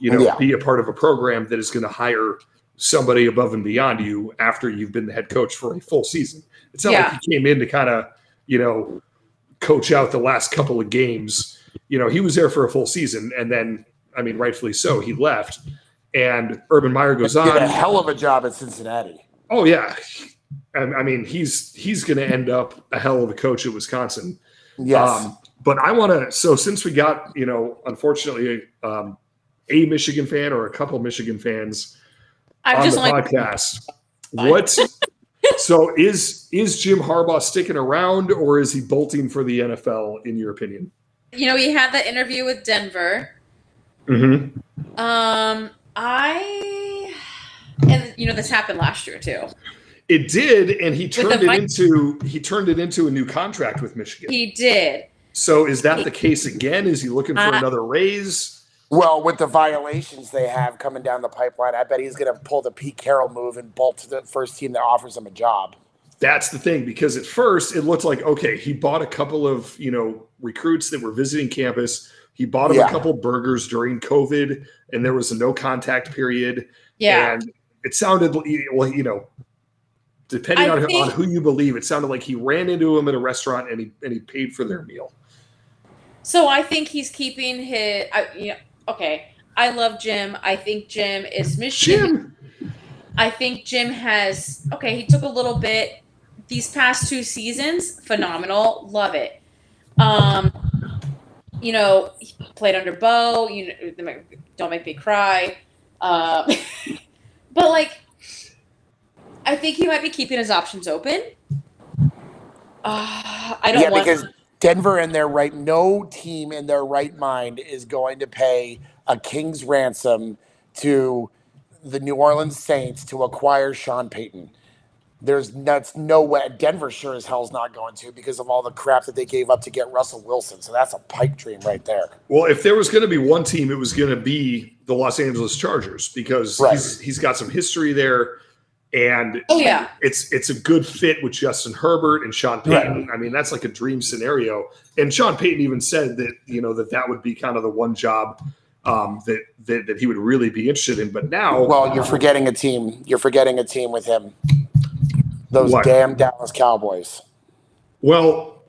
[SPEAKER 4] you know
[SPEAKER 1] Yeah.
[SPEAKER 4] be a part of a program that is going to hire somebody above and beyond you after you've been the head coach for a full season. It's not
[SPEAKER 3] Yeah.
[SPEAKER 4] like he came in to kind of, you know, coach out the last couple of games. You know, he was there for a full season and then, I mean, rightfully so, he left. And Urban Meyer goes
[SPEAKER 1] Did a
[SPEAKER 4] on.
[SPEAKER 1] hell of a job at Cincinnati.
[SPEAKER 4] Oh yeah. I, I mean, he's he's going to end up a hell of a coach at Wisconsin.
[SPEAKER 1] Yes.
[SPEAKER 4] Um, but I want to. So since we got, you know, unfortunately, um, a Michigan fan or a couple Michigan fans
[SPEAKER 3] I'm
[SPEAKER 4] on
[SPEAKER 3] just
[SPEAKER 4] the
[SPEAKER 3] like,
[SPEAKER 4] podcast, what?
[SPEAKER 3] <laughs>
[SPEAKER 4] so is is Jim Harbaugh sticking around or is he bolting for the NFL? In your opinion?
[SPEAKER 3] you know, he had that interview with Denver.
[SPEAKER 4] Mm-hmm.
[SPEAKER 3] Um, I, and you know, this happened last year too.
[SPEAKER 4] It did, and he
[SPEAKER 3] the
[SPEAKER 4] turned it
[SPEAKER 3] Vi-
[SPEAKER 4] into he turned it into a new contract with Michigan.
[SPEAKER 3] He did.
[SPEAKER 4] so is that the case again? Is he looking for
[SPEAKER 3] Uh,
[SPEAKER 4] another raise?
[SPEAKER 1] well, with the violations they have coming down the pipeline, I bet he's going to pull the Pete Carroll move and bolt to the first team that offers him a job.
[SPEAKER 4] That's the thing because at first it looked like okay, he bought a couple of you know recruits that were visiting campus. He bought him
[SPEAKER 1] Yeah.
[SPEAKER 4] a couple burgers during COVID, and there was a no contact period.
[SPEAKER 3] Yeah.
[SPEAKER 4] And it sounded well, you know, depending
[SPEAKER 3] I
[SPEAKER 4] on,
[SPEAKER 3] think-
[SPEAKER 4] on who you believe, it sounded like he ran into him at a restaurant and he and he paid for their meal.
[SPEAKER 3] So I think he's keeping his. I, you know, okay. I love Jim. I think Jim is Michigan.
[SPEAKER 4] Jim,
[SPEAKER 3] I think Jim has okay, he took a little bit these past two seasons, phenomenal. Love it. Um you know, he played under Bo, you know, don't make me cry. Um <laughs> but like I think he might be keeping his options open. Uh, I don't
[SPEAKER 1] Yeah,
[SPEAKER 3] want
[SPEAKER 1] because Denver in their right, no team in their right mind is going to pay a king's ransom to the New Orleans Saints to acquire Sean Payton. There's that's no way. Denver sure as hell's not going to because of all the crap that they gave up to get Russell Wilson. So that's a pipe dream right there.
[SPEAKER 4] <laughs> well, if there was going to be one team, it was going to be the Los Angeles Chargers because
[SPEAKER 1] Right.
[SPEAKER 4] he's, he's got some history there, and
[SPEAKER 3] Oh yeah.
[SPEAKER 4] it's it's a good fit with Justin Herbert and Sean Payton. I mean, that's like a dream scenario. And Sean Payton even said that you know that that would be kind of the one job um, that, that that he would really be interested in. But now,
[SPEAKER 1] Well, you're forgetting a team. You're forgetting a team with him. Those
[SPEAKER 4] What?
[SPEAKER 1] damn Dallas Cowboys.
[SPEAKER 4] Well,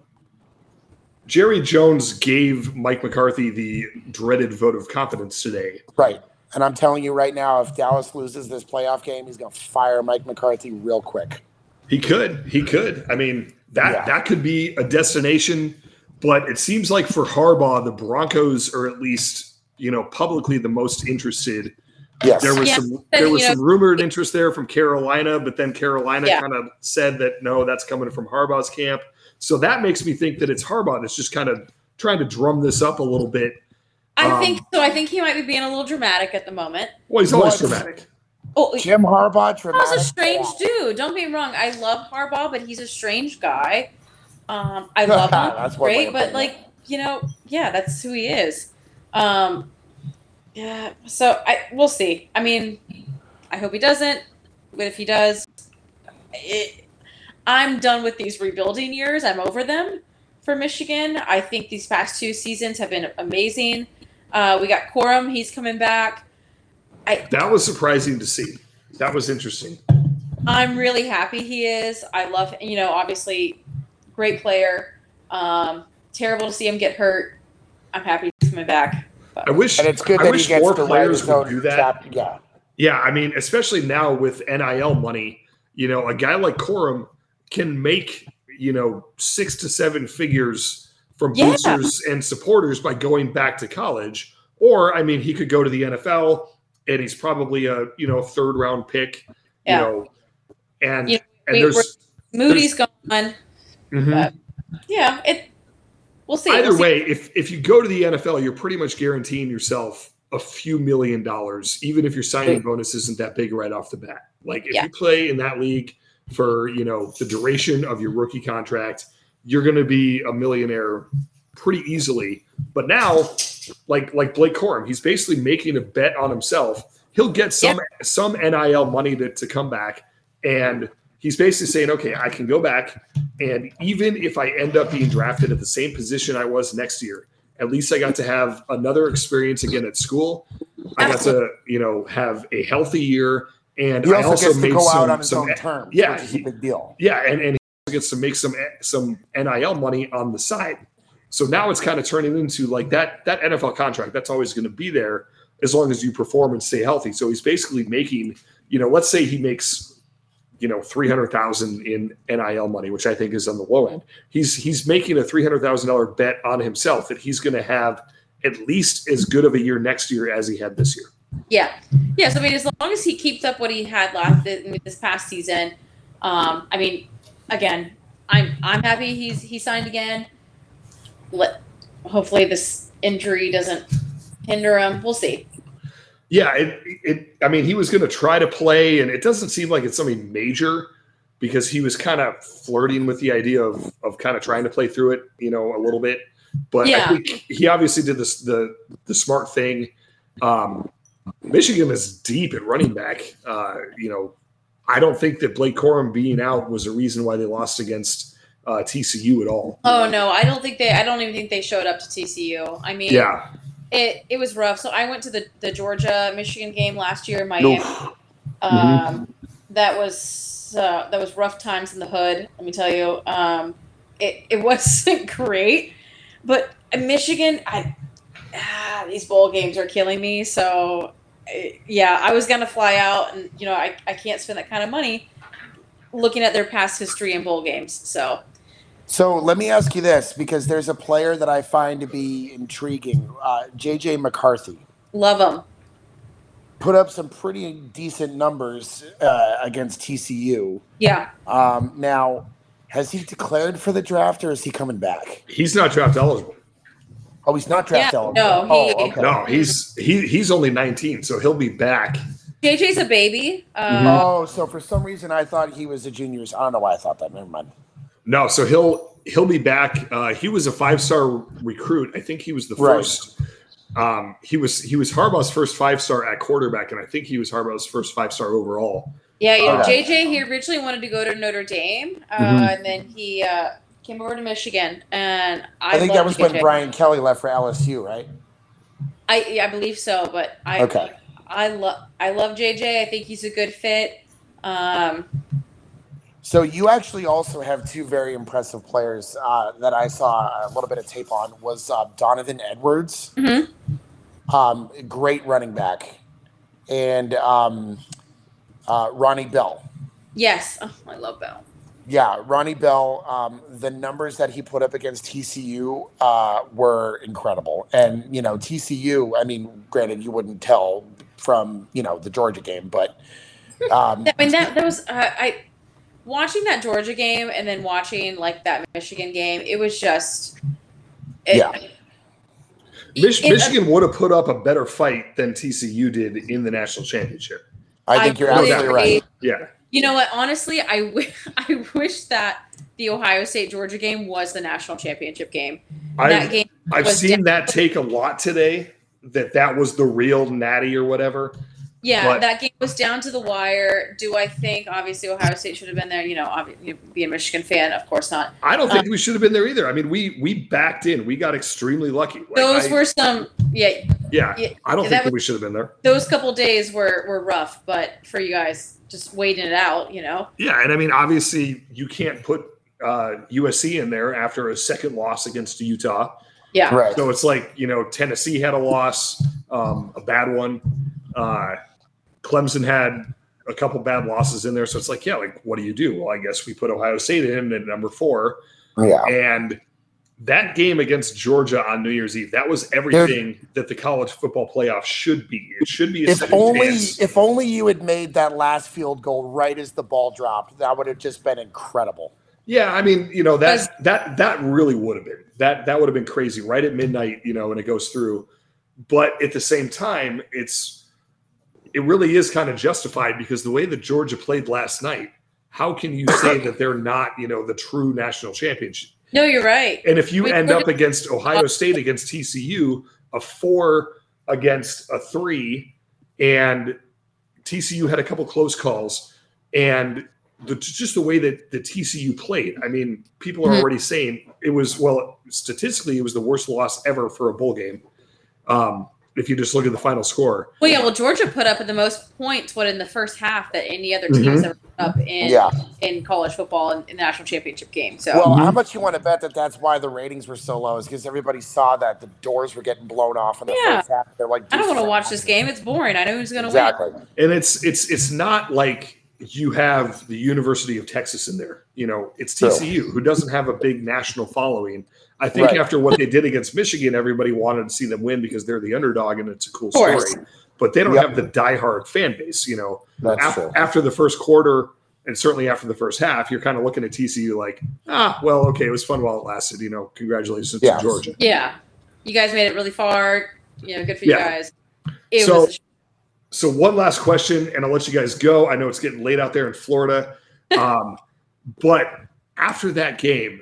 [SPEAKER 4] Jerry Jones gave Mike McCarthy the dreaded vote of confidence today,
[SPEAKER 1] Right. And I'm telling you right now, if Dallas loses this playoff game, he's going to fire Mike McCarthy real quick.
[SPEAKER 4] He could. He could. I mean, that
[SPEAKER 1] Yeah.
[SPEAKER 4] that could be a destination, but it seems like for Harbaugh, the Broncos are at least, you know, publicly the most interested.
[SPEAKER 1] Yes.
[SPEAKER 4] There was
[SPEAKER 3] Yeah.
[SPEAKER 4] some there
[SPEAKER 3] You
[SPEAKER 4] was
[SPEAKER 3] know-
[SPEAKER 4] some rumored interest there from Carolina, but then Carolina
[SPEAKER 3] Yeah.
[SPEAKER 4] kind of said that no, that's coming from Harbaugh's camp. So that makes me think that it's Harbaugh that's just kind of trying to drum this up a little bit.
[SPEAKER 3] I
[SPEAKER 4] Um,
[SPEAKER 3] think so. I think he might be being a little dramatic at the moment.
[SPEAKER 4] Well, he's always
[SPEAKER 1] What?
[SPEAKER 4] dramatic.
[SPEAKER 3] Oh,
[SPEAKER 1] Jim Harbaugh,
[SPEAKER 3] Harbaugh's
[SPEAKER 1] traumatic.
[SPEAKER 3] a strange dude. Don't be wrong. I love Harbaugh, but he's a strange guy. Um,
[SPEAKER 1] <laughs>
[SPEAKER 3] I love him.
[SPEAKER 1] That's one way
[SPEAKER 3] great,
[SPEAKER 1] of
[SPEAKER 3] but
[SPEAKER 1] putting
[SPEAKER 3] like you know, yeah, that's who he is. Um, yeah. So I we'll see. I mean, I hope he doesn't. But if he does, it, I'm done with these rebuilding years. I'm over them for Michigan. I think these past two seasons have been amazing. Uh, we got Quorum. He's coming back.
[SPEAKER 4] That was surprising to see. That was interesting.
[SPEAKER 3] I'm really happy he is. I love, you know, obviously, great player. Um, terrible to see him get hurt. I'm happy he's coming back.
[SPEAKER 4] I wish
[SPEAKER 1] And it's good
[SPEAKER 4] I
[SPEAKER 1] that he
[SPEAKER 4] wish
[SPEAKER 1] gets
[SPEAKER 4] more
[SPEAKER 1] to write
[SPEAKER 4] players
[SPEAKER 1] his
[SPEAKER 4] would
[SPEAKER 1] own
[SPEAKER 4] do that.
[SPEAKER 1] chapter. Yeah.
[SPEAKER 4] Yeah, I mean, especially now with NIL money, you know, a guy like Corum can make, you know, six to seven figures from
[SPEAKER 3] Yeah.
[SPEAKER 4] boosters and supporters by going back to college. Or, I mean, he could go to the NFL and he's probably a, you know, third round pick,
[SPEAKER 3] Yeah.
[SPEAKER 4] you know, and,
[SPEAKER 3] You know,
[SPEAKER 4] and
[SPEAKER 3] we-
[SPEAKER 4] there's
[SPEAKER 3] Moody's gone.
[SPEAKER 4] Mhm.
[SPEAKER 3] uh, Yeah, it. We'll see.
[SPEAKER 4] either
[SPEAKER 3] We'll see.
[SPEAKER 4] way, if, if you go to the NFL, you're pretty much guaranteeing yourself a few million dollars, even if your signing bonus isn't that big right off the bat. Like if
[SPEAKER 3] Yeah.
[SPEAKER 4] you play in that league for you know the duration of your rookie contract, you're going to be a millionaire pretty easily. But now, like like Blake Corum, he's basically making a bet on himself. He'll get some some NIL money to, to come back, and he's basically saying, okay, I can go back, and even if I end up being drafted at the same position I was next year, at least I got to have another experience again at school. I got to you know have a healthy year, and
[SPEAKER 1] He
[SPEAKER 4] I
[SPEAKER 1] also,
[SPEAKER 4] also
[SPEAKER 1] gets to
[SPEAKER 4] made
[SPEAKER 1] go
[SPEAKER 4] some,
[SPEAKER 1] out on his
[SPEAKER 4] some e-,
[SPEAKER 1] own terms,
[SPEAKER 4] yeah,
[SPEAKER 1] which is
[SPEAKER 4] he-
[SPEAKER 1] a big deal.
[SPEAKER 4] yeah, and, and he gets to make some some NIL money on the side. So now it's kind of turning into like that that NFL contract that's always going to be there as long as you perform and stay healthy. So he's basically making, you know, let's say he makes, you know, three hundred thousand in NIL money, which I think is on the low end. He's he's making a three hundred thousand dollar bet on himself that he's going to have at least as good of a year next year as he had this year.
[SPEAKER 3] Yeah, yeah. So I mean, as long as he keeps up what he had last I mean, this past season, um, I mean, again, I'm I'm happy he's he signed again. Let hopefully this injury doesn't hinder him. We'll see.
[SPEAKER 4] Yeah, it, it. I mean, he was going to try to play, and it doesn't seem like it's something major because he was kind of flirting with the idea of of kind of trying to play through it, you know, a little bit. But I
[SPEAKER 3] Yeah.
[SPEAKER 4] think he obviously did this the the smart thing. Um, Michigan is deep at running back. Uh, you know, I don't think that Blake Corum being out was a reason why they lost against uh, TCU at all.
[SPEAKER 3] Oh no, I don't think they. I don't even think they showed up to TCU. I mean,
[SPEAKER 4] Yeah,
[SPEAKER 3] it it was rough. So I went to the the Georgia Michigan game last year in Miami. Um, that was uh, that was rough times in the hood. Let me tell you, um, it <laughs> it wasn't great, but Michigan, I ah, these bowl games are killing me. So eh, yeah, I was gonna fly out, and you know I I can't spend that kind of money looking at their past history in bowl games. So
[SPEAKER 1] So let me ask you this, because there's a player that I find to be intriguing, uh, JJ McCarthy.
[SPEAKER 3] love them.
[SPEAKER 1] Put up some pretty decent numbers uh, against TCU.
[SPEAKER 3] Yeah,
[SPEAKER 1] Um, now, has he declared for the draft or is he coming back?
[SPEAKER 4] he's not draft eligible.
[SPEAKER 1] Oh, he's not draft
[SPEAKER 3] Yeah,
[SPEAKER 1] eligible.
[SPEAKER 3] no, he- Uh,
[SPEAKER 1] oh, okay.
[SPEAKER 4] No, he's he he's only nineteen, so he'll be back.
[SPEAKER 3] JJ's a baby. Um,
[SPEAKER 1] Oh, so for some reason I thought he was a junior. I don't know why I thought that. Never mind.
[SPEAKER 4] No, so he'll he'll be back. Uh, he was a five star recruit. I think he was the
[SPEAKER 1] Right.
[SPEAKER 4] first. Um, he was he was Harbaugh's first five star at quarterback, and I think he was Harbaugh's first five star overall.
[SPEAKER 3] Yeah, you know,
[SPEAKER 1] Okay. Mm-hmm.
[SPEAKER 3] JJ, he originally wanted to go to Notre Dame, uh,
[SPEAKER 4] Mhm.
[SPEAKER 3] and then he uh, came over to Michigan. And I,
[SPEAKER 1] I, think that
[SPEAKER 3] love
[SPEAKER 1] was
[SPEAKER 3] JJ.
[SPEAKER 1] when Brian Kelly left for LSU, right?
[SPEAKER 3] I yeah, I believe so, but I
[SPEAKER 1] Okay.
[SPEAKER 3] I love I love JJ. I think he's a good fit. Um,
[SPEAKER 1] So you actually also have two very impressive players uh, that I saw a little bit of tape on was uh, Donovan Edwards,
[SPEAKER 3] Mhm.
[SPEAKER 1] um, great running back, and um, uh, Ronnie Bell.
[SPEAKER 3] Yes. Oh, I love Bell.
[SPEAKER 1] Yeah, Ronnie Bell. Um, the numbers that he put up against TCU uh, were incredible, and you know TCU. I mean, granted, you wouldn't tell from you know the Georgia game, but um,
[SPEAKER 3] I mean that that was uh, I watching that Georgia game and then watching like that Michigan game. It was just it-
[SPEAKER 1] Yeah.
[SPEAKER 4] Mich-
[SPEAKER 3] it-
[SPEAKER 4] Michigan would have put up a better fight than TCU did in the national championship.
[SPEAKER 1] I think you're
[SPEAKER 4] I really
[SPEAKER 1] absolutely right.
[SPEAKER 4] Yeah,
[SPEAKER 3] You know what? Honestly, I wi- <laughs> I wish that the Ohio State Georgia game was the national championship game. that
[SPEAKER 4] I've,
[SPEAKER 3] game
[SPEAKER 4] I've
[SPEAKER 3] was
[SPEAKER 4] seen that take a lot today. That that was the real natty or whatever.
[SPEAKER 3] Yeah,
[SPEAKER 4] But-
[SPEAKER 3] that game was down to the wire. Do I think obviously Ohio State should have been there? You know, obviously being a Michigan fan, of course not.
[SPEAKER 4] I don't
[SPEAKER 3] Uh,
[SPEAKER 4] think we should have been there either. I mean, we we backed in. We got extremely lucky. Like,
[SPEAKER 3] Those
[SPEAKER 4] I-
[SPEAKER 3] were some yeah,
[SPEAKER 4] yeah.
[SPEAKER 3] yeah,
[SPEAKER 4] I don't think
[SPEAKER 3] that
[SPEAKER 4] that
[SPEAKER 3] was-
[SPEAKER 4] we should have been there.
[SPEAKER 3] those couple days were were rough, but for you guys just waiting it out, you know.
[SPEAKER 4] Yeah, and I mean, obviously, you can't put uh, USC in there after a second loss against Utah.
[SPEAKER 3] Yeah.
[SPEAKER 1] Right.
[SPEAKER 4] So it's like you know, Tennessee had a loss, um, a bad one. Uh, Clemson had a couple bad losses in there. So it's like, yeah, like what do you do? Well, I guess we put Ohio State in at number four,
[SPEAKER 1] Yeah,
[SPEAKER 4] and that game against Georgia on New Year's Eve, that was everything that the college football playoff should be. It should be a
[SPEAKER 1] if
[SPEAKER 4] second
[SPEAKER 1] only
[SPEAKER 4] chance.
[SPEAKER 1] if only you had made that last field goal right as the ball dropped, that would have just been incredible.
[SPEAKER 4] Yeah, I mean, you know
[SPEAKER 3] Does-
[SPEAKER 4] that that that really would have been that that would have been crazy right at midnight, you know, and it goes through. But at the same time, it's it really is kind of justified because the way that Georgia played last night, how can you say that they're not, you know, the true national championship?
[SPEAKER 3] No, you're right.
[SPEAKER 4] And if you
[SPEAKER 3] We
[SPEAKER 4] end
[SPEAKER 3] put
[SPEAKER 4] up against Ohio State against TCU, a four against a three, and TCU had a couple close calls, and the, just the way that the TCU played. I mean, people are
[SPEAKER 3] Mhm.
[SPEAKER 4] already saying it was well statistically it was the worst loss ever for a bowl game. Um, if you just look at the final score,
[SPEAKER 3] Well, yeah. Well, Georgia put up the most points, what in the first half that any other teams
[SPEAKER 4] Mhm.
[SPEAKER 3] ever put up in
[SPEAKER 1] Mm-hmm. Yeah.
[SPEAKER 3] in college football and in the national championship game. So
[SPEAKER 1] Well, how
[SPEAKER 4] Mhm.
[SPEAKER 1] much you want to bet that that's why the ratings were so low is because everybody saw that the doors were getting blown off in the
[SPEAKER 3] Yeah.
[SPEAKER 1] first half. They're like,
[SPEAKER 3] I don't want to
[SPEAKER 1] "Dude,
[SPEAKER 3] watch this game. It's boring. I know who's going to
[SPEAKER 1] Exactly.
[SPEAKER 4] and it's it's it's not like you have the University of Texas in there. You know, it's
[SPEAKER 1] True.
[SPEAKER 4] TCU who doesn't have a big national following. I think
[SPEAKER 1] Right.
[SPEAKER 4] after what they did against Michigan, everybody wanted to see them win because they're the underdog and it's a cool
[SPEAKER 3] Of course.
[SPEAKER 4] story. But they don't
[SPEAKER 1] Yep.
[SPEAKER 4] have the diehard fan base. You know,
[SPEAKER 1] That's
[SPEAKER 4] Af-
[SPEAKER 1] true.
[SPEAKER 4] after the first quarter and certainly after the first half, you're kind of looking at TCU like, ah, well, okay, it was fun while it lasted. You know, congratulations
[SPEAKER 1] Yeah.
[SPEAKER 4] to Georgia.
[SPEAKER 3] win. Yeah. You guys made it really far. You know, good for you
[SPEAKER 4] Yeah.
[SPEAKER 3] guys. It
[SPEAKER 4] So-
[SPEAKER 3] was.
[SPEAKER 4] So one last question, and I'll let you guys go. I know it's getting late out there in
[SPEAKER 1] <laughs>
[SPEAKER 4] Florida, um, but after that game,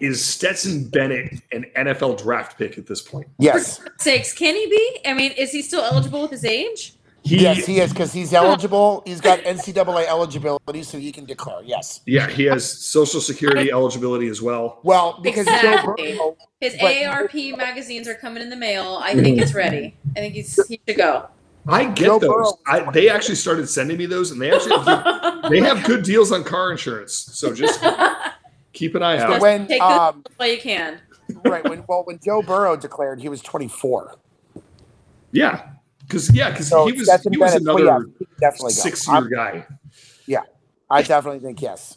[SPEAKER 4] is Stetson Bennett an NFL draft pick at this point?
[SPEAKER 1] Yes.
[SPEAKER 3] Six. Can he be? I mean, is he still eligible with his age?
[SPEAKER 4] He,
[SPEAKER 1] yes, he is because he's eligible. He's got NCAA eligibility, so he can declare. Yes.
[SPEAKER 4] yeah, he has Social Security eligibility as well.
[SPEAKER 1] Well, because Joe
[SPEAKER 3] Exactly.
[SPEAKER 1] Burrow-
[SPEAKER 3] His
[SPEAKER 1] But-
[SPEAKER 3] AARP magazines are coming in the mail.
[SPEAKER 4] <laughs>
[SPEAKER 3] I think it's ready. I think he's he should go.
[SPEAKER 4] I get
[SPEAKER 1] Joe
[SPEAKER 4] those.
[SPEAKER 1] Burrow-
[SPEAKER 4] I, they actually started sending me those, and they actually have good, they have good deals on car insurance. So just keep an eye
[SPEAKER 1] so
[SPEAKER 4] out.
[SPEAKER 1] when
[SPEAKER 3] Take the-
[SPEAKER 1] um,
[SPEAKER 3] Well, you can.
[SPEAKER 1] right when well when Joe Burrow declared he was 24.
[SPEAKER 4] Yeah, because yeah, because
[SPEAKER 1] So
[SPEAKER 4] he was
[SPEAKER 1] Stetson
[SPEAKER 4] he was
[SPEAKER 1] Bennett, well,
[SPEAKER 4] another
[SPEAKER 1] yeah, he definitely goes.
[SPEAKER 4] six
[SPEAKER 1] I'm-
[SPEAKER 4] year guy.
[SPEAKER 1] I definitely think yes.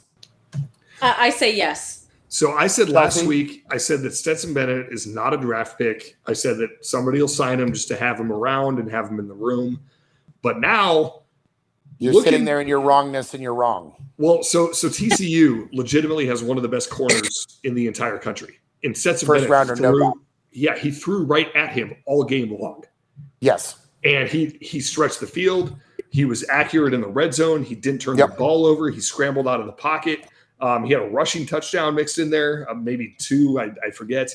[SPEAKER 3] I, I say yes.
[SPEAKER 4] So I said last
[SPEAKER 1] Chelsea?
[SPEAKER 4] week, I said that Stetson Bennett is not a draft pick. I said that somebody will sign him just to have him around and have him in the room. But now,
[SPEAKER 1] You're
[SPEAKER 4] Looking-
[SPEAKER 1] sitting there in your wrongness and you're wrong.
[SPEAKER 4] well, so so TCU <laughs> legitimately has one of the best corners in the entire country. And Stetson
[SPEAKER 1] First
[SPEAKER 4] Bennett
[SPEAKER 1] rounder, no
[SPEAKER 4] threw-
[SPEAKER 1] doubt.
[SPEAKER 4] yeah, he threw right at him all game long.
[SPEAKER 1] Yes.
[SPEAKER 4] and he he stretched the field. He was accurate in the red zone. He didn't turn the
[SPEAKER 1] Yep.
[SPEAKER 4] ball over. He scrambled out of the pocket. Um, he had a rushing touchdown mixed in there, uh, maybe two. I, I forget.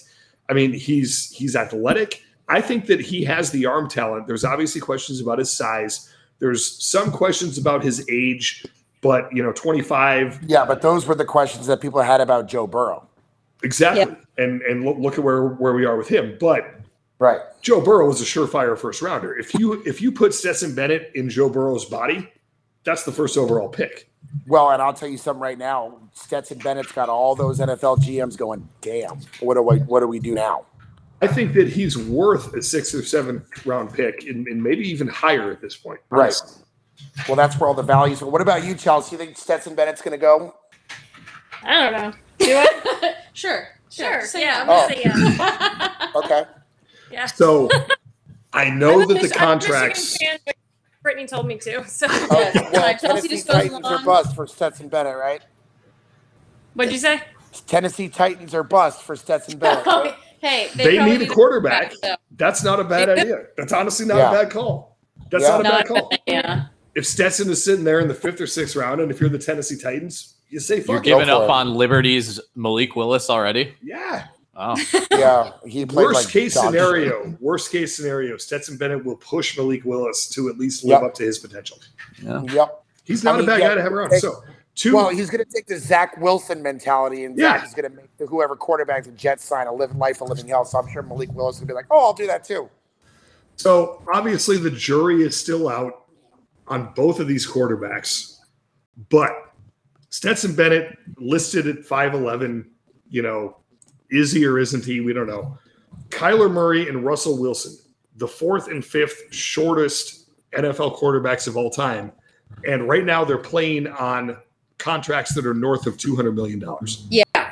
[SPEAKER 4] I mean, he's he's athletic. I think that he has the arm talent. There's obviously questions about his size. There's some questions about his age, but you know, 25
[SPEAKER 1] Yeah, but those were the questions that people had about Joe Burrow.
[SPEAKER 4] exactly. And and look, look at where where we are with him. But
[SPEAKER 1] Right.
[SPEAKER 4] Joe Burrow was a surefire first rounder. If you if you put Stetson Bennett in Joe Burrow's body, that's the first overall pick.
[SPEAKER 1] Well, and I'll tell you something right now. Stetson Bennett's got all those NFL GMs going, damn, what do I what do we do now?
[SPEAKER 4] I think that he's worth a sixth or seventh round pick, and, and maybe even higher at this point.
[SPEAKER 1] Right.
[SPEAKER 4] honestly.
[SPEAKER 1] Well, that's where all the values. What about you, Chelsea? You think Stetson Bennett's going to go?
[SPEAKER 2] I don't know. Do I?
[SPEAKER 3] Sure.
[SPEAKER 2] <laughs> Sure.
[SPEAKER 3] Say
[SPEAKER 2] yeah, I'm
[SPEAKER 3] no.
[SPEAKER 1] Oh.
[SPEAKER 2] gonna say yeah.
[SPEAKER 1] <laughs> Okay.
[SPEAKER 2] yeah.
[SPEAKER 4] So I know
[SPEAKER 2] I'm a Mich- I'm
[SPEAKER 4] that the
[SPEAKER 2] a Michigan
[SPEAKER 4] contracts.
[SPEAKER 2] fan, but Brittany told me to. <laughs> So,
[SPEAKER 1] Oh,
[SPEAKER 3] Yeah,
[SPEAKER 1] well,
[SPEAKER 3] Chelsea
[SPEAKER 1] Tennessee
[SPEAKER 3] just goes
[SPEAKER 1] Titans are
[SPEAKER 3] along.
[SPEAKER 1] bust for Stetson Bennett, right?
[SPEAKER 2] what'd you say?
[SPEAKER 1] Tennessee Titans are bust for Stetson Bennett. right?
[SPEAKER 3] <laughs> hey,
[SPEAKER 4] Oh. They
[SPEAKER 3] probably
[SPEAKER 4] need a quarterback.
[SPEAKER 3] so-
[SPEAKER 4] That's not a bad idea. That's honestly not
[SPEAKER 1] Yeah.
[SPEAKER 4] a bad call. That's
[SPEAKER 1] Yeah.
[SPEAKER 4] not a
[SPEAKER 3] Not
[SPEAKER 4] bad call.
[SPEAKER 3] Yeah.
[SPEAKER 4] If Stetson is sitting there in the fifth or sixth round, and if you're the Tennessee Titans, you say
[SPEAKER 5] You're
[SPEAKER 4] fuck it.
[SPEAKER 1] getting-
[SPEAKER 5] giving
[SPEAKER 1] for
[SPEAKER 5] up
[SPEAKER 1] it.
[SPEAKER 5] on Liberty's Malik Willis already?
[SPEAKER 4] Yeah.
[SPEAKER 5] Oh,
[SPEAKER 1] Yeah, he played
[SPEAKER 4] Worst
[SPEAKER 1] like
[SPEAKER 4] case
[SPEAKER 1] dog shit.
[SPEAKER 4] scenario, worst case scenario, Stetson Bennett will push Malik Willis to at least
[SPEAKER 1] Yep.
[SPEAKER 4] live up to his potential.
[SPEAKER 1] Yep.
[SPEAKER 4] He's not
[SPEAKER 1] I mean,
[SPEAKER 4] a bad
[SPEAKER 1] yeah,
[SPEAKER 4] guy to have around.
[SPEAKER 1] take-
[SPEAKER 4] So two
[SPEAKER 1] Well, he's going to take the Zach Wilson mentality, and
[SPEAKER 4] Yeah.
[SPEAKER 1] Zach is going to make the, whoever quarterback the Jets sign a living life, a living hell. So I'm sure Malik Willis will be like, "Oh, I'll do that too."
[SPEAKER 4] So obviously, the jury is still out on both of these quarterbacks, but Stetson Bennett listed at 5'11, you know, is he or isn't he? We don't know. Kyler Murray and Russell Wilson, the fourth and fifth shortest NFL quarterbacks of all time. And right now, they're playing on contracts that are north of $200 million.
[SPEAKER 3] Yeah.
[SPEAKER 2] I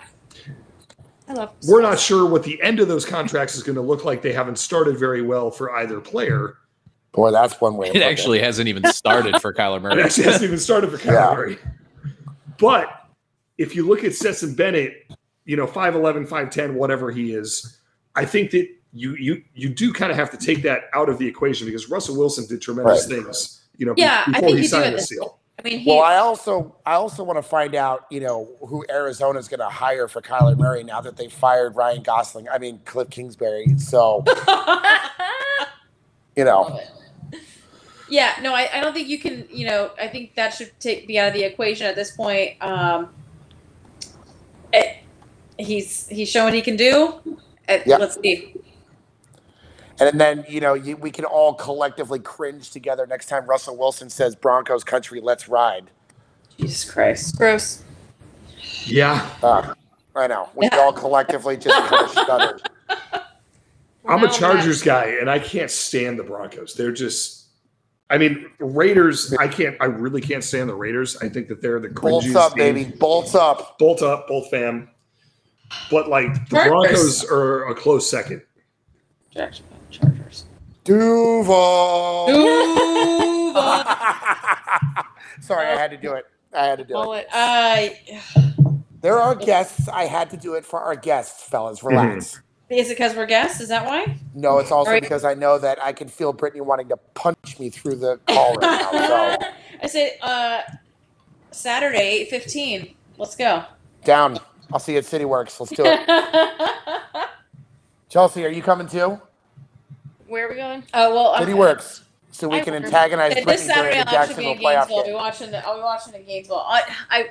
[SPEAKER 2] love.
[SPEAKER 4] We're not sure what the end of those contracts is going to look like. They haven't started very well for either player.
[SPEAKER 1] Boy, that's one way. of
[SPEAKER 5] it
[SPEAKER 1] looking at
[SPEAKER 5] actually hasn't even started
[SPEAKER 4] <laughs>
[SPEAKER 5] for Kyler
[SPEAKER 4] It
[SPEAKER 5] Murray.
[SPEAKER 4] actually hasn't even started for
[SPEAKER 1] Yeah.
[SPEAKER 4] Kyler Murray. But if you look at Stetson Bennett, you know, 5'11, 5'10, whatever he is, I think that you you you do kind of have to take that out of the equation because Russell Wilson did tremendous
[SPEAKER 1] Right.
[SPEAKER 4] things, you know,
[SPEAKER 3] Yeah, I
[SPEAKER 4] before
[SPEAKER 3] think
[SPEAKER 4] he
[SPEAKER 3] you do
[SPEAKER 4] signed
[SPEAKER 3] it
[SPEAKER 4] the
[SPEAKER 3] this-
[SPEAKER 4] seal.
[SPEAKER 3] I mean, he,
[SPEAKER 1] Well, I also I also want to find out, you know, who Arizona's going to hire for Kyler Murray now that they fired Ryan Gosling. I mean, Cliff Kingsbury. So, you know,
[SPEAKER 3] Love it. Yeah, no, I, I don't think you can, you know, I think that should take, be out of the equation at this point. Um, it, he's he's shown what he can do. Uh,
[SPEAKER 1] Yeah.
[SPEAKER 3] Let's see.
[SPEAKER 1] and then you know you, we can all collectively cringe together next time Russell Wilson says Broncos country, let's ride.
[SPEAKER 3] Jesus Christ. Gross.
[SPEAKER 4] Yeah.
[SPEAKER 1] Ah, I know we all collectively just kind of shudder.
[SPEAKER 4] I'm
[SPEAKER 2] Well,
[SPEAKER 4] a
[SPEAKER 2] now
[SPEAKER 4] Chargers guy and I can't stand the Broncos. They're just I mean, Raiders, I can't I really can't stand the Raiders. I think that they're the
[SPEAKER 1] Bolts
[SPEAKER 4] cringiest
[SPEAKER 1] up,
[SPEAKER 4] team.
[SPEAKER 1] baby, bolts up.
[SPEAKER 4] bolt up, bolt fam. But like the
[SPEAKER 3] Marcus.
[SPEAKER 4] Broncos are a close second.
[SPEAKER 3] Jacksonville Chargers.
[SPEAKER 1] Duval.
[SPEAKER 3] Duval.
[SPEAKER 1] <laughs>
[SPEAKER 3] <laughs>
[SPEAKER 1] Sorry, I had to do it. I had to do it.
[SPEAKER 2] Bullet. Uh,
[SPEAKER 3] Uh,
[SPEAKER 1] There are guests. I had to do it for our guests, fellas.
[SPEAKER 3] Mm-hmm.
[SPEAKER 1] Relax.
[SPEAKER 3] is it because we're guests? Is that why?
[SPEAKER 1] No, it's also
[SPEAKER 3] Right.
[SPEAKER 1] because I know that I can feel Brittany wanting to punch me through the call right now.
[SPEAKER 3] <laughs>
[SPEAKER 1] So
[SPEAKER 3] I said uh, Saturday, 8.15. Let's go. <laughs> Uh,
[SPEAKER 1] down. I'll see you at City Works. Let's do it. Chelsea, are you coming too?
[SPEAKER 2] where are we going?
[SPEAKER 3] Oh, well,
[SPEAKER 1] City
[SPEAKER 3] I'm,
[SPEAKER 1] Works. So we
[SPEAKER 3] I
[SPEAKER 1] can
[SPEAKER 3] remember.
[SPEAKER 1] antagonize
[SPEAKER 3] Yeah, this
[SPEAKER 1] Brittany during the
[SPEAKER 3] Saturday I'll actually be
[SPEAKER 1] Jacksonville
[SPEAKER 3] in Gainesville.
[SPEAKER 1] playoff
[SPEAKER 3] I'll be
[SPEAKER 1] game.
[SPEAKER 3] watching the. I'll be watching the Gainesville. I, I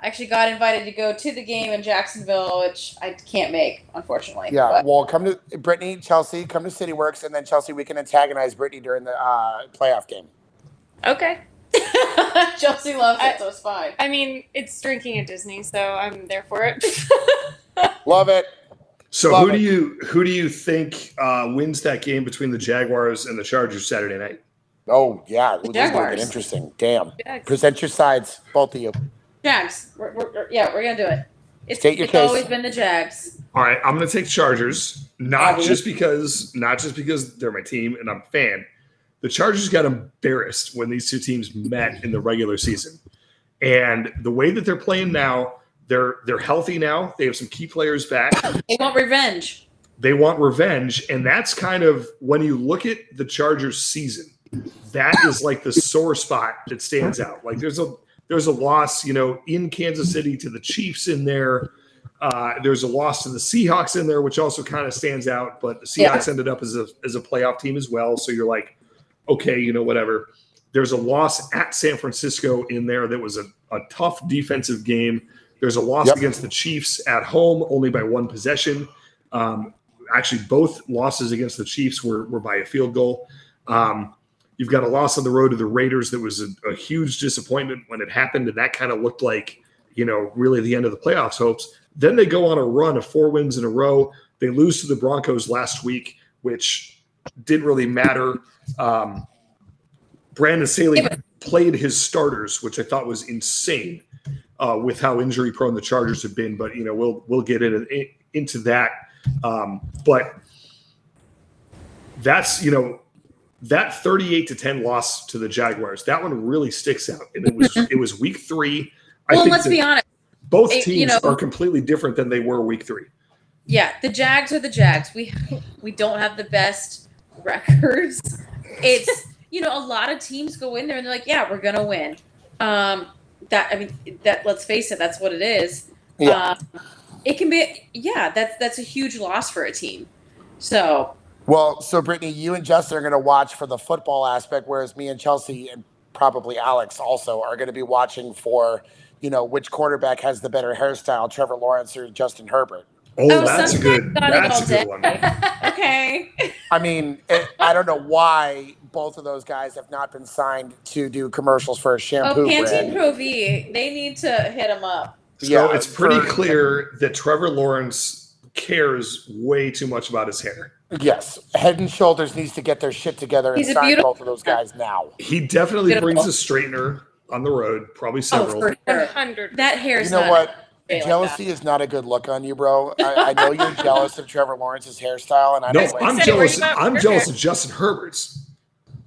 [SPEAKER 3] actually got invited to go to the game in Jacksonville, which I can't make, unfortunately.
[SPEAKER 1] Yeah,
[SPEAKER 3] but- <laughs>
[SPEAKER 1] well, come to Brittany, Chelsea, come to City Works, and then Chelsea, we can antagonize Brittany during the uh, playoff game.
[SPEAKER 2] Okay.
[SPEAKER 3] Chelsea loves
[SPEAKER 2] I-
[SPEAKER 3] it, so it's fine.
[SPEAKER 2] I mean, it's drinking at Disney, so I'm there for
[SPEAKER 4] <laughs>
[SPEAKER 2] it.
[SPEAKER 1] Love it.
[SPEAKER 4] So
[SPEAKER 1] Love
[SPEAKER 4] who
[SPEAKER 1] it.
[SPEAKER 4] do you who do you think uh, wins that game between the Jaguars and the Chargers Saturday night?
[SPEAKER 1] Oh yeah, this is gonna
[SPEAKER 3] Jaguars.
[SPEAKER 1] get interesting. Damn.
[SPEAKER 2] Jags.
[SPEAKER 1] Present your sides, both of you.
[SPEAKER 3] Jags. We're, we're, we're- yeah, we're gonna do it. It's,
[SPEAKER 1] State your
[SPEAKER 3] it's
[SPEAKER 1] case.
[SPEAKER 3] always been the Jags.
[SPEAKER 4] All right, I'm going to take Chargers,
[SPEAKER 1] Oh,
[SPEAKER 4] not
[SPEAKER 1] yeah.
[SPEAKER 4] just because not just because they're my team and I'm a fan. The Chargers got embarrassed when these two teams met in the regular season, and the way that they're playing now, they're they're healthy now. They have some key players back.
[SPEAKER 3] They want revenge.
[SPEAKER 4] they want revenge and that's kind of when you look at the chargers season that is like the sore spot that stands out like there's a there's a loss you know in kansas city to the chiefs in there uh, there's a loss to the seahawks in there which also kind of stands out but the
[SPEAKER 3] Yeah.
[SPEAKER 4] seahawks ended up as a as a playoff team as well so you're like okay you know whatever there's a loss at san francisco in there that was a, a tough defensive game there's a loss
[SPEAKER 1] Yep.
[SPEAKER 4] against the chiefs at home only by one possession um, actually both losses against the Chiefs were were by a field goal. Um, you've got a loss on the road to the Raiders that was a, a huge disappointment when it happened, and that kind of looked like you know really the end of the playoffs hopes. Then they go on a run of four wins in a row. They lose to the Broncos last week, which didn't really matter. Um, Brandon Saley played his starters, which I thought was insane uh, with how injury prone the Chargers have been. But you know, we'll we'll get in, in, into that. Um, but that's you know that 38 to 10 loss to the Jaguars. That one really sticks out, and it was it was week three. I
[SPEAKER 3] Mm-hmm. Well,
[SPEAKER 4] think
[SPEAKER 3] let's
[SPEAKER 4] that
[SPEAKER 3] be honest.
[SPEAKER 4] both
[SPEAKER 3] it-
[SPEAKER 4] teams
[SPEAKER 3] you know-
[SPEAKER 4] are completely different than they were week three.
[SPEAKER 3] Yeah, the Jags are the Jags. We we don't have the best records. It's you know a lot of teams go in there and they're like, yeah, we're gonna win. Um, that I mean that let's face it, that's what it is.
[SPEAKER 1] Yeah.
[SPEAKER 3] Um, it can be yeah, that's that's a huge loss for a team. So
[SPEAKER 1] Well, so Brittany, you and Justin are going to watch for the football aspect, whereas me and Chelsea and probably Alex also are going to be watching for, you know, which quarterback has the better hairstyle, Trevor Lawrence or Justin Herbert.
[SPEAKER 4] Oh,
[SPEAKER 3] Oh,
[SPEAKER 4] that's a
[SPEAKER 3] sometimes
[SPEAKER 4] good
[SPEAKER 3] not
[SPEAKER 4] that's a
[SPEAKER 3] involved
[SPEAKER 4] good
[SPEAKER 3] in-
[SPEAKER 4] one.
[SPEAKER 3] <laughs> okay,
[SPEAKER 1] I mean, it, I don't know why both of those guys have not been signed to do commercials for a <laughs> shampoo
[SPEAKER 3] oh Pantene
[SPEAKER 1] brand.
[SPEAKER 3] Pro V, they need to hit them up.
[SPEAKER 4] So
[SPEAKER 1] Yeah,
[SPEAKER 4] it's pretty
[SPEAKER 1] for-
[SPEAKER 4] clear that Trevor Lawrence cares way too much about his hair.
[SPEAKER 1] Yes, Head and Shoulders needs to get their shit together and
[SPEAKER 3] He's a
[SPEAKER 1] sign
[SPEAKER 3] beautiful-
[SPEAKER 1] both of those guys now.
[SPEAKER 4] He definitely
[SPEAKER 3] Beautiful.
[SPEAKER 4] brings a straightener on the road, probably
[SPEAKER 3] Oh,
[SPEAKER 4] several.
[SPEAKER 3] for sure.
[SPEAKER 2] 100.
[SPEAKER 3] That hair is
[SPEAKER 1] You know
[SPEAKER 3] not
[SPEAKER 1] what?
[SPEAKER 3] okay like
[SPEAKER 1] Jealousy is not a good look on you, bro. I, I know you're jealous of Trevor Lawrence's hairstyle, and I
[SPEAKER 4] no,
[SPEAKER 1] don't. blame
[SPEAKER 4] I'm
[SPEAKER 1] you.
[SPEAKER 2] Said it
[SPEAKER 4] jealous.
[SPEAKER 2] right about
[SPEAKER 4] I'm
[SPEAKER 2] your
[SPEAKER 4] jealous
[SPEAKER 2] hair.
[SPEAKER 4] of Justin Herbert's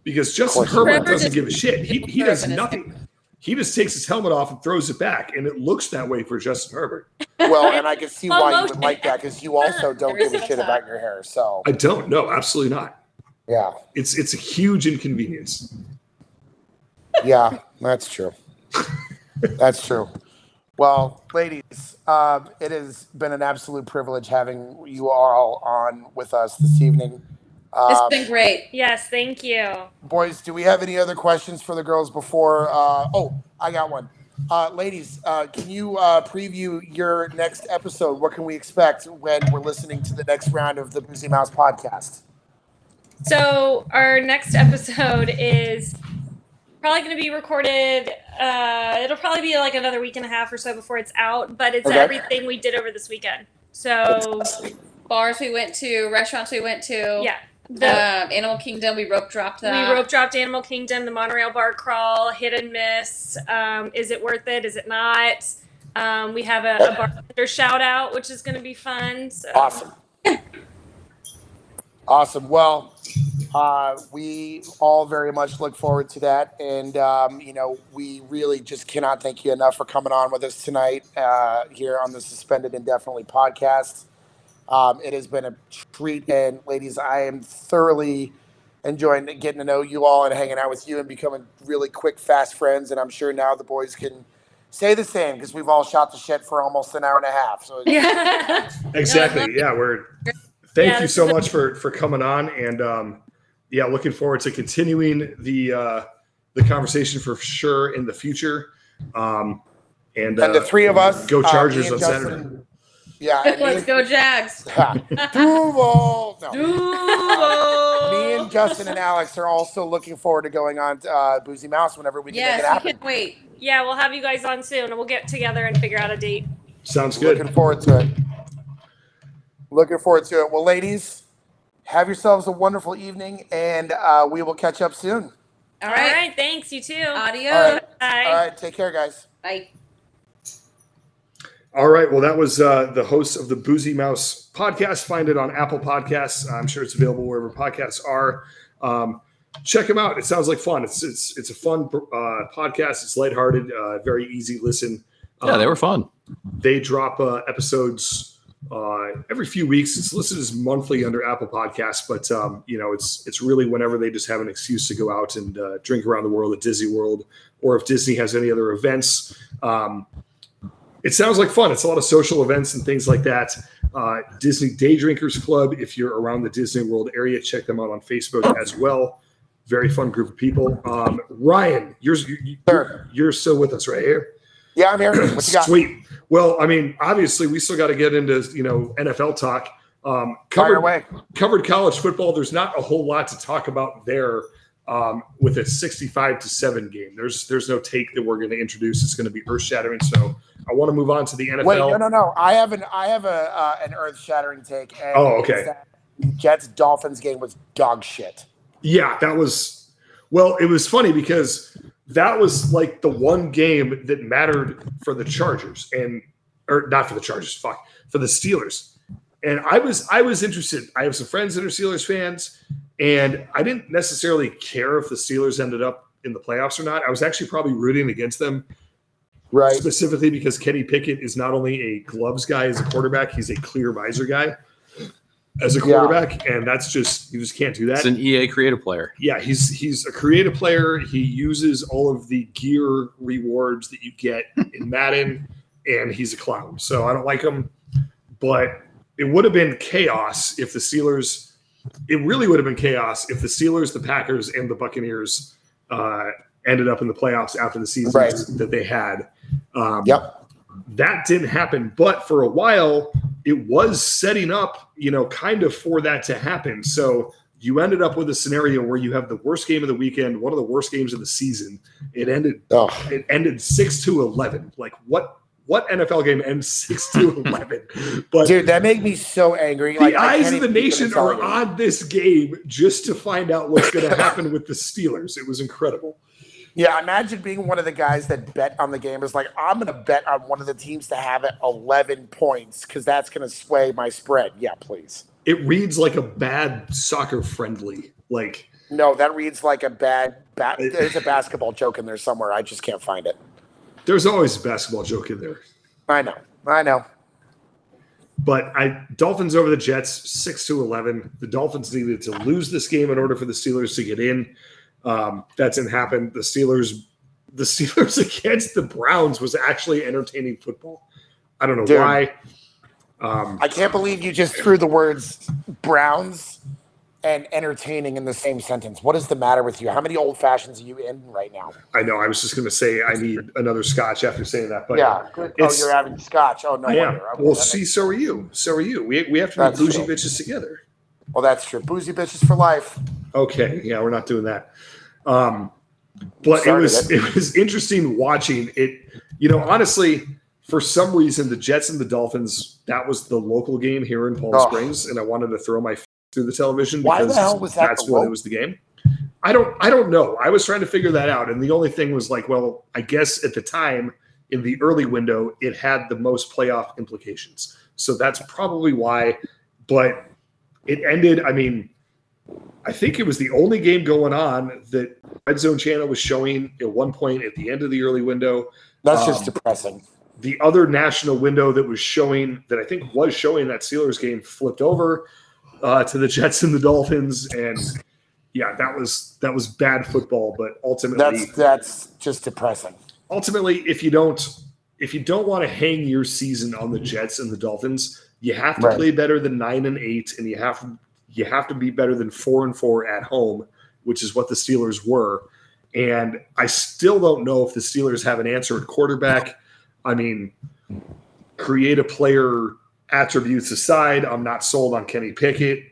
[SPEAKER 4] because Justin
[SPEAKER 1] course he
[SPEAKER 4] Herbert
[SPEAKER 3] Herbert
[SPEAKER 4] doesn't
[SPEAKER 3] is-
[SPEAKER 4] give a shit. He, he
[SPEAKER 3] Herbert
[SPEAKER 4] does
[SPEAKER 3] is-
[SPEAKER 4] nothing. He just takes his helmet off and throws it back, and it looks that way for Justin Herbert.
[SPEAKER 1] Well, and I can see
[SPEAKER 2] Slow
[SPEAKER 1] why you would
[SPEAKER 2] motion.
[SPEAKER 1] like that because you also don't
[SPEAKER 3] <laughs> There
[SPEAKER 1] give
[SPEAKER 3] is
[SPEAKER 1] a
[SPEAKER 3] no
[SPEAKER 1] shit
[SPEAKER 3] time.
[SPEAKER 1] about your hair. So
[SPEAKER 4] I don't. No, absolutely not.
[SPEAKER 1] yeah,
[SPEAKER 4] It's it's a huge inconvenience.
[SPEAKER 1] yeah, that's true. That's true. Well, ladies, um, it has been an absolute privilege having you all on with us this evening.
[SPEAKER 3] that.
[SPEAKER 1] Um,
[SPEAKER 3] it's been great.
[SPEAKER 2] Yes, thank you.
[SPEAKER 1] boys, do we have any other questions for the girls before? Uh, oh, I got one. Uh, ladies, uh, can you uh, preview your next episode? What can we expect when we're listening to the next round of the Boozy Mouse podcast?
[SPEAKER 2] So our next episode is probably going to be recorded. Uh, it'll probably be like another week and a half or so before it's out, but it's
[SPEAKER 1] Okay.
[SPEAKER 2] everything we did over this weekend. So
[SPEAKER 3] Bars we went to, restaurants we went to.
[SPEAKER 2] yeah, the,
[SPEAKER 3] Um, Animal Kingdom, we rope dropped that.
[SPEAKER 2] we rope dropped Animal Kingdom, the monorail bar crawl, hit and miss. Um, is it worth it? Is it not? Um, we have a, a bartender shout out, which is going to be fun. So.
[SPEAKER 1] Awesome. awesome. Well, uh, we all very much look forward to that. And, um, you know, we really just cannot thank you enough for coming on with us tonight uh, here on the Suspended Indefinitely podcast. Um, it has been a treat. And, ladies, I am thoroughly enjoying getting to know you all and hanging out with you and becoming really quick, fast friends. And I'm sure now the boys can say the same because we've all shot the shit for almost an hour and a half. So,
[SPEAKER 2] Yeah.
[SPEAKER 4] Exactly.
[SPEAKER 3] love
[SPEAKER 4] yeah, we're. Thank
[SPEAKER 2] Yeah,
[SPEAKER 4] you
[SPEAKER 2] this
[SPEAKER 4] so
[SPEAKER 2] is a-
[SPEAKER 4] much for for coming on, and um, yeah, looking forward to continuing the uh, the conversation for sure in the future. Um, and
[SPEAKER 1] And the three of us
[SPEAKER 4] go
[SPEAKER 1] uh, me
[SPEAKER 4] Chargers
[SPEAKER 1] and
[SPEAKER 4] on
[SPEAKER 1] Justin-
[SPEAKER 4] Saturday.
[SPEAKER 1] <laughs> Yeah. and me
[SPEAKER 3] <laughs> Let's
[SPEAKER 1] and-
[SPEAKER 3] go Jags.
[SPEAKER 1] Ha. <laughs> Duval. No. Me
[SPEAKER 3] Duval.
[SPEAKER 1] and Justin and Alex are also looking forward to going on uh, Boozy Mouse whenever we can make it
[SPEAKER 3] Yes, we
[SPEAKER 1] happen.
[SPEAKER 3] can't wait.
[SPEAKER 2] yeah, we'll have you guys on soon, and we'll get together and figure out a date.
[SPEAKER 4] Sounds good.
[SPEAKER 1] Looking forward to it. Looking forward to it. Well, ladies, have yourselves a wonderful evening, and uh, we will catch up soon.
[SPEAKER 2] All
[SPEAKER 3] All
[SPEAKER 2] right.
[SPEAKER 3] right.
[SPEAKER 2] thanks. You too.
[SPEAKER 3] Audio.
[SPEAKER 1] All right.
[SPEAKER 2] Bye.
[SPEAKER 1] All right, take care, guys.
[SPEAKER 3] Bye.
[SPEAKER 4] All right. Well, that was uh, the host of the Boozy Mouse podcast. Find it on Apple Podcasts. I'm sure it's available wherever podcasts are. Um, check them out. It sounds like fun. It's it's it's a fun uh, podcast. It's lighthearted, uh, very easy listen.
[SPEAKER 5] Yeah,
[SPEAKER 4] Um,
[SPEAKER 5] they were fun.
[SPEAKER 4] they drop uh, episodes uh, every few weeks. It's listed as monthly under Apple Podcasts, but um, you know, it's it's really whenever they just have an excuse to go out and uh, drink around the world at Disney World, or if Disney has any other events. Um, it sounds like fun. It's a lot of social events and things like that. Uh, Disney Day Drinkers Club. If you're around the Disney World area, check them out on Facebook as well. Very fun group of people. Um, Ryan, you're, you're
[SPEAKER 1] Sir.
[SPEAKER 4] you're still with us right here.
[SPEAKER 1] Yeah, I'm here. What you got?
[SPEAKER 4] Sweet. Well, I mean, obviously, we still got to get into you know NFL talk. Um,
[SPEAKER 1] Fire
[SPEAKER 4] covered
[SPEAKER 1] away.
[SPEAKER 4] covered college football. There's not a whole lot to talk about there um, with a 65 to seven game. There's there's no take that we're going to introduce. It's going to be earth shattering. So I want to move on to the NFL.
[SPEAKER 1] Wait, no, no, no. I have an I have a uh, an earth shattering take. And
[SPEAKER 4] Oh,
[SPEAKER 1] it's
[SPEAKER 4] okay.
[SPEAKER 1] that Jets Dolphins game was dog shit.
[SPEAKER 4] Yeah, that was well, it was funny because that was like the one game that mattered for the Chargers and or not for the Chargers, fuck, for the Steelers. And I was I was interested. I have some friends that are Steelers fans, and I didn't necessarily care if the Steelers ended up in the playoffs or not. I was actually probably rooting against them
[SPEAKER 1] Right.
[SPEAKER 4] specifically because Kenny Pickett is not only a gloves guy as a quarterback, he's a clear visor guy as a
[SPEAKER 1] Yeah.
[SPEAKER 4] quarterback, and that's just you just can't do that
[SPEAKER 5] It's an EA creative player.
[SPEAKER 4] yeah, he's he's a creative player. He uses all of the gear rewards that you get in Madden, and he's a clown. So I don't like him. But it would have been chaos if the Steelers. It really would have been chaos if the Steelers, the Packers, and the Buccaneers uh, ended up in the playoffs after the seasons
[SPEAKER 1] Right.
[SPEAKER 4] that they had. Um,
[SPEAKER 1] Yep.
[SPEAKER 4] that didn't happen. But for a while, it was setting up, you know, kind of for that to happen. So you ended up with a scenario where you have the worst game of the weekend, one of the worst games of the season. It ended
[SPEAKER 1] Oh,
[SPEAKER 4] it ended six to eleven. Like what what NFL game ends six to eleven? But
[SPEAKER 1] dude, that made me so angry.
[SPEAKER 4] the eyes of the nation are on this game just to find out what's going to happen with the Steelers. It was incredible.
[SPEAKER 1] Yeah, imagine being one of the guys that bet on the game. Is like I'm gonna bet on one of the teams to have it 11 points because that's gonna sway my spread. Yeah, please.
[SPEAKER 4] It reads like a bad soccer friendly. Like
[SPEAKER 1] No, that reads like a bad. Ba- there's a basketball joke in there somewhere. I just can't find it.
[SPEAKER 4] there's always a basketball joke in there.
[SPEAKER 1] I know. I know.
[SPEAKER 4] But I Dolphins over the Jets, six to eleven. The Dolphins needed to lose this game in order for the Steelers to get in. Um, that didn't happen. The Steelers, the <laughs> Steelers against the Browns was actually entertaining football. I don't know
[SPEAKER 1] Dude.
[SPEAKER 4] why. Um,
[SPEAKER 1] I can't believe you just threw the words Browns and entertaining in the same sentence. What is the matter with you? How many old fashions are you in right now?
[SPEAKER 4] I know. I was just going to say I need another scotch after saying that, but
[SPEAKER 1] yeah. good. Oh,
[SPEAKER 4] it's-
[SPEAKER 1] you're having scotch. Oh, no
[SPEAKER 4] I am.
[SPEAKER 1] wonder. Okay,
[SPEAKER 4] Well,
[SPEAKER 1] that
[SPEAKER 4] see,
[SPEAKER 1] makes-
[SPEAKER 4] so are you. So are you. We we have to
[SPEAKER 1] That's
[SPEAKER 4] be bougie
[SPEAKER 1] true.
[SPEAKER 4] bitches together.
[SPEAKER 1] well, that's true. Boozy bitches for life.
[SPEAKER 4] Okay, yeah, we're not doing that. Um, but it
[SPEAKER 1] Started
[SPEAKER 4] was
[SPEAKER 1] it.
[SPEAKER 4] it was interesting watching it. You know, honestly, for some reason, the Jets and the Dolphins that was the local game here in Palm
[SPEAKER 1] Oh.
[SPEAKER 4] Springs, and I wanted to throw my f- through the television
[SPEAKER 1] Why the
[SPEAKER 4] because
[SPEAKER 1] hell was that
[SPEAKER 4] that's
[SPEAKER 1] the
[SPEAKER 4] when it
[SPEAKER 1] local?
[SPEAKER 4] was the game. I don't I don't know. I was trying to figure that out, and the only thing was like, well, I guess at the time in the early window, it had the most playoff implications, so that's probably why. But it ended. I mean, I think it was the only game going on that Red Zone Channel was showing at one point at the end of the early window.
[SPEAKER 1] That's
[SPEAKER 4] Um,
[SPEAKER 1] just depressing.
[SPEAKER 4] The other national window that was showing, that I think was showing that Steelers game, flipped over uh, to the Jets and the Dolphins, and yeah, that was that was bad football. But ultimately,
[SPEAKER 1] That's that's just depressing.
[SPEAKER 4] ultimately, if you don't if you don't want to hang your season on the Jets and the Dolphins, you have to
[SPEAKER 1] Right.
[SPEAKER 4] play better than nine and eight, and you have you have to be better than four and four at home, which is what the Steelers were. And I still don't know if the Steelers have an answer at quarterback. I mean, create a player attributes aside, I'm not sold on Kenny Pickett.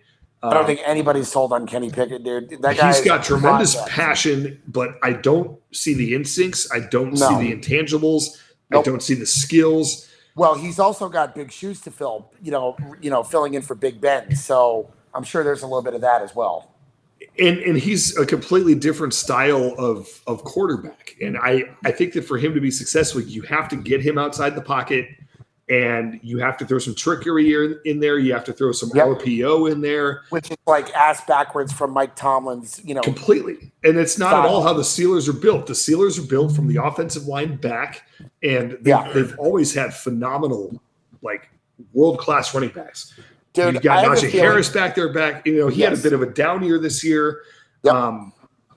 [SPEAKER 1] I don't
[SPEAKER 4] Um,
[SPEAKER 1] think anybody's sold on Kenny Pickett, dude. That guy
[SPEAKER 4] he's
[SPEAKER 1] is
[SPEAKER 4] got
[SPEAKER 1] a
[SPEAKER 4] tremendous
[SPEAKER 1] project.
[SPEAKER 4] passion, but I don't see the instincts. I don't
[SPEAKER 1] No.
[SPEAKER 4] see the intangibles.
[SPEAKER 1] Nope.
[SPEAKER 4] I don't see the skills.
[SPEAKER 1] Well, he's also got big shoes to fill. You know, you know, filling in for Big Ben. So I'm sure there's a little bit of that as well.
[SPEAKER 4] And and he's a completely different style of of quarterback. And I I think that for him to be successful, you have to get him outside the pocket, and you have to throw some trickery in, in there. You have to throw some
[SPEAKER 1] Yep.
[SPEAKER 4] RPO in there.
[SPEAKER 1] which is like ass backwards from Mike Tomlin's, you know,
[SPEAKER 4] Completely. And it's not at
[SPEAKER 1] Style.
[SPEAKER 4] all how the Steelers are built. The Steelers are built from the offensive line back, and they,
[SPEAKER 1] Yeah.
[SPEAKER 4] they've always had phenomenal, like world class running backs.
[SPEAKER 1] dude.
[SPEAKER 4] You've got
[SPEAKER 1] I have a
[SPEAKER 4] Najee
[SPEAKER 1] feeling-
[SPEAKER 4] Harris back there, back. You know, he had a
[SPEAKER 1] Yes.
[SPEAKER 4] bit of a down year this year.
[SPEAKER 1] Yep.
[SPEAKER 4] Um,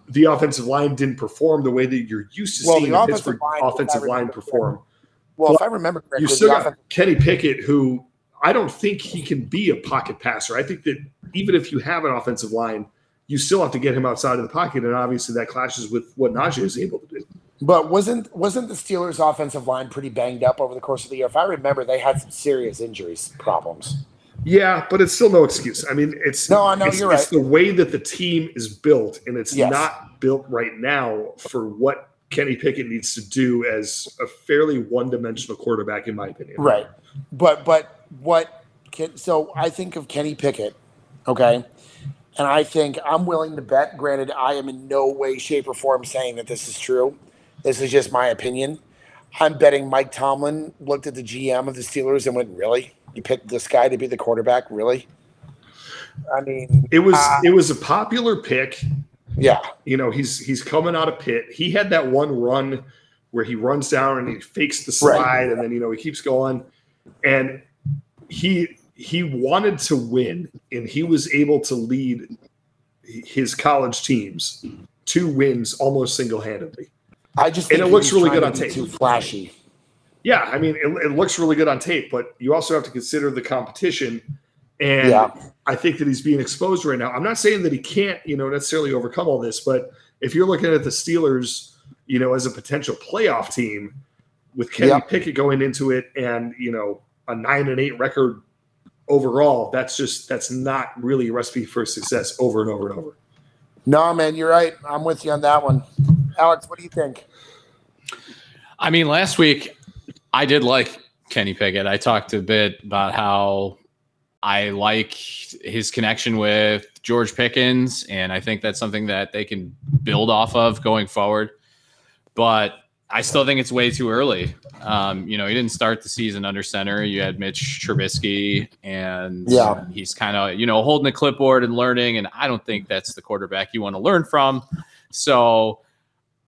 [SPEAKER 4] the offensive line didn't perform the way that you're used to
[SPEAKER 1] Well,
[SPEAKER 4] seeing
[SPEAKER 1] the
[SPEAKER 4] the
[SPEAKER 1] offensive
[SPEAKER 4] Pittsburgh
[SPEAKER 1] line, if I
[SPEAKER 4] offensive line
[SPEAKER 1] remember
[SPEAKER 4] perform.
[SPEAKER 1] Well, if I remember correctly,
[SPEAKER 4] You still
[SPEAKER 1] the
[SPEAKER 4] got
[SPEAKER 1] offensive-
[SPEAKER 4] Kenny Pickett, who I don't think he can be a pocket passer. I think that even if you have an offensive line, you still have to get him outside of the pocket, and obviously that clashes with what Najee is able to do.
[SPEAKER 1] but wasn't wasn't the Steelers' offensive line pretty banged up over the course of the year? If I remember, they had some serious injuries problems.
[SPEAKER 4] Yeah, but it's still no excuse. I mean, it's
[SPEAKER 1] No, I know,
[SPEAKER 4] it's-
[SPEAKER 1] you're
[SPEAKER 4] It's the way that the team is built, and it's
[SPEAKER 1] Yes.
[SPEAKER 4] not built right now for what Kenny Pickett needs to do as a fairly one-dimensional quarterback, in my opinion.
[SPEAKER 1] Right. But but what can, so I think of Kenny Pickett, okay? And I think I'm willing to bet, granted I am in no way shape or form saying that this is true. This is just my opinion. I'm betting Mike Tomlin looked at the GM of the Steelers and went, "Really? You picked this guy to be the quarterback? Really?" I mean,
[SPEAKER 4] It was
[SPEAKER 1] uh,
[SPEAKER 4] it was a popular pick.
[SPEAKER 1] yeah.
[SPEAKER 4] You know, he's he's coming out of pit. He had that one run where he runs down and he fakes the slide,
[SPEAKER 1] Right.
[SPEAKER 4] and then you know he keeps going, and he he wanted to win, and he was able to lead his college teams two wins almost single handedly.
[SPEAKER 1] I just
[SPEAKER 4] And
[SPEAKER 1] think
[SPEAKER 4] it
[SPEAKER 1] he was
[SPEAKER 4] looks really
[SPEAKER 1] trying
[SPEAKER 4] good
[SPEAKER 1] to
[SPEAKER 4] on
[SPEAKER 1] be
[SPEAKER 4] tape.
[SPEAKER 1] Too flashy.
[SPEAKER 4] Yeah, I mean, it, it looks really good on tape, but you also have to consider the competition. And
[SPEAKER 1] Yeah.
[SPEAKER 4] I think that he's being exposed right now. I'm not saying that he can't, you know, necessarily overcome all this, but if you're looking at the Steelers, you know, as a potential playoff team with Kenny
[SPEAKER 1] Yeah.
[SPEAKER 4] Pickett going into it and, you know, a nine and eight record overall, that's just, that's not really a recipe for success over and over and over.
[SPEAKER 1] No, man, you're right. I'm with you on that one. Alex, what do you think?
[SPEAKER 5] I mean, last week I did like Kenny Pickett. I talked a bit about how I like his connection with George Pickens, and I think that's something that they can build off of going forward. But I still think it's way too early. Um, you know, he didn't start the season under center. You had Mitch Trubisky, and
[SPEAKER 1] Yeah.
[SPEAKER 5] he's kind of you know holding the clipboard and learning. And I don't think that's the quarterback you want to learn from. So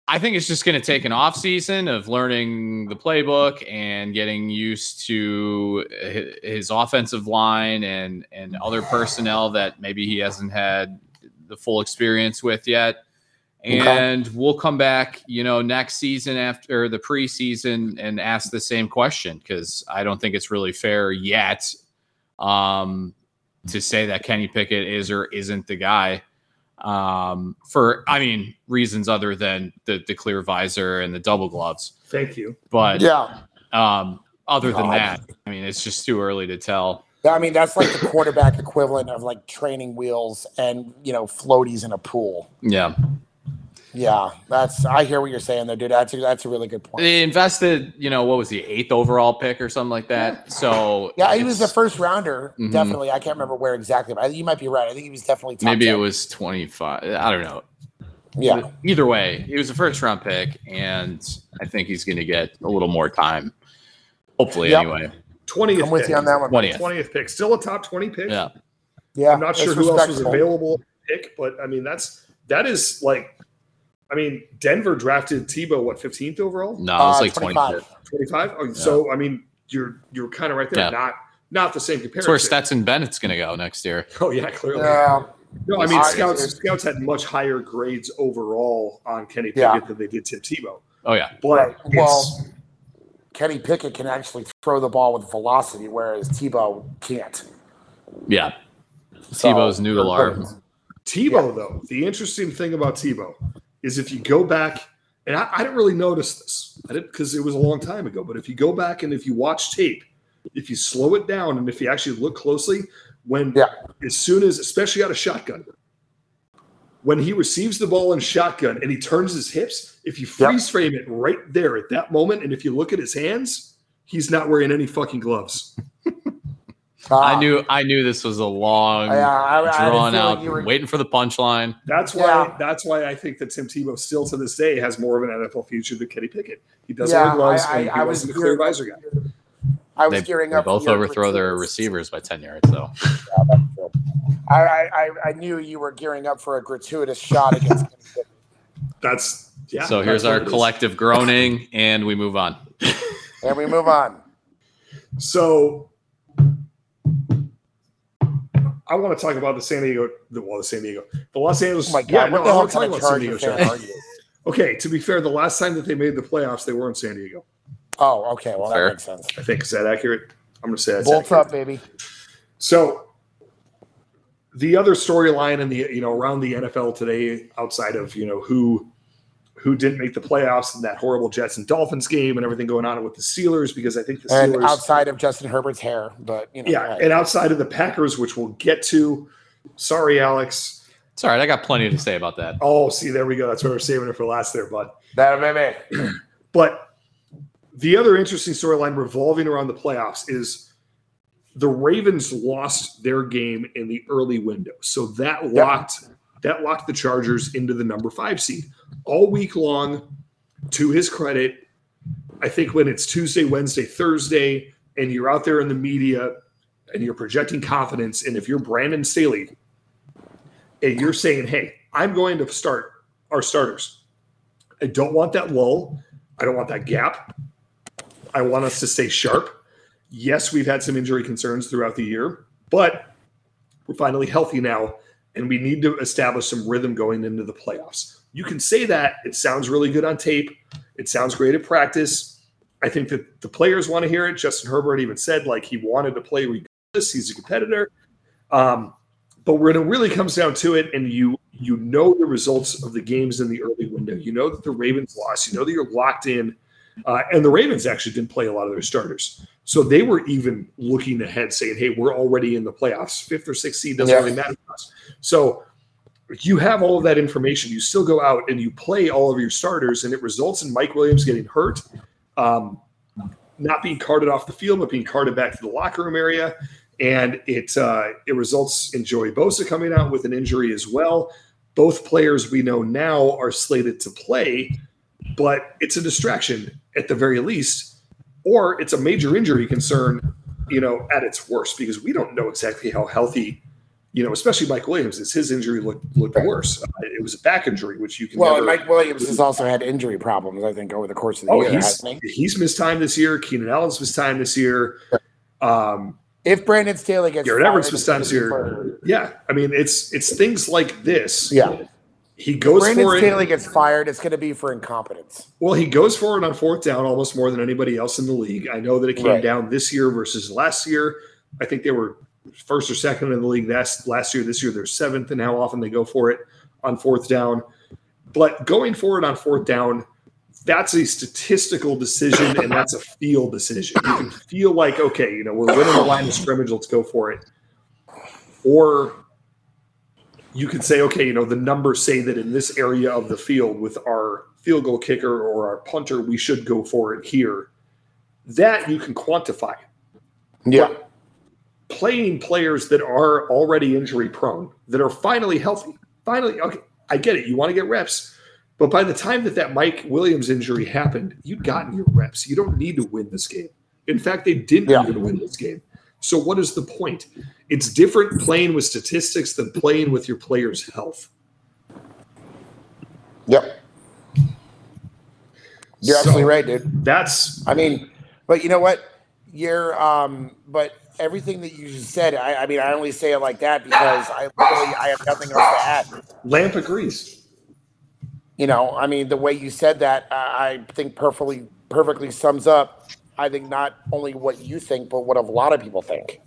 [SPEAKER 5] I think it's just going to take an off season of learning the playbook and getting used to hi- his offensive line and and other personnel that maybe he hasn't had the full experience with yet.
[SPEAKER 1] Okay.
[SPEAKER 5] And we'll come back, you know, next season after the preseason and ask the same question because I don't think it's really fair yet um, to say that Kenny Pickett is or isn't the guy um, for I mean reasons other than the the clear visor and the double gloves.
[SPEAKER 4] Thank you.
[SPEAKER 5] But
[SPEAKER 1] Yeah.
[SPEAKER 5] um, other than
[SPEAKER 1] No, I-
[SPEAKER 5] that, I mean it's just too early to tell.
[SPEAKER 1] I mean, that's like the quarterback equivalent of like training wheels and, you know, floaties in a pool.
[SPEAKER 5] Yeah,
[SPEAKER 1] Yeah. That's, I hear what you're saying there, dude. That's a, that's a really good point.
[SPEAKER 5] they invested you know what was the eighth overall pick or something like that. So
[SPEAKER 1] Yeah. He was the
[SPEAKER 5] it's-
[SPEAKER 1] first rounder,
[SPEAKER 5] Mhm.
[SPEAKER 1] definitely. I can't remember where exactly, but I- you might be right. I think he was definitely top
[SPEAKER 5] maybe it
[SPEAKER 1] 10.
[SPEAKER 5] was twenty five. I don't know.
[SPEAKER 1] Yeah.
[SPEAKER 5] Either way, he was a first round pick, and I think he's going to get a little more time. Hopefully,
[SPEAKER 1] Yep.
[SPEAKER 5] anyway.
[SPEAKER 4] 20th
[SPEAKER 1] I'm with
[SPEAKER 4] pick.
[SPEAKER 1] you on that one.
[SPEAKER 5] 20th.
[SPEAKER 4] 20th pick. Still a top 20 pick.
[SPEAKER 5] Yeah.
[SPEAKER 1] Yeah.
[SPEAKER 4] I'm not
[SPEAKER 1] that's
[SPEAKER 4] sure who else was
[SPEAKER 1] respectable.
[SPEAKER 4] available pick, but I mean that's that is like I mean Denver drafted Tebow what 15th overall?
[SPEAKER 5] No, it was
[SPEAKER 1] Uh,
[SPEAKER 5] like 25.
[SPEAKER 1] 25.
[SPEAKER 4] 25? Oh, So I mean you're you're kind of right there.
[SPEAKER 5] Yeah.
[SPEAKER 4] Not not the same comparison.
[SPEAKER 5] That's where Stetson Bennett's going to go next year.
[SPEAKER 4] <laughs> Oh yeah, clearly.
[SPEAKER 1] Yeah.
[SPEAKER 4] No, I mean
[SPEAKER 1] I-
[SPEAKER 4] scouts scouts had much higher grades overall on Kenny Pickett
[SPEAKER 1] Yeah.
[SPEAKER 4] than they did Tim Tebow.
[SPEAKER 5] Oh, yeah.
[SPEAKER 4] But
[SPEAKER 1] Right.
[SPEAKER 4] it's-
[SPEAKER 1] Well, Kenny Pickett can actually throw the ball with velocity, whereas Tebow can't.
[SPEAKER 5] Yeah.
[SPEAKER 1] So-
[SPEAKER 5] Tebow's noodle arm.
[SPEAKER 4] Tebow, though, the interesting thing about Tebow is if you go back, and I, I didn't really notice this, I didn't because it was a long time ago. But if you go back and if you watch tape, if you slow it down and if you actually look closely, when
[SPEAKER 1] Yeah.
[SPEAKER 4] as soon as, especially out of shotgun, when he receives the ball in shotgun and he turns his hips, if you
[SPEAKER 1] Yep.
[SPEAKER 4] freeze frame it right there at that moment, and if you look at his hands, he's not wearing any fucking gloves.
[SPEAKER 5] I
[SPEAKER 1] Ah,
[SPEAKER 5] knew I knew this was a long,
[SPEAKER 1] Yeah, I, I had a
[SPEAKER 5] Um, drawn
[SPEAKER 1] feeling
[SPEAKER 5] out,
[SPEAKER 1] you were-
[SPEAKER 5] waiting for the punchline.
[SPEAKER 4] That's why.
[SPEAKER 1] Yeah.
[SPEAKER 4] That's why I think that Tim Tebow still to this day has more of an NFL future than Kenny Pickett. He doesn't
[SPEAKER 1] yeah,
[SPEAKER 4] wear gloves.
[SPEAKER 1] I,
[SPEAKER 4] and
[SPEAKER 1] I,
[SPEAKER 4] he
[SPEAKER 1] I was
[SPEAKER 4] wasn't a clear
[SPEAKER 1] gearing up
[SPEAKER 4] visor guy.
[SPEAKER 1] for- I was
[SPEAKER 5] They,
[SPEAKER 1] gearing
[SPEAKER 5] they
[SPEAKER 1] up. for
[SPEAKER 5] both
[SPEAKER 1] your
[SPEAKER 5] overthrow their
[SPEAKER 1] gratuitous-
[SPEAKER 5] receivers by 10 yards, though.
[SPEAKER 1] Yeah, that's true. I, I, I- I knew you were gearing up for a gratuitous shot against Kenny Pickett.
[SPEAKER 4] That's yeah.
[SPEAKER 5] so here's
[SPEAKER 4] that's
[SPEAKER 5] our
[SPEAKER 4] what it is.
[SPEAKER 5] collective groaning, and we move on.
[SPEAKER 1] And we move on.
[SPEAKER 4] So I want to talk about the San Diego. The, well, the San Diego, the Los Angeles.
[SPEAKER 1] Oh my God,
[SPEAKER 4] yeah,
[SPEAKER 1] what the
[SPEAKER 4] no, I
[SPEAKER 1] hell
[SPEAKER 4] want to talk
[SPEAKER 1] kind
[SPEAKER 4] about
[SPEAKER 1] of
[SPEAKER 4] San Diego.
[SPEAKER 1] Chargers fan
[SPEAKER 4] Chargers.
[SPEAKER 1] are you?
[SPEAKER 4] Okay, to be fair, the last time that they made the playoffs, they were in San Diego.
[SPEAKER 1] Oh, okay. Well,
[SPEAKER 5] Fair.
[SPEAKER 1] that makes sense.
[SPEAKER 4] I think is that accurate? I'm going to say that's
[SPEAKER 1] Bolts
[SPEAKER 4] accurate.
[SPEAKER 1] up, baby.
[SPEAKER 4] So the other storyline in the you know around the NFL today, outside of you know who who didn't make the playoffs and that horrible Jets and Dolphins game and everything going on with the Steelers, because I think the
[SPEAKER 1] And
[SPEAKER 4] Steelers,
[SPEAKER 1] outside of Justin Herbert's hair, but you know,
[SPEAKER 4] yeah,
[SPEAKER 1] hey.
[SPEAKER 4] and outside of the Packers, which we'll get to. Sorry, Alex.
[SPEAKER 5] It's all right. I got plenty to say about that.
[SPEAKER 4] Oh, see, there we go. That's why we're saving it for last there, bud.
[SPEAKER 1] That baby.
[SPEAKER 4] But the other interesting storyline revolving around the playoffs is the Ravens lost their game in the early window. So that locked that locked the Chargers into the number 5 seed. All week long to his credit, I think when it's Tuesday, Wednesday, Thursday and you're out there in the media and you're projecting confidence and if you're Brandon Staley and you're saying, "Hey, I'm going to start our starters. I don't want that lull. I don't want that gap. I want us to stay sharp. Yes, we've had some injury concerns throughout the year, but we're finally healthy now, and we need to establish some rhythm going into the playoffs. You can say that. It sounds really good on tape. It sounds great at practice. I think that the players want to hear it. Justin Herbert even said like he wanted to play regardless. He's a competitor. Um, but when it really comes down to it, and you you know the results of the games in the early window, you know that the Ravens lost, you know that you're locked in, uh, and the Ravens actually didn't play a lot of their starters, so they were even looking ahead, saying, "Hey, we're already in the playoffs, fifth or sixth seed doesn't
[SPEAKER 1] Yeah.
[SPEAKER 4] really matter to us." So you have all of that information. You still go out and you play all of your starters, and it results in Mike Williams getting hurt. Um, not being carted off the field, but being carted back to the locker room area and it uh, it results in Joey Bosa coming out with an injury as well. Both players we know now are slated to play, but it's a distraction at the very least, or it's a major injury concern, you know, at its worst because we don't know exactly how healthy, you know, especially Mike Williams. Is his injury looked looked
[SPEAKER 1] Right.
[SPEAKER 4] worse? Uh, it was a back injury, which you can
[SPEAKER 1] Well,
[SPEAKER 4] never-
[SPEAKER 1] and Mike Williams has also had injury problems, I think, over the course of the
[SPEAKER 4] Oh,
[SPEAKER 1] year,
[SPEAKER 4] he's,
[SPEAKER 1] hasn't he?
[SPEAKER 4] he's missed time this year. Keenan Allen's missed time this year. Um,
[SPEAKER 1] If Brandon Staley gets
[SPEAKER 4] Garrett Everett's
[SPEAKER 1] fired,
[SPEAKER 4] sometimes here. Yeah, I mean it's it's things like this.
[SPEAKER 1] Yeah.
[SPEAKER 4] he goes
[SPEAKER 1] Brandon
[SPEAKER 4] for it.
[SPEAKER 1] Staley gets fired, it's going to be for incompetence.
[SPEAKER 4] Well, he goes for it on fourth down almost more than anybody else in the league. I know that it came
[SPEAKER 1] Right.
[SPEAKER 4] down this year versus last year. I think they were first or second in the league last last year. This year they're seventh, and how often they go for it on fourth down. But going for it on fourth down, that's a statistical decision and that's a feel decision. You can feel like, okay, you know, we're winning the line of scrimmage, let's go for it. Or you could say, okay, you know, the numbers say that in this area of the field with our field goal kicker or our punter, we should go for it here. That you can quantify.
[SPEAKER 1] Yeah.
[SPEAKER 4] Playing players that are already injury prone, that are finally healthy, finally, okay, I get it. You want to get reps. But by the time that that Mike Williams injury happened, you'd gotten your reps. You don't need to win this game. In fact, they didn't
[SPEAKER 1] Yeah.
[SPEAKER 4] even win this game. So what is the point? It's different playing with statistics than playing with your players' health.
[SPEAKER 1] Yep. You're
[SPEAKER 4] So-
[SPEAKER 1] absolutely right, dude.
[SPEAKER 4] That's
[SPEAKER 1] I mean, but you know what? You're um but everything that you just said, I, I mean I only say it like that because I literally I have nothing else to add.
[SPEAKER 4] Lamp agrees.
[SPEAKER 1] You know, I mean the way you said that, I, I think perfectly perfectly sums up I think not only what you think, but what a lot of people think.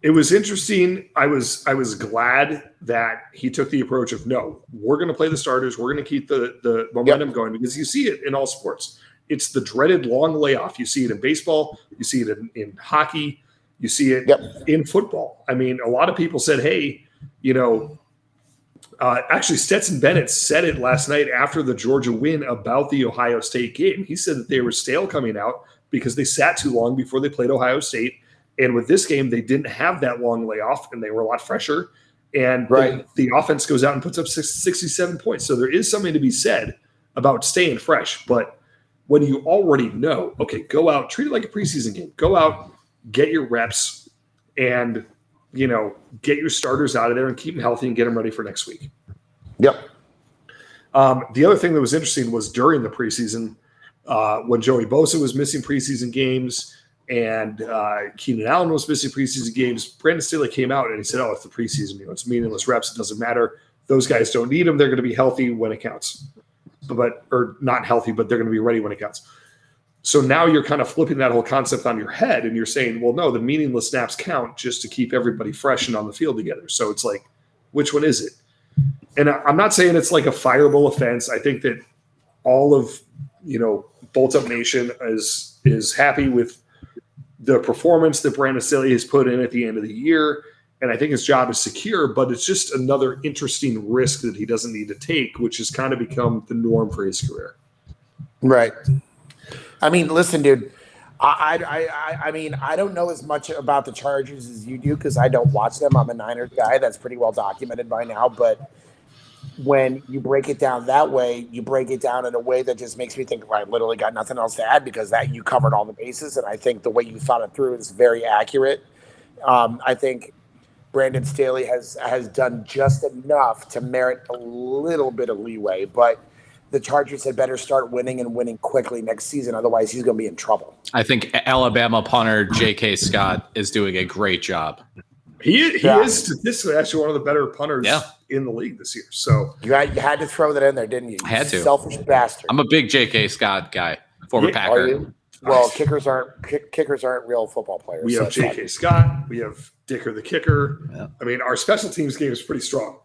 [SPEAKER 4] It was interesting. I was I was glad that he took the approach of no, we're going to play the starters. We're going to keep the the momentum going because you see it in all sports. It's the dreaded long layoff. You see it in baseball. You see it in, in hockey. You see it
[SPEAKER 1] Yep.
[SPEAKER 4] in football. I mean, a lot of people said, "Hey, you know." Uh, actually, Stetson Bennett said it last night after the Georgia win about the Ohio State game. He said that they were stale coming out because they sat too long before they played Ohio State. And with this game, they didn't have that long layoff and they were a lot fresher. And the-
[SPEAKER 1] Right.
[SPEAKER 4] the, offense goes out and puts up six, 67 points. So there is something to be said about staying fresh. But when you already know, okay, go out, treat it like a preseason game. Go out, get your reps, and you know, get your starters out of there and keep them healthy and get them ready for next week.
[SPEAKER 1] Yep.
[SPEAKER 4] Um, the other thing that was interesting was during the preseason uh, when Joey Bosa was missing preseason games and uh, Keenan Allen was missing preseason games. Brandon Staley came out and he said, "Oh, it's the preseason. You know, it's meaningless reps. It doesn't matter. Those guys don't need them. They're going to be healthy when it counts, but or not healthy, but they're going to be ready when it counts." So now you're kind of flipping that whole concept on your head, and you're saying, "Well, no, the meaningless snaps count just to keep everybody fresh and on the field together." So it's like, which one is it? and I- I'm not saying it's like a fireable offense. I think that all of you know Bolt Up Nation is is happy with the performance that Brandon Staley has put in at the end of the year. and I think his job is secure, but it's just another interesting risk that he doesn't need to take, which has kind of become the norm for his career.
[SPEAKER 1] Right. I mean, listen, dude. I, I, I, I- I mean, I don't know as much about the Chargers as you do because I don't watch them. I'm a Niners guy. That's pretty well documented by now. But when you break it down that way, you break it down in a way that just makes me think, well, I literally got nothing else to add because that you covered all the bases. And I think the way you thought it through is very accurate. Um, I think Brandon Staley has has done just enough to merit a little bit of leeway, but the Chargers had better start winning and winning quickly next season. Otherwise, he's going to be in trouble.
[SPEAKER 5] I think Alabama punter J.K. Scott is doing a great job.
[SPEAKER 4] He, he
[SPEAKER 1] Yeah.
[SPEAKER 4] is statistically actually one of the better punters
[SPEAKER 5] Yeah.
[SPEAKER 4] in the league this year. So
[SPEAKER 1] You had, you had to throw that in there, didn't you? You
[SPEAKER 5] Had to.
[SPEAKER 1] Selfish bastard.
[SPEAKER 5] I'm a big J.K. Scott guy, former
[SPEAKER 4] Yeah,
[SPEAKER 1] Are
[SPEAKER 5] Packer.
[SPEAKER 1] you? Well, kickers aren't kick, kickers aren't real football players.
[SPEAKER 4] we
[SPEAKER 1] so
[SPEAKER 4] have
[SPEAKER 1] it's not-
[SPEAKER 4] J.K. Scott, we have Dicker the kicker.
[SPEAKER 5] Yeah.
[SPEAKER 4] I mean, our special teams game is pretty strong.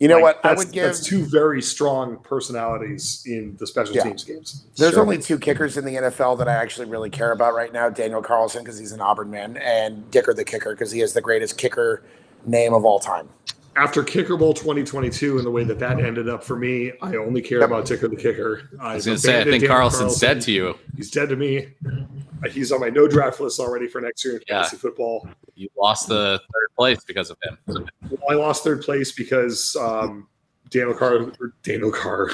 [SPEAKER 1] You know
[SPEAKER 4] Like,
[SPEAKER 1] what? I
[SPEAKER 4] That's,
[SPEAKER 1] would give.
[SPEAKER 4] that's two very strong personalities in the special
[SPEAKER 1] Yeah.
[SPEAKER 4] teams games.
[SPEAKER 1] There's
[SPEAKER 5] Sure.
[SPEAKER 1] only two kickers in the NFL that I actually really care about right now: Daniel Carlson because he's an Auburn man, and Dicker the kicker because he is the greatest kicker name of all time.
[SPEAKER 4] After Kicker Bowl 2022 and the way that that ended up for me, I only care
[SPEAKER 1] Yep.
[SPEAKER 4] about Dicker the kicker.
[SPEAKER 5] I was going to say, I think Carlson's dead to you.
[SPEAKER 4] He's dead to me. Uh, He's on my no draft list already for next year in
[SPEAKER 5] Yeah.
[SPEAKER 4] fantasy football.
[SPEAKER 5] You lost the third place because of him.
[SPEAKER 4] Well, I lost third place because um, Daniel Carr, or Daniel Carr,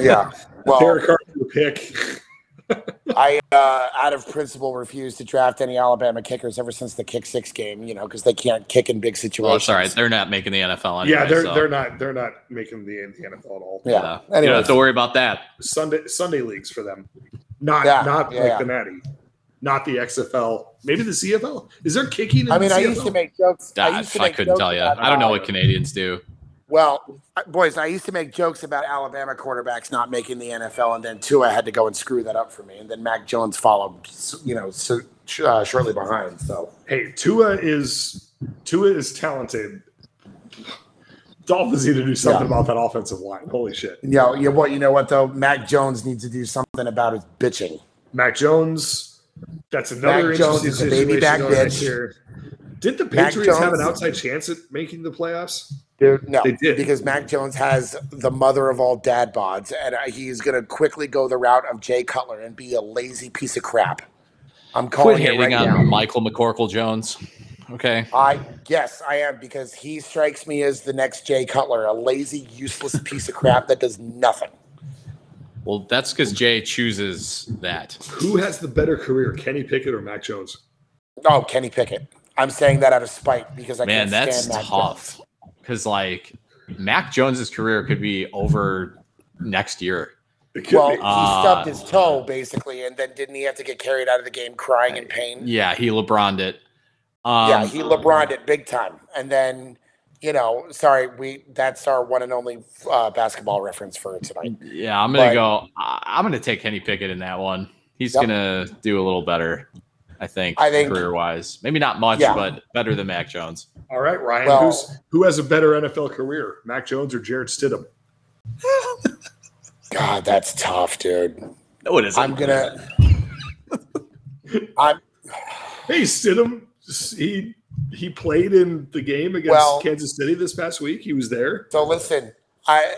[SPEAKER 1] Yeah. Well,
[SPEAKER 4] Derek Carr threw a pick.
[SPEAKER 1] I, uh, out of principle, refuse to draft any Alabama kickers ever since the kick six game. You know, because they can't kick in big situations.
[SPEAKER 5] Well, it's all right. They're not making the NFL anyway.
[SPEAKER 4] yeah, they're
[SPEAKER 5] so,
[SPEAKER 4] they're not they're not making the, the NFL at all.
[SPEAKER 1] Yeah.
[SPEAKER 5] uh, you don't
[SPEAKER 1] Anyway,
[SPEAKER 5] have to worry about that.
[SPEAKER 4] Sunday Sunday leagues for them, not
[SPEAKER 1] Yeah,
[SPEAKER 4] not
[SPEAKER 1] yeah,
[SPEAKER 4] like
[SPEAKER 1] yeah.
[SPEAKER 4] the Natty, not the XFL, maybe the CFL. Is there kicking? In
[SPEAKER 1] I mean,
[SPEAKER 4] the
[SPEAKER 1] I
[SPEAKER 4] CFL?
[SPEAKER 1] used to make jokes.
[SPEAKER 5] I,
[SPEAKER 1] used to
[SPEAKER 5] Ah, I
[SPEAKER 1] make
[SPEAKER 5] couldn't
[SPEAKER 1] jokes
[SPEAKER 5] tell you.
[SPEAKER 1] about
[SPEAKER 5] I don't know
[SPEAKER 1] how-
[SPEAKER 5] what Canadians do.
[SPEAKER 1] Well, I- boys, I used to make jokes about Alabama quarterbacks not making the NFL, and then Tua had to go and screw that up for me, and then Mac Jones followed, you know, so, uh, shortly behind. So
[SPEAKER 4] Hey, Tua is Tua is talented. Dolphins need to do something
[SPEAKER 1] Yeah.
[SPEAKER 4] about that offensive line. Holy shit!
[SPEAKER 1] you know, you what, you know what though, Mac Jones needs to do something about his bitching.
[SPEAKER 4] Mac Jones, that's another
[SPEAKER 1] Mac Jones
[SPEAKER 4] interesting
[SPEAKER 1] is a baby
[SPEAKER 4] situation
[SPEAKER 1] back
[SPEAKER 4] going on
[SPEAKER 1] bitch.
[SPEAKER 4] here. Did the
[SPEAKER 1] Mac
[SPEAKER 4] Patriots have an
[SPEAKER 1] Jones-
[SPEAKER 4] outside chance at making the playoffs?
[SPEAKER 1] Dude, no,
[SPEAKER 4] They did.
[SPEAKER 1] because Mac Jones has the mother of all dad bods, and uh, he's going to quickly go the route of Jay Cutler and be a lazy piece of crap. I'm
[SPEAKER 5] Quit
[SPEAKER 1] calling it Oh, right
[SPEAKER 5] hating on
[SPEAKER 1] now.
[SPEAKER 5] Michael McCorkle Jones. Okay.
[SPEAKER 1] I yes, I am because he strikes me as the next Jay Cutler, a lazy, useless piece of crap that does nothing.
[SPEAKER 5] Well, that's because Jay chooses that.
[SPEAKER 4] Who has the better career, Kenny Pickett or Mac Jones?
[SPEAKER 1] Oh, Kenny Pickett. I'm saying that out of spite because I can't
[SPEAKER 5] Man, that's
[SPEAKER 1] stand Mac
[SPEAKER 5] tough. Because like Mac Jones's career could be over next year.
[SPEAKER 4] It could
[SPEAKER 1] Jones. Well,
[SPEAKER 4] be.
[SPEAKER 1] he
[SPEAKER 5] Ah.
[SPEAKER 1] stubbed his toe basically, and then didn't he have to get carried out of the game crying in pain?
[SPEAKER 5] Yeah, he LeBroned it. Um,
[SPEAKER 1] yeah, he LeBroned it big time, and then you know, sorry, we that's our one and only uh, basketball reference for tonight.
[SPEAKER 5] yeah, I'm gonna
[SPEAKER 1] But-
[SPEAKER 5] go. I, I'm gonna take Kenny Pickett in that one. He's
[SPEAKER 1] Yep.
[SPEAKER 5] gonna do a little better, I think.
[SPEAKER 1] I think-
[SPEAKER 5] career wise, maybe not much,
[SPEAKER 1] Yeah.
[SPEAKER 5] but better than Mac Jones.
[SPEAKER 4] All right, Ryan.
[SPEAKER 1] Well-
[SPEAKER 4] who's, who has a better NFL career, Mac Jones or Jared Stidham?
[SPEAKER 1] God, that's tough, dude.
[SPEAKER 5] No, it isn't.
[SPEAKER 1] I'm gonna. I'm
[SPEAKER 4] Hey, Stidham, he he played in the game against
[SPEAKER 1] Well-
[SPEAKER 4] Kansas City this past week. He was there.
[SPEAKER 1] So listen, I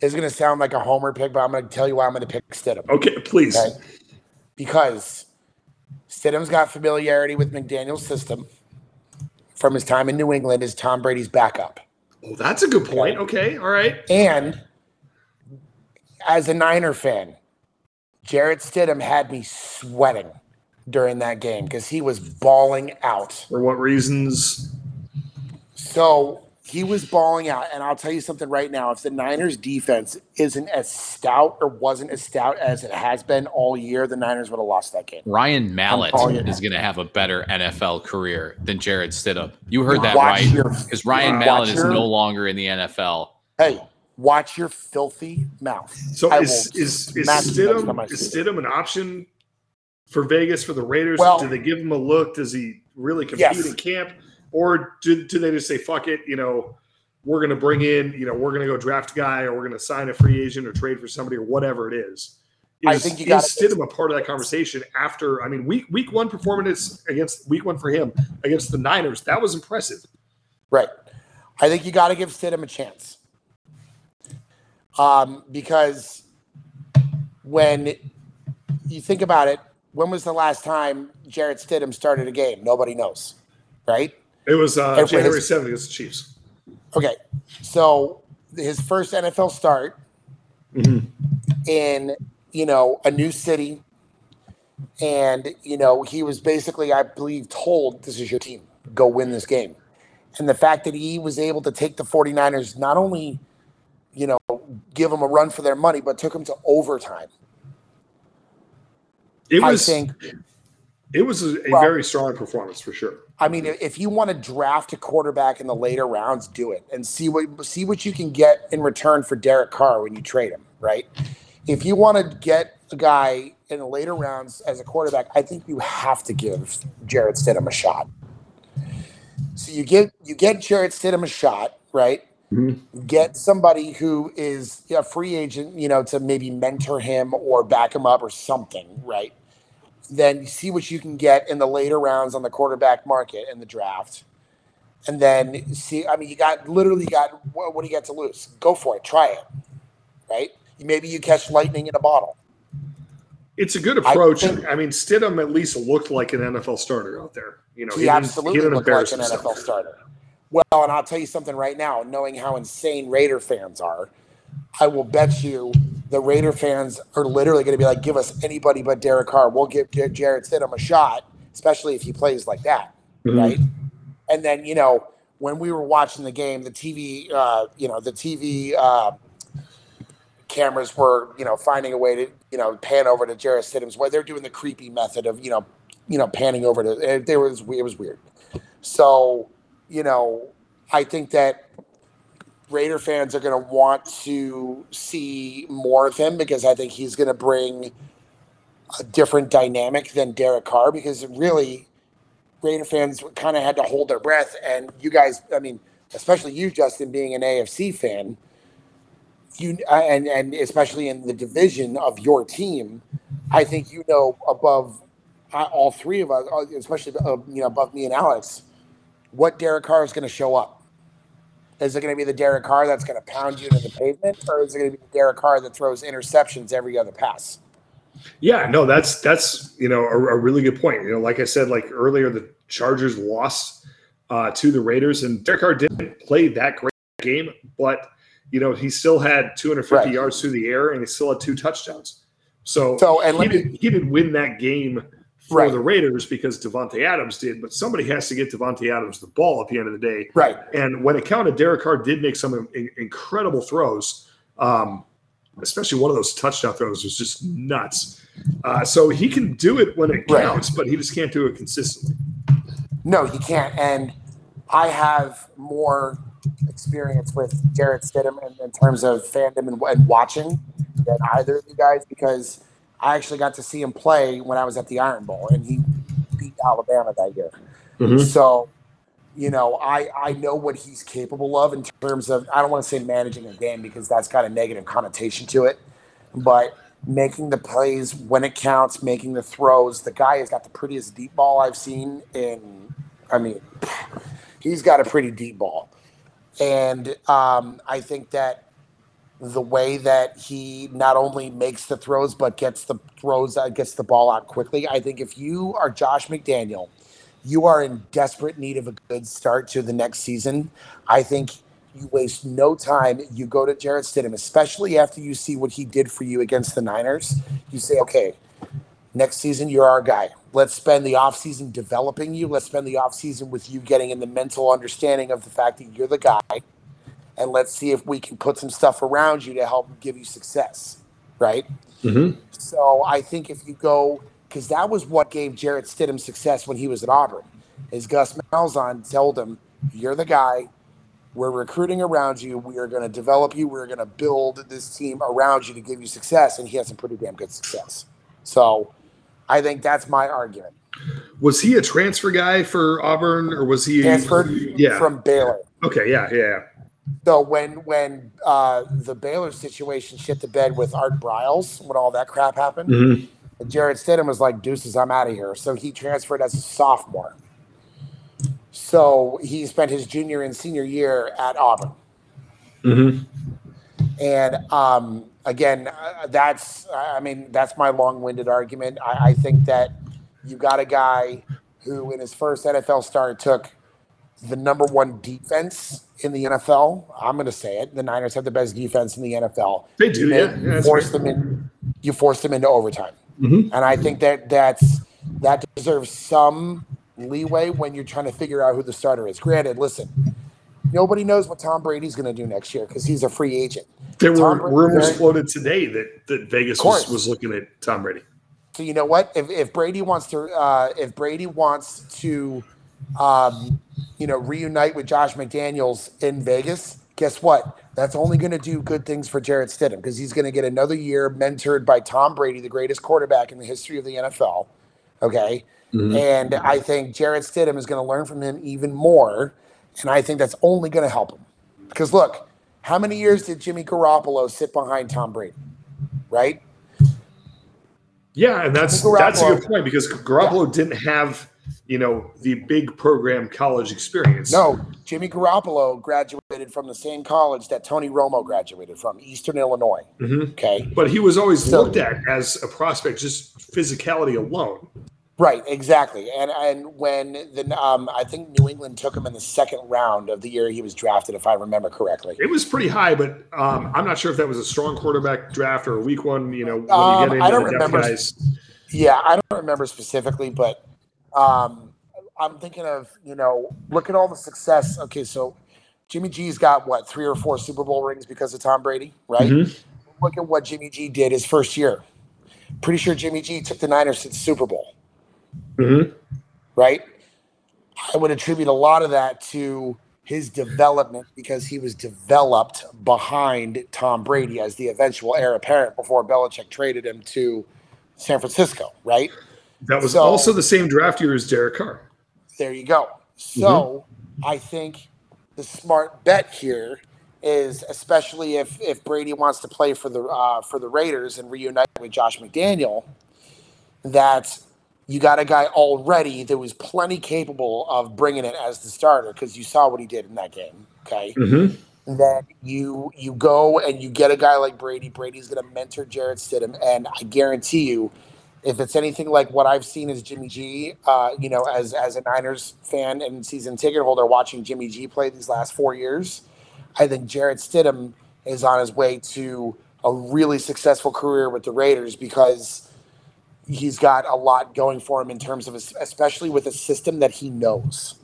[SPEAKER 1] it's gonna sound like a homer pick, but I'm gonna tell you why I'm gonna pick Stidham.
[SPEAKER 4] Okay, please.
[SPEAKER 1] Okay. Because Stidham's got familiarity with McDaniel's system from his time in New England as Tom Brady's backup.
[SPEAKER 4] Oh, that's a good point. Okay, all right.
[SPEAKER 1] And as a Niner fan, Jarrett Stidham had me sweating during that game because he was bawling out.
[SPEAKER 4] For what reasons?
[SPEAKER 1] So he was balling out, and I'll tell you something right now. If the Niners defense isn't as stout or wasn't as stout as it has been all year, the Niners would have lost that game.
[SPEAKER 5] Ryan Mallett
[SPEAKER 1] I'm calling it.
[SPEAKER 5] is going to have a better NFL career than Jared Stidham. You heard that
[SPEAKER 1] Watch
[SPEAKER 5] right?
[SPEAKER 1] your-
[SPEAKER 5] Because Ryan
[SPEAKER 4] Wow.
[SPEAKER 5] Mallett
[SPEAKER 1] Watch
[SPEAKER 5] is
[SPEAKER 1] your-
[SPEAKER 5] no longer in the NFL.
[SPEAKER 1] Hey, watch your filthy mouth.
[SPEAKER 4] So
[SPEAKER 1] I
[SPEAKER 4] is
[SPEAKER 1] will
[SPEAKER 4] is, is
[SPEAKER 1] smack you next time I
[SPEAKER 4] Stidham
[SPEAKER 1] see
[SPEAKER 4] is
[SPEAKER 1] you.
[SPEAKER 4] Stidham an option for Vegas for the Raiders?
[SPEAKER 1] Well-
[SPEAKER 4] do they give him a look? Does he really compete
[SPEAKER 1] Yes.
[SPEAKER 4] in camp, or do, do they just say fuck it? You know, we're going to bring in you know we're going to go draft a guy, or we're going to sign a free agent, or trade for somebody, or whatever it is.
[SPEAKER 1] I
[SPEAKER 4] is,
[SPEAKER 1] think you
[SPEAKER 4] is
[SPEAKER 1] gotta-
[SPEAKER 4] Stidham a part of that conversation after I mean week week one performance against week one for him against the Niners, that was impressive.
[SPEAKER 1] Right. I think you got to give Stidham a chance. Um, because when you think about it, when was the last time Jarrett Stidham started a game? Nobody knows, right?
[SPEAKER 4] It was uh,
[SPEAKER 1] Everybody's-
[SPEAKER 4] January seventh against the Chiefs.
[SPEAKER 1] Okay. So his first NFL start
[SPEAKER 4] Mhm.
[SPEAKER 1] in, you know, a new city. And, you know, he was basically, I believe, told this is your team. Go win this game. And the fact that he was able to take the 49ers, not only, you know, give them a run for their money, but took them to overtime.
[SPEAKER 4] It
[SPEAKER 1] I
[SPEAKER 4] was
[SPEAKER 1] think,
[SPEAKER 4] it was a, a
[SPEAKER 1] Well-
[SPEAKER 4] very strong performance for sure.
[SPEAKER 1] I mean, if you want to draft a quarterback in the later rounds, do it and see what see what you can get in return for Derek Carr when you trade him, right? if you want to get a guy in the later rounds as a quarterback, I think you have to give Jared Stidham a shot. So you get you get Jared Stidham a shot, right? Get somebody who is a free agent, you know, to maybe mentor him or back him up or something, right? Then you see what you can get in the later rounds on the quarterback market in the draft. And then see, I mean, you got literally you got what, what do you got to lose? Go for it, try it right? Maybe you catch lightning in a bottle.
[SPEAKER 4] It's a good approach. I,
[SPEAKER 1] think-
[SPEAKER 4] mean, Stidham at least looked like an NFL starter out there. You know,
[SPEAKER 1] He,
[SPEAKER 4] didn't-
[SPEAKER 1] absolutely
[SPEAKER 4] didn't
[SPEAKER 1] looked like
[SPEAKER 4] embarrass
[SPEAKER 1] an
[SPEAKER 4] himself.
[SPEAKER 1] NFL starter. Well, and I'll tell you something right now, knowing how insane Raider fans are, I will bet you the Raider fans are literally going to be like, give us anybody but Derek Carr. We'll give Jar- Jarrett Stidham a shot, especially if he plays like that,
[SPEAKER 4] Mhm.
[SPEAKER 1] right? And then, you know, when we were watching the game, the TV, uh, you know, the TV uh, cameras were, you know, finding a way to, you know, pan over to Jarrett Stidham's way. They're doing the creepy method of, you know, you know, panning over to. It, there was it was weird. So, you know, I think that Raider fans are going to want to see more of him because I think he's going to bring a different dynamic than Derek Carr because really Raider fans kind of had to hold their breath and you guys, I mean, especially you Justin being an AFC fan, you uh, and and especially in the division of your team, I think you know above uh, all three of us, uh, especially uh, you know above me and Alex, what Derek Carr is going to show up. Is it going to be the Derek Carr that's going to pound you into the pavement, or is it going to be the Derek Carr that throws interceptions every other pass?
[SPEAKER 4] Yeah, no, that's that's you know a, a really good point. You know, like I said, like earlier, the Chargers lost uh, to the Raiders, and Derek Carr didn't play that great game, but you know he still had 250
[SPEAKER 1] Right.
[SPEAKER 4] yards through the air, and he still had two touchdowns. So,
[SPEAKER 1] So, and
[SPEAKER 4] he
[SPEAKER 1] let me-
[SPEAKER 4] did he did win that game for
[SPEAKER 1] Right.
[SPEAKER 4] the Raiders because Devontae Adams did, but somebody has to get Devontae Adams the ball at the end of the day.
[SPEAKER 1] Right.
[SPEAKER 4] And when it counted, Derek Carr did make some in- incredible throws. Um, especially one of those touchdown throws was just nuts. Uh, so he can do it when it
[SPEAKER 1] Right.
[SPEAKER 4] counts, but he just can't do it consistently.
[SPEAKER 1] No, you can't. And I have more experience with Jared Stidham in, in terms of fandom and, and watching than either of you guys because I actually got to see him play when I was at the Iron Bowl, and he beat Alabama that year.
[SPEAKER 4] Mhm.
[SPEAKER 1] So, you know, I I know what he's capable of in terms of I don't want to say managing a game because that's got a negative connotation to it, but making the plays when it counts, making the throws. The guy has got the prettiest deep ball I've seen in. I mean, he's got a pretty deep ball, and um, I think that the way that he not only makes the throws but gets the throws uh, gets the ball out quickly. I think if you are Josh McDaniel, you are in desperate need of a good start to the next season. I think you waste no time. You go to Jarrett Stidham, especially after you see what he did for you against the Niners. You say, okay, next season you're our guy. Let's spend the offseason developing you. Let's spend the offseason with you getting in the mental understanding of the fact that you're the guy. And let's see if we can put some stuff around you to help give you success. Right? So I think if you go, because that was what gave Jarrett Stidham success when he was at Auburn, is Gus Malzahn told him, "You're the guy. We're recruiting around you. We are going to develop you. We're going to build this team around you to give you success." And he had some pretty damn good success. So I think that's my argument.
[SPEAKER 4] Was he a transfer guy for Auburn, or was he
[SPEAKER 1] Transferred
[SPEAKER 4] Yeah.
[SPEAKER 1] from Baylor.
[SPEAKER 4] okay, yeah, yeah.
[SPEAKER 1] So when when uh, the Baylor situation shit the bed with Art Briles, when all that crap happened, Jared Stidham was like, "Deuces, I'm out of here." So he transferred as a sophomore. So he spent his junior and senior year at Auburn. And um, again, uh, that's I I mean that's my long-winded argument. I, I think that you got a guy who, in his first NFL start, took the number one defense in the NFL. I'm going to say it: the Niners have the best defense in the NFL.
[SPEAKER 4] They do,
[SPEAKER 1] You
[SPEAKER 4] yeah.
[SPEAKER 1] made-
[SPEAKER 4] Yeah, that's
[SPEAKER 1] force
[SPEAKER 4] right.
[SPEAKER 1] them in. You force them into overtime,
[SPEAKER 4] Mhm.
[SPEAKER 1] and I think that that's that deserves some leeway when you're trying to figure out who the starter is. Granted, listen, nobody knows what Tom Brady's going to do next year because he's a free agent.
[SPEAKER 4] There
[SPEAKER 1] Tom
[SPEAKER 4] were
[SPEAKER 1] Brady-
[SPEAKER 4] rumors floated today that, that Vegas
[SPEAKER 1] Of
[SPEAKER 4] was,
[SPEAKER 1] course.
[SPEAKER 4] was looking at Tom Brady.
[SPEAKER 1] So you know what? If, if Brady wants to, uh, if Brady wants to, um, you know, reunite with Josh McDaniels in Vegas, guess what? That's only going to do good things for Jarrett Stidham because he's going to get another year mentored by Tom Brady, the greatest quarterback in the history of the NFL. Okay, and I think Jarrett Stidham is going to learn from him even more, and I think that's only going to help him. Because look, how many years did Jimmy Garoppolo sit behind Tom Brady? Right.
[SPEAKER 4] Yeah, and that's
[SPEAKER 1] Garoppolo-
[SPEAKER 4] that's a good point because Garoppolo didn't have you know the big program college experience.
[SPEAKER 1] No, Jimmy Garoppolo graduated from the same college that Tony Romo graduated from, Eastern Illinois.
[SPEAKER 4] Mhm.
[SPEAKER 1] Okay.
[SPEAKER 4] but he was always
[SPEAKER 1] So-
[SPEAKER 4] looked at as a prospect just physicality alone.
[SPEAKER 1] Right, exactly. And and when the um I think New England took him in the second round of the year he was drafted, if I remember correctly.
[SPEAKER 4] It was pretty high, but um, I'm not sure if that was a strong quarterback draft or a weak one. You know, when you
[SPEAKER 1] Um,
[SPEAKER 4] get into
[SPEAKER 1] I don't
[SPEAKER 4] the depth
[SPEAKER 1] remember.
[SPEAKER 4] guys.
[SPEAKER 1] Yeah, I don't remember specifically, but um I'm thinking of, you know, look at all the success. Okay, so Jimmy G's got what, three or four Super Bowl rings because of Tom Brady, right?
[SPEAKER 4] Mhm.
[SPEAKER 1] Look at what Jimmy G did his first year. Pretty sure Jimmy G took the Niners to the Super Bowl.
[SPEAKER 4] Mhm.
[SPEAKER 1] right? I would attribute a lot of that to his development because he was developed behind Tom Brady as the eventual heir apparent before Belichick traded him to San Francisco, right?
[SPEAKER 4] That was
[SPEAKER 1] So-
[SPEAKER 4] also the same draft year as Derek Carr.
[SPEAKER 1] There you go. So I think the smart bet here is, especially if if Brady wants to play for the uh, for the Raiders and reunite with Josh McDaniel, that you got a guy already that was plenty capable of bringing it as the starter because you saw what he did in that game. Okay,
[SPEAKER 4] Mhm.
[SPEAKER 1] then you you go and you get a guy like Brady. Brady's going to mentor Jared Stidham, and I guarantee you, if it's anything like what I've seen as Jimmy G, uh, you know, as as a Niners fan and season ticket holder watching Jimmy G play these last four years, I think Jared Stidham is on his way to a really successful career with the Raiders because he's got a lot going for him in terms of his, especially with a system that he knows.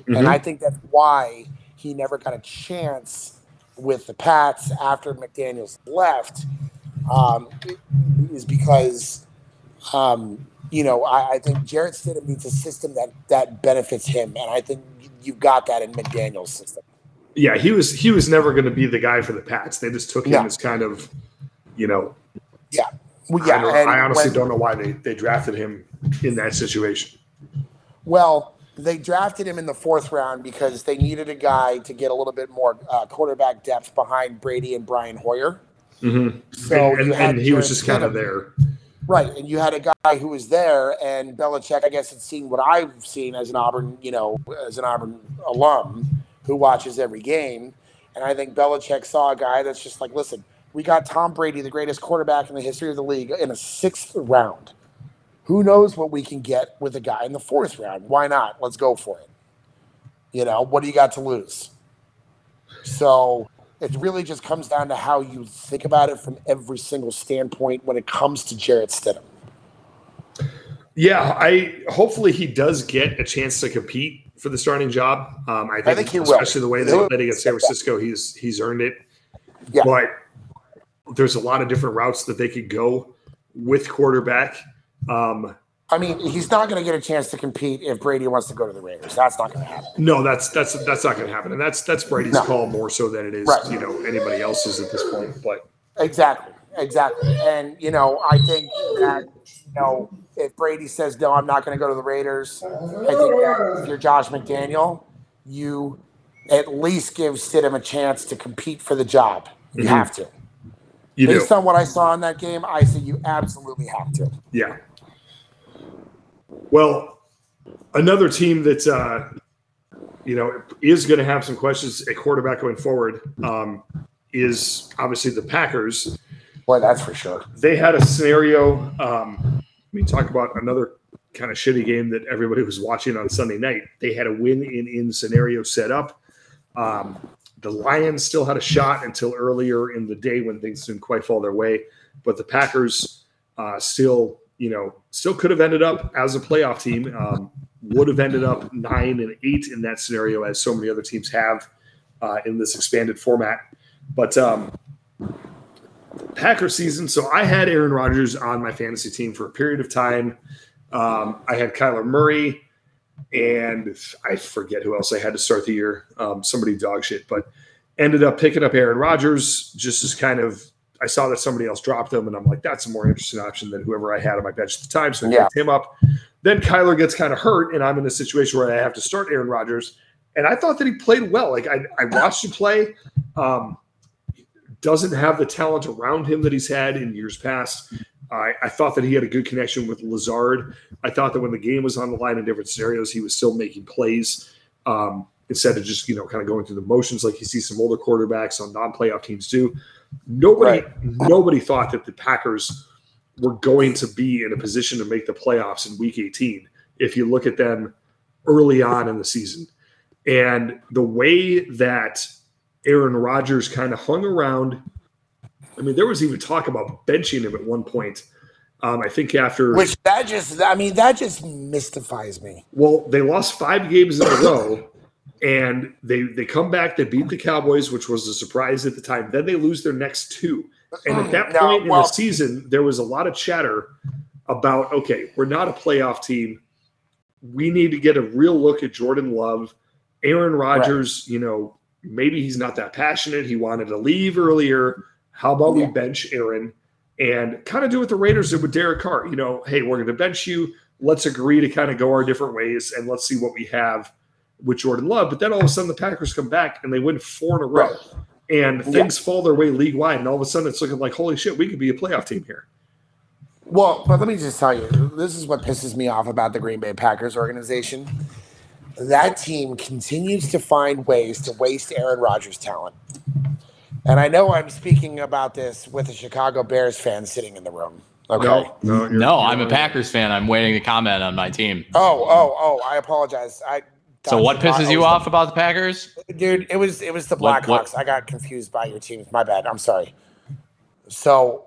[SPEAKER 4] Mm-hmm.
[SPEAKER 1] And I think that's why he never got a chance with the Pats after McDaniels left, um, is because, um, you know, I, I think Jared Stidham needs a system that, that benefits him. And I think you've got that in McDaniels' system.
[SPEAKER 4] Yeah, he was he was never going to be the guy for the Pats. They just took him
[SPEAKER 1] No.
[SPEAKER 4] as kind of, you know,
[SPEAKER 1] Yeah. Well,
[SPEAKER 4] I,
[SPEAKER 1] yeah.
[SPEAKER 4] don't-
[SPEAKER 1] and
[SPEAKER 4] I honestly
[SPEAKER 1] when-
[SPEAKER 4] don't know why they, they drafted him in that situation.
[SPEAKER 1] Well, they drafted him in the fourth round because they needed a guy to get a little bit more uh, quarterback depth behind Brady and Brian Hoyer. So
[SPEAKER 4] and,
[SPEAKER 1] you
[SPEAKER 4] and,
[SPEAKER 1] had
[SPEAKER 4] and he
[SPEAKER 1] Jared
[SPEAKER 4] was just kind
[SPEAKER 1] Stidham.
[SPEAKER 4] of there.
[SPEAKER 1] Right, and you had a guy who was there, and Belichick, I guess, had seen what I've seen as an Auburn, you know, as an Auburn alum who watches every game, and I think Belichick saw a guy that's just like, listen, we got Tom Brady, the greatest quarterback in the history of the league, in a sixth round. Who knows what we can get with a guy in the fourth round? Why not? Let's go for it. You know, what do you got to lose? So it really just comes down to how you think about it from every single standpoint when it comes to Jarrett Stidham.
[SPEAKER 4] Yeah, I hopefully he does get a chance to compete for the starting job. Um, I, think
[SPEAKER 1] think he will.
[SPEAKER 4] especially the way they
[SPEAKER 1] He'll-
[SPEAKER 4] played against San Francisco, he's he's earned it.
[SPEAKER 1] Yeah.
[SPEAKER 4] But there's a lot of different routes that they could go with quarterback. Um,
[SPEAKER 1] I mean, he's not going to get a chance to compete if Brady wants to go to the Raiders. That's not going to happen.
[SPEAKER 4] no, that's that's that's not going to happen, and that's that's Brady's
[SPEAKER 1] No.
[SPEAKER 4] call more so than it is
[SPEAKER 1] Right.
[SPEAKER 4] you know anybody else's at this point. But
[SPEAKER 1] Exactly. Exactly. And, you know, I think that, you know, if Brady says, no, I'm not going to go to the Raiders, I think that if you're Josh McDaniel, you at least give Stidham a chance to compete for the job. You have to.
[SPEAKER 4] Mm-hmm. You do.
[SPEAKER 1] Based on what I saw in that game, I say you absolutely have to.
[SPEAKER 4] Yeah. Well, another team that uh, you know is going to have some questions at quarterback going forward um, is obviously the Packers.
[SPEAKER 1] Boy, that's for sure.
[SPEAKER 4] They had a scenario. Um, I mean, talk about another kind of shitty game that everybody was watching on Sunday night. They had a win in in scenario set up. Um, the Lions still had a shot until earlier in the day when things didn't quite fall their way, but the Packers uh, still, you know, still could have ended up as a playoff team. Um, would have ended up nine and eight in that scenario, as so many other teams have uh, in this expanded format. But um, Packer season. So I had Aaron Rodgers on my fantasy team for a period of time. Um, I had Kyler Murray, and I forget who else I had to start the year. Um, somebody dog shit, but ended up picking up Aaron Rodgers just as kind of. I saw that somebody else dropped him, and I'm like, that's a more interesting option than whoever I had on my bench at the time. So I
[SPEAKER 1] Yeah.
[SPEAKER 4] picked him up. Then Kyler gets kind of hurt, and I'm in a situation where I have to start Aaron Rodgers. And I thought that he played well. Like I, I watched him play. Um, doesn't have the talent around him that he's had in years past. I, I thought that he had a good connection with Lazard. I thought that when the game was on the line in different scenarios, he was still making plays um, instead of just you know kind of going through the motions like you see some older quarterbacks on non-playoff teams do. Nobody, nobody thought that the Packers were going to be in a position to make the playoffs in Week 18. If you look at them early on in the season, and the way that Aaron Rodgers kind of hung around. I mean, there was even talk about benching him at one point. Um, I think after
[SPEAKER 1] Which that just, I mean, that just mystifies me.
[SPEAKER 4] well, they lost five games in a row, and they they come back. They beat the Cowboys, which was a surprise at the time. Then they lose their next two, and at that
[SPEAKER 1] No,
[SPEAKER 4] point in
[SPEAKER 1] Mm, well-
[SPEAKER 4] the season, there was a lot of chatter about okay, we're not a playoff team. We need to get a real look at Jordan Love, Aaron Rodgers. You know, maybe he's not that passionate. He wanted to leave earlier. How about
[SPEAKER 1] Yeah.
[SPEAKER 4] we bench Aaron and kind of do what the Raiders did with Derek Carr? You know, hey, we're going to bench you let's agree to kind of go our different ways and let's see what we have with Jordan Love. But then all of a sudden the Packers come back and they win four in a row. And things fall their way league wide, and all of a sudden it's looking like, holy shit, we could be a playoff team here.
[SPEAKER 1] Well, but let me just tell you, this is what pisses me off about the Green Bay Packers organization. That team continues to find ways to waste Aaron Rodgers' talent. And I know I'm speaking about this with a Chicago Bears fan sitting in the room. Okay.
[SPEAKER 4] no, you're-
[SPEAKER 5] No,
[SPEAKER 4] you're
[SPEAKER 5] I'm a
[SPEAKER 4] right.
[SPEAKER 5] Packers fan. I'm waiting to comment on my team.
[SPEAKER 1] Oh, oh, oh! I apologize. I
[SPEAKER 5] So what pisses you off about the Packers?
[SPEAKER 1] dude? It was it was the
[SPEAKER 5] What- what-
[SPEAKER 1] Blackhawks. I got confused by your teams. My bad. I'm sorry. So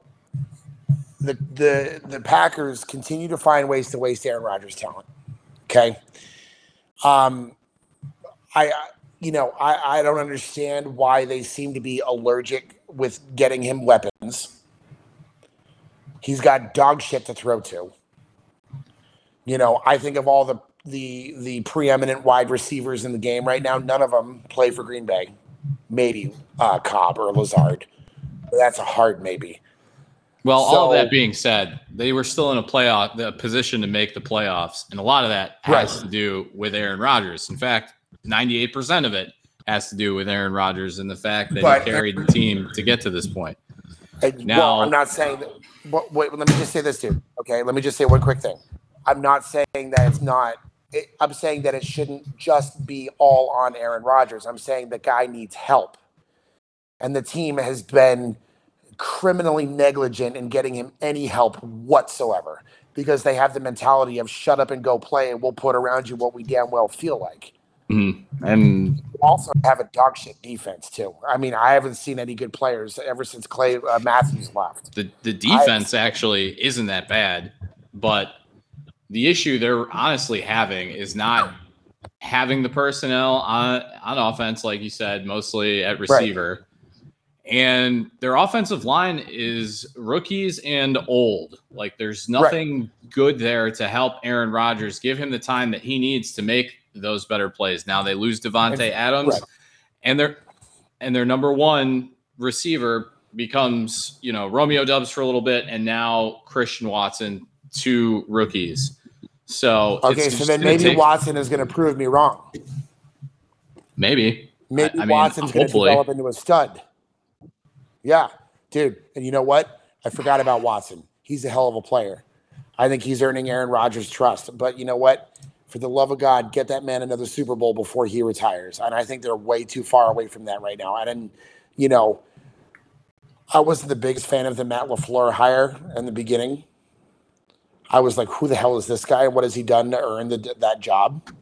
[SPEAKER 1] the the the Packers continue to find ways to waste Aaron Rodgers' talent. Okay. Um, I I- you know I I don't understand why they seem to be allergic with getting him weapons. He's got dog shit to throw to. You know, I think of all the the the preeminent wide receivers in the game right now, none of them play for Green Bay. Maybe uh, Cobb or Lazard. But that's a hard maybe.
[SPEAKER 5] Well, all of
[SPEAKER 1] So-
[SPEAKER 5] that being said, they were still in a playoff the position to make the playoffs, and a lot of that has
[SPEAKER 1] Right.
[SPEAKER 5] to do with Aaron Rodgers. In fact, ninety-eight percent of it has to do with Aaron Rodgers and the fact that
[SPEAKER 1] But-
[SPEAKER 5] he carried the team to get to this point.
[SPEAKER 1] And, well,
[SPEAKER 5] Now-
[SPEAKER 1] I'm not saying that. But wait, let me just say this, dude. Okay, let me just say one quick thing. I'm not saying that it's not. It, I'm saying that it shouldn't just be all on Aaron Rodgers. I'm saying the guy needs help, and the team has been criminally negligent in getting him any help whatsoever because they have the mentality of shut up and go play, and we'll put around you what we damn well feel like
[SPEAKER 5] And
[SPEAKER 1] also have a dog shit defense too. I mean, I haven't seen any good players ever since Clay uh, Matthews left.
[SPEAKER 5] the the defense actually isn't that bad, but the issue they're honestly having is not having the personnel on on offense, like you said, mostly at receiver. And their offensive line is rookies and old. Like there's nothing good there to help Aaron Rodgers give him the time that he needs to make those better plays. Now they lose Devontae
[SPEAKER 1] Ex-
[SPEAKER 5] Adams
[SPEAKER 1] right.
[SPEAKER 5] and their and their number one receiver becomes, you know, Romeo Dubs for a little bit and now Christian Watson, two rookies. So it's
[SPEAKER 1] Okay, so
[SPEAKER 5] just
[SPEAKER 1] then
[SPEAKER 5] gonna
[SPEAKER 1] maybe
[SPEAKER 5] take-
[SPEAKER 1] Watson is going to prove me wrong.
[SPEAKER 5] maybe I
[SPEAKER 1] Maybe
[SPEAKER 5] mean,
[SPEAKER 1] Watson's going to
[SPEAKER 5] hopefully.
[SPEAKER 1] develop into a stud. Yeah, dude. And you know what? I forgot about Watson. He's a hell of a player. I think he's earning Aaron Rodgers' trust. But you know what? For the love of God, get that man another Super Bowl before he retires. And I think they're way too far away from that right now. I didn't, you know, I wasn't the biggest fan of the Matt LaFleur hire in the beginning. I was like, who the hell is this guy? What has he done to earn the, that job?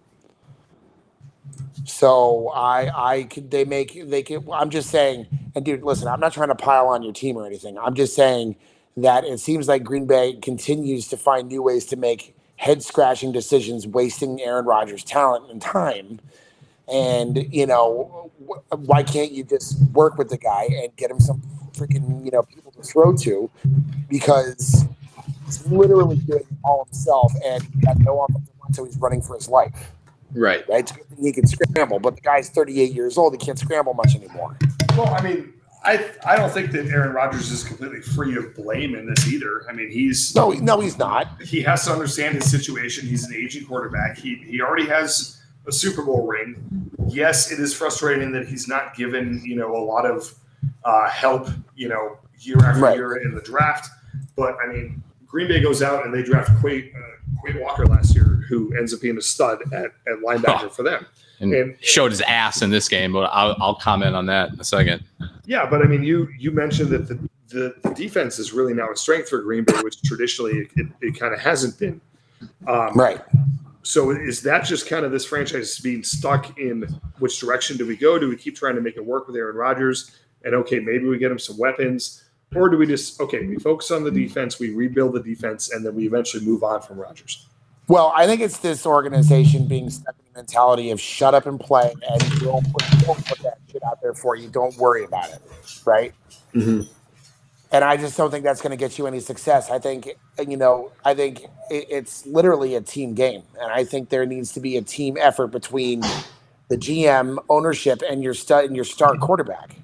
[SPEAKER 1] So I, I could, they make, they can, I'm just saying, and dude, listen, I'm not trying to pile on your team or anything. I'm just saying that it seems like Green Bay continues to find new ways to make head scratching decisions, wasting Aaron Rodgers' talent and time. And, you know, wh- why can't you just work with the guy and get him some freaking, you know, people to throw to? Because he's literally doing it all himself and he's got no offensive line, so he's running for his life
[SPEAKER 5] Right.
[SPEAKER 1] right? It's a good thing He can scramble, but the guy's 38 years old. He can't scramble much anymore.
[SPEAKER 4] Well, I mean, I I don't think that Aaron Rodgers is completely free of blame in this either. I mean, he's
[SPEAKER 1] No, he- no, he's not.
[SPEAKER 4] he has to understand his situation. He's an aging quarterback. He he already has a Super Bowl ring. Yes, it is frustrating that he's not given you know a lot of uh, help you know year after
[SPEAKER 1] Right.
[SPEAKER 4] year in the draft. But I mean, Green Bay goes out and they draft Quay, uh, Quay Walker last year, who ends up being a stud at, at linebacker for them.
[SPEAKER 5] And,
[SPEAKER 4] And-
[SPEAKER 5] showed his ass in this game, but I'll, I'll comment on that in a second.
[SPEAKER 4] Yeah, but I mean, you you mentioned that the, the, the defense is really now a strength for Green Bay, which traditionally it, it, it kind of hasn't been. Um,
[SPEAKER 1] Right.
[SPEAKER 4] So is that just kind of this franchise being stuck in which direction do we go? Do we keep trying to make it work with Aaron Rodgers? And okay, maybe we get him some weapons, or do we just okay, we focus on the defense, we rebuild the defense, and then we eventually move on from Rodgers?
[SPEAKER 1] Well, I think it's this organization being stuck in the mentality of shut up and play, and we'll put, we'll put that shit out there for you. Don't worry about it, right? And I just don't think that's going to get you any success. I think, you know, I think it, it's literally a team game, and I think there needs to be a team effort between the GM, ownership, and your stud and your star quarterback,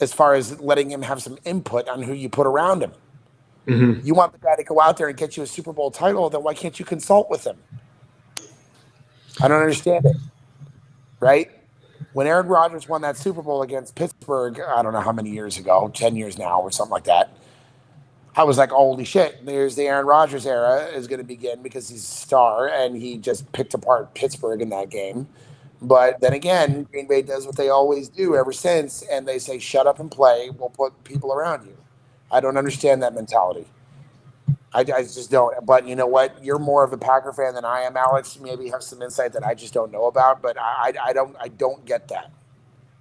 [SPEAKER 1] as far as letting him have some input on who you put around him Mm-hmm. you want the guy to go out there and get you a Super Bowl title, then why can't you consult with him? I don't understand it. Right? When Aaron Rodgers won that Super Bowl against Pittsburgh, I don't know how many years ago, 10 years now or something like that, I was like, holy shit, there's the Aaron Rodgers era is going to begin because he's a star and he just picked apart Pittsburgh in that game. But then again, Green Bay does what they always do ever since, and they say, shut up and play. We'll put people around you. I don't understand that mentality. I, I just don't. But you know what? You're more of a Packer fan than I am, Alex. You Maybe have some insight that I just don't know about. But I, I, I don't, I don't get that.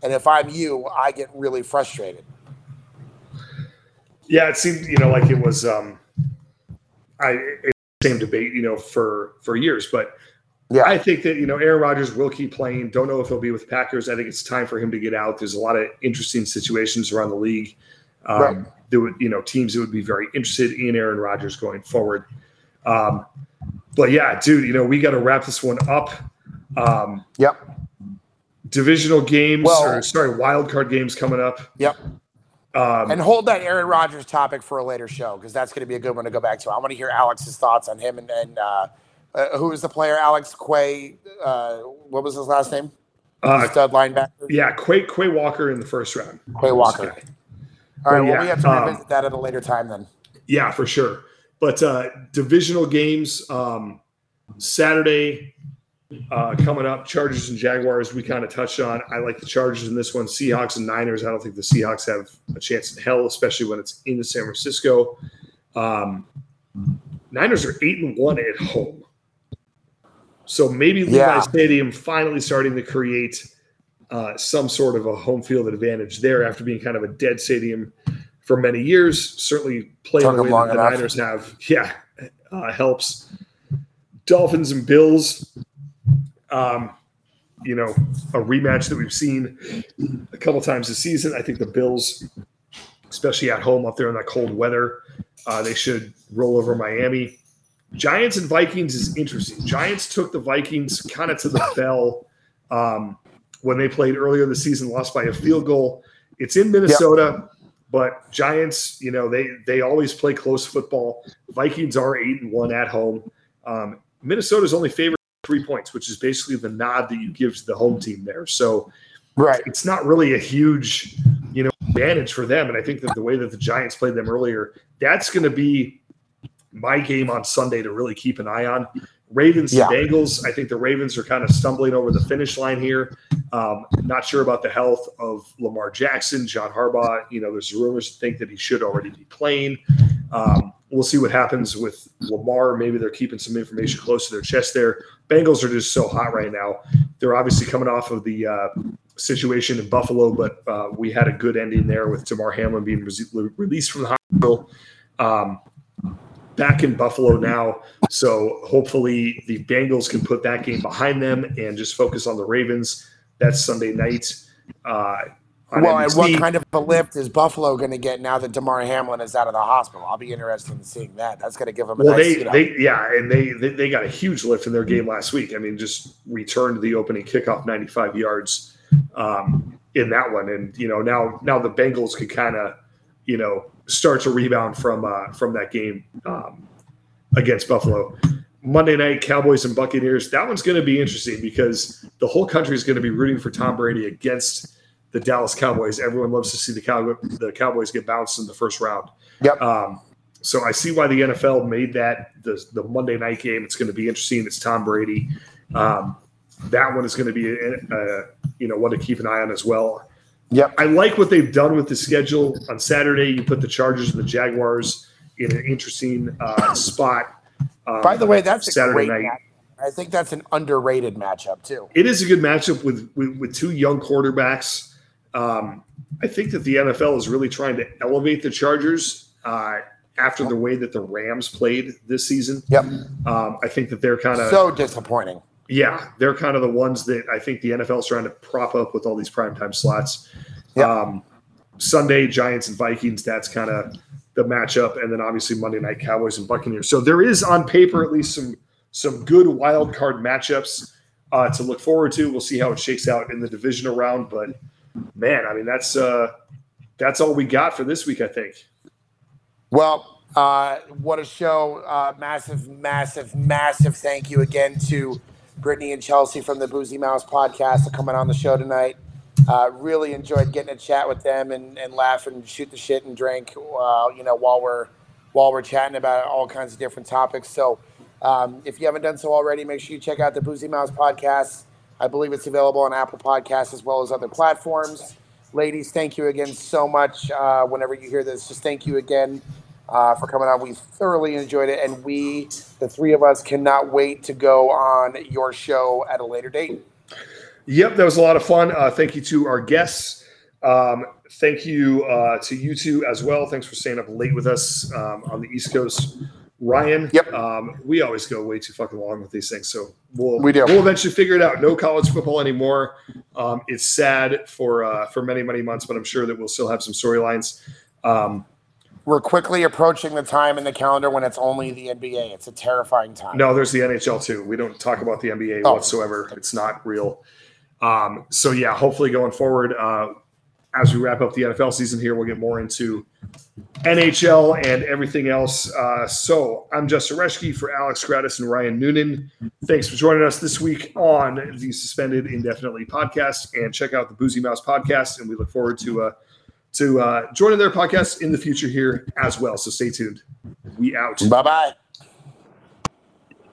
[SPEAKER 1] And if I'm you, I get really frustrated.
[SPEAKER 4] Yeah, it seemed you know like it was um, I it, same debate you know for for years, but
[SPEAKER 1] Yeah,
[SPEAKER 4] I think that you know Aaron Rodgers will keep playing. Don't know if he'll be with the Packers. I think it's time for him to get out. There's a lot of interesting situations around the league. Um,
[SPEAKER 1] Right.
[SPEAKER 4] There would you know teams that would be very interested in Aaron Rodgers going forward. Um, but yeah, dude, you know we got to wrap this one up. Um,
[SPEAKER 1] yep,
[SPEAKER 4] divisional games,
[SPEAKER 1] Well-
[SPEAKER 4] or sorry, wild card games coming up.
[SPEAKER 1] yep.
[SPEAKER 4] Um,
[SPEAKER 1] And hold that Aaron Rodgers topic for a later show because that's going to be a good one to go back to. I want to hear Alex's thoughts on him and, and uh, uh, who is the player? Alex Quay. Uh, what was his last name?
[SPEAKER 4] uh,
[SPEAKER 1] Stud linebacker.
[SPEAKER 4] yeah, Quay Quay Walker in the first round.
[SPEAKER 1] Quay Walker. All right. Well,
[SPEAKER 4] yeah,
[SPEAKER 1] we have to
[SPEAKER 4] um,
[SPEAKER 1] revisit that at a later time then.
[SPEAKER 4] Yeah, for sure. But uh, divisional games um, Saturday uh, coming up, Chargers and Jaguars. We kind of touched on. I like the Chargers in this one. Seahawks and Niners. I don't think the Seahawks have a chance in hell, especially when it's in San Francisco. Um, Niners are eight and one at home, so maybe
[SPEAKER 1] Yeah.
[SPEAKER 4] Levi Stadium finally starting to create uh, some sort of a home field advantage there after being kind of a dead stadium for many years. Certainly, playing
[SPEAKER 1] Took
[SPEAKER 4] the
[SPEAKER 1] them
[SPEAKER 4] way
[SPEAKER 1] long
[SPEAKER 4] that the
[SPEAKER 1] enough.
[SPEAKER 4] Niners have, <laughs> yeah, uh, helps. Dolphins and Bills, um, you know, a rematch that we've seen a couple times this season. I think the Bills, especially at home up there in that cold weather, uh, they should roll over Miami. Giants and Vikings is interesting. Giants took the Vikings kind of to the bell um, when they played earlier this season, lost by a field goal. It's in Minnesota, but Giants, you know, they they always play close football. Vikings are eight and one at home. Um, Minnesota's only favored by three points, which is basically the nod that you give to the home team there. So
[SPEAKER 1] Right.
[SPEAKER 4] it's not really a huge, you know, advantage for them. And I think that the way that the Giants played them earlier, that's going to be my game on Sunday to really keep an eye on. Ravens
[SPEAKER 1] Yeah.
[SPEAKER 4] to Bengals. I think the Ravens are kind of stumbling over the finish line here. Um, not sure about the health of Lamar Jackson, John Harbaugh. You know, there's rumors to think that he should already be playing. Um, we'll see what happens with Lamar. Maybe they're keeping some information close to their chest there. Bengals are just so hot right now. They're obviously coming off of the uh, situation in Buffalo, but uh, we had a good ending there with Tamar Hamlin being res- released from the hospital. Um, back in Buffalo now, so hopefully the Bengals can put that game behind them and just focus on the Ravens. That's Sunday night. Uh, on
[SPEAKER 1] Well, and what
[SPEAKER 4] NBC.
[SPEAKER 1] kind of a lift is Buffalo going to get now that Damar Hamlin is out of the hospital? I'll be interested in seeing that. That's going to give them a
[SPEAKER 4] Well,
[SPEAKER 1] nice,
[SPEAKER 4] they,
[SPEAKER 1] you know, Mm.
[SPEAKER 4] they, yeah, and they, they, they got a huge lift in their game last week. I mean, just returned the opening kickoff 95 yards um, in that one, and you know now now the Bengals could kind of you know start to rebound from uh, from that game um, against Buffalo. Monday night, Cowboys and Buccaneers. That one's going to be interesting because the whole country is going to be rooting for Tom Brady against the Dallas Cowboys. Everyone loves to see the Cowboys, the Cowboys get bounced in the first round.
[SPEAKER 1] Yep.
[SPEAKER 4] Um, so I see why the NFL made that the, the Monday night game. It's going to be interesting. It's Tom Brady. Um, that one is going to be a, a, you know one to keep an eye on as well.
[SPEAKER 1] Yep.
[SPEAKER 4] I like what they've done with the schedule. On Saturday, you put the Chargers and the Jaguars in an interesting uh, spot. Um,
[SPEAKER 1] By the way, that's a
[SPEAKER 4] Saturday
[SPEAKER 1] great
[SPEAKER 4] night.
[SPEAKER 1] matchup. I think that's an underrated matchup too.
[SPEAKER 4] it is a good matchup with with, with two young quarterbacks. Um, I think that the NFL is really trying to elevate the Chargers uh, after the way that the Rams played this season.
[SPEAKER 1] Yep.
[SPEAKER 4] Um, I think that they're kind of
[SPEAKER 1] So disappointing.
[SPEAKER 4] yeah, they're kind of the ones that I think the NFL is trying to prop up with all these primetime slots.
[SPEAKER 1] Yeah.
[SPEAKER 4] Um, Sunday, Giants and Vikings, that's kind of the matchup. And then obviously Monday night, Cowboys and Buccaneers. So there is on paper at least some some good wild card matchups uh, to look forward to. We'll see how it shakes out in the divisional round. But man, I mean that's uh, that's all we got for this week, I think.
[SPEAKER 1] Well, uh, what a show. Uh, massive, massive, massive thank you again to Brittany and Chelsea from the Boozy Mouse podcast for coming on the show tonight. Uh, really enjoyed getting a chat with them and, and laugh and shoot the shit and drink, uh, you know, while we're while we're chatting about all kinds of different topics. So um, if you haven't done so already, make sure you check out the Boozy Mouse podcast. I believe it's available on Apple Podcasts as well as other platforms. Ladies, thank you again so much. Uh, whenever you hear this, just thank you again uh, for coming on. We thoroughly enjoyed it, and we, the three of us, cannot wait to go on your show at a later date.
[SPEAKER 4] Yep, that was a lot of fun. Uh, thank you to our guests. Um, thank you uh, to you two as well. Thanks for staying up late with us um, on the East Coast, Ryan.
[SPEAKER 1] Yep.
[SPEAKER 4] Um, we always go way too fucking long with these things, so we'll
[SPEAKER 1] We do.
[SPEAKER 4] We'll eventually figure it out. No college football anymore. Um, it's sad for uh, for many many months, but I'm sure that we'll still have some storylines. Um,
[SPEAKER 1] We're quickly approaching the time in the calendar when it's only the NBA. It's a terrifying time.
[SPEAKER 4] No, there's the NHL too. We don't talk about the NBA
[SPEAKER 1] Oh.
[SPEAKER 4] whatsoever. It's not real. Um, so yeah, hopefully going forward, uh, as we wrap up the NFL season here, we'll get more into NHL and everything else. Uh, so I'm Justin Reschke for Alex Gratis and Ryan Noonan. Thanks for joining us this week on the Suspended Indefinitely podcast, and check out the Boozy Mouse podcast. And we look forward to uh, to uh, joining their podcast in the future here as well. So stay tuned. We out.
[SPEAKER 1] Bye bye.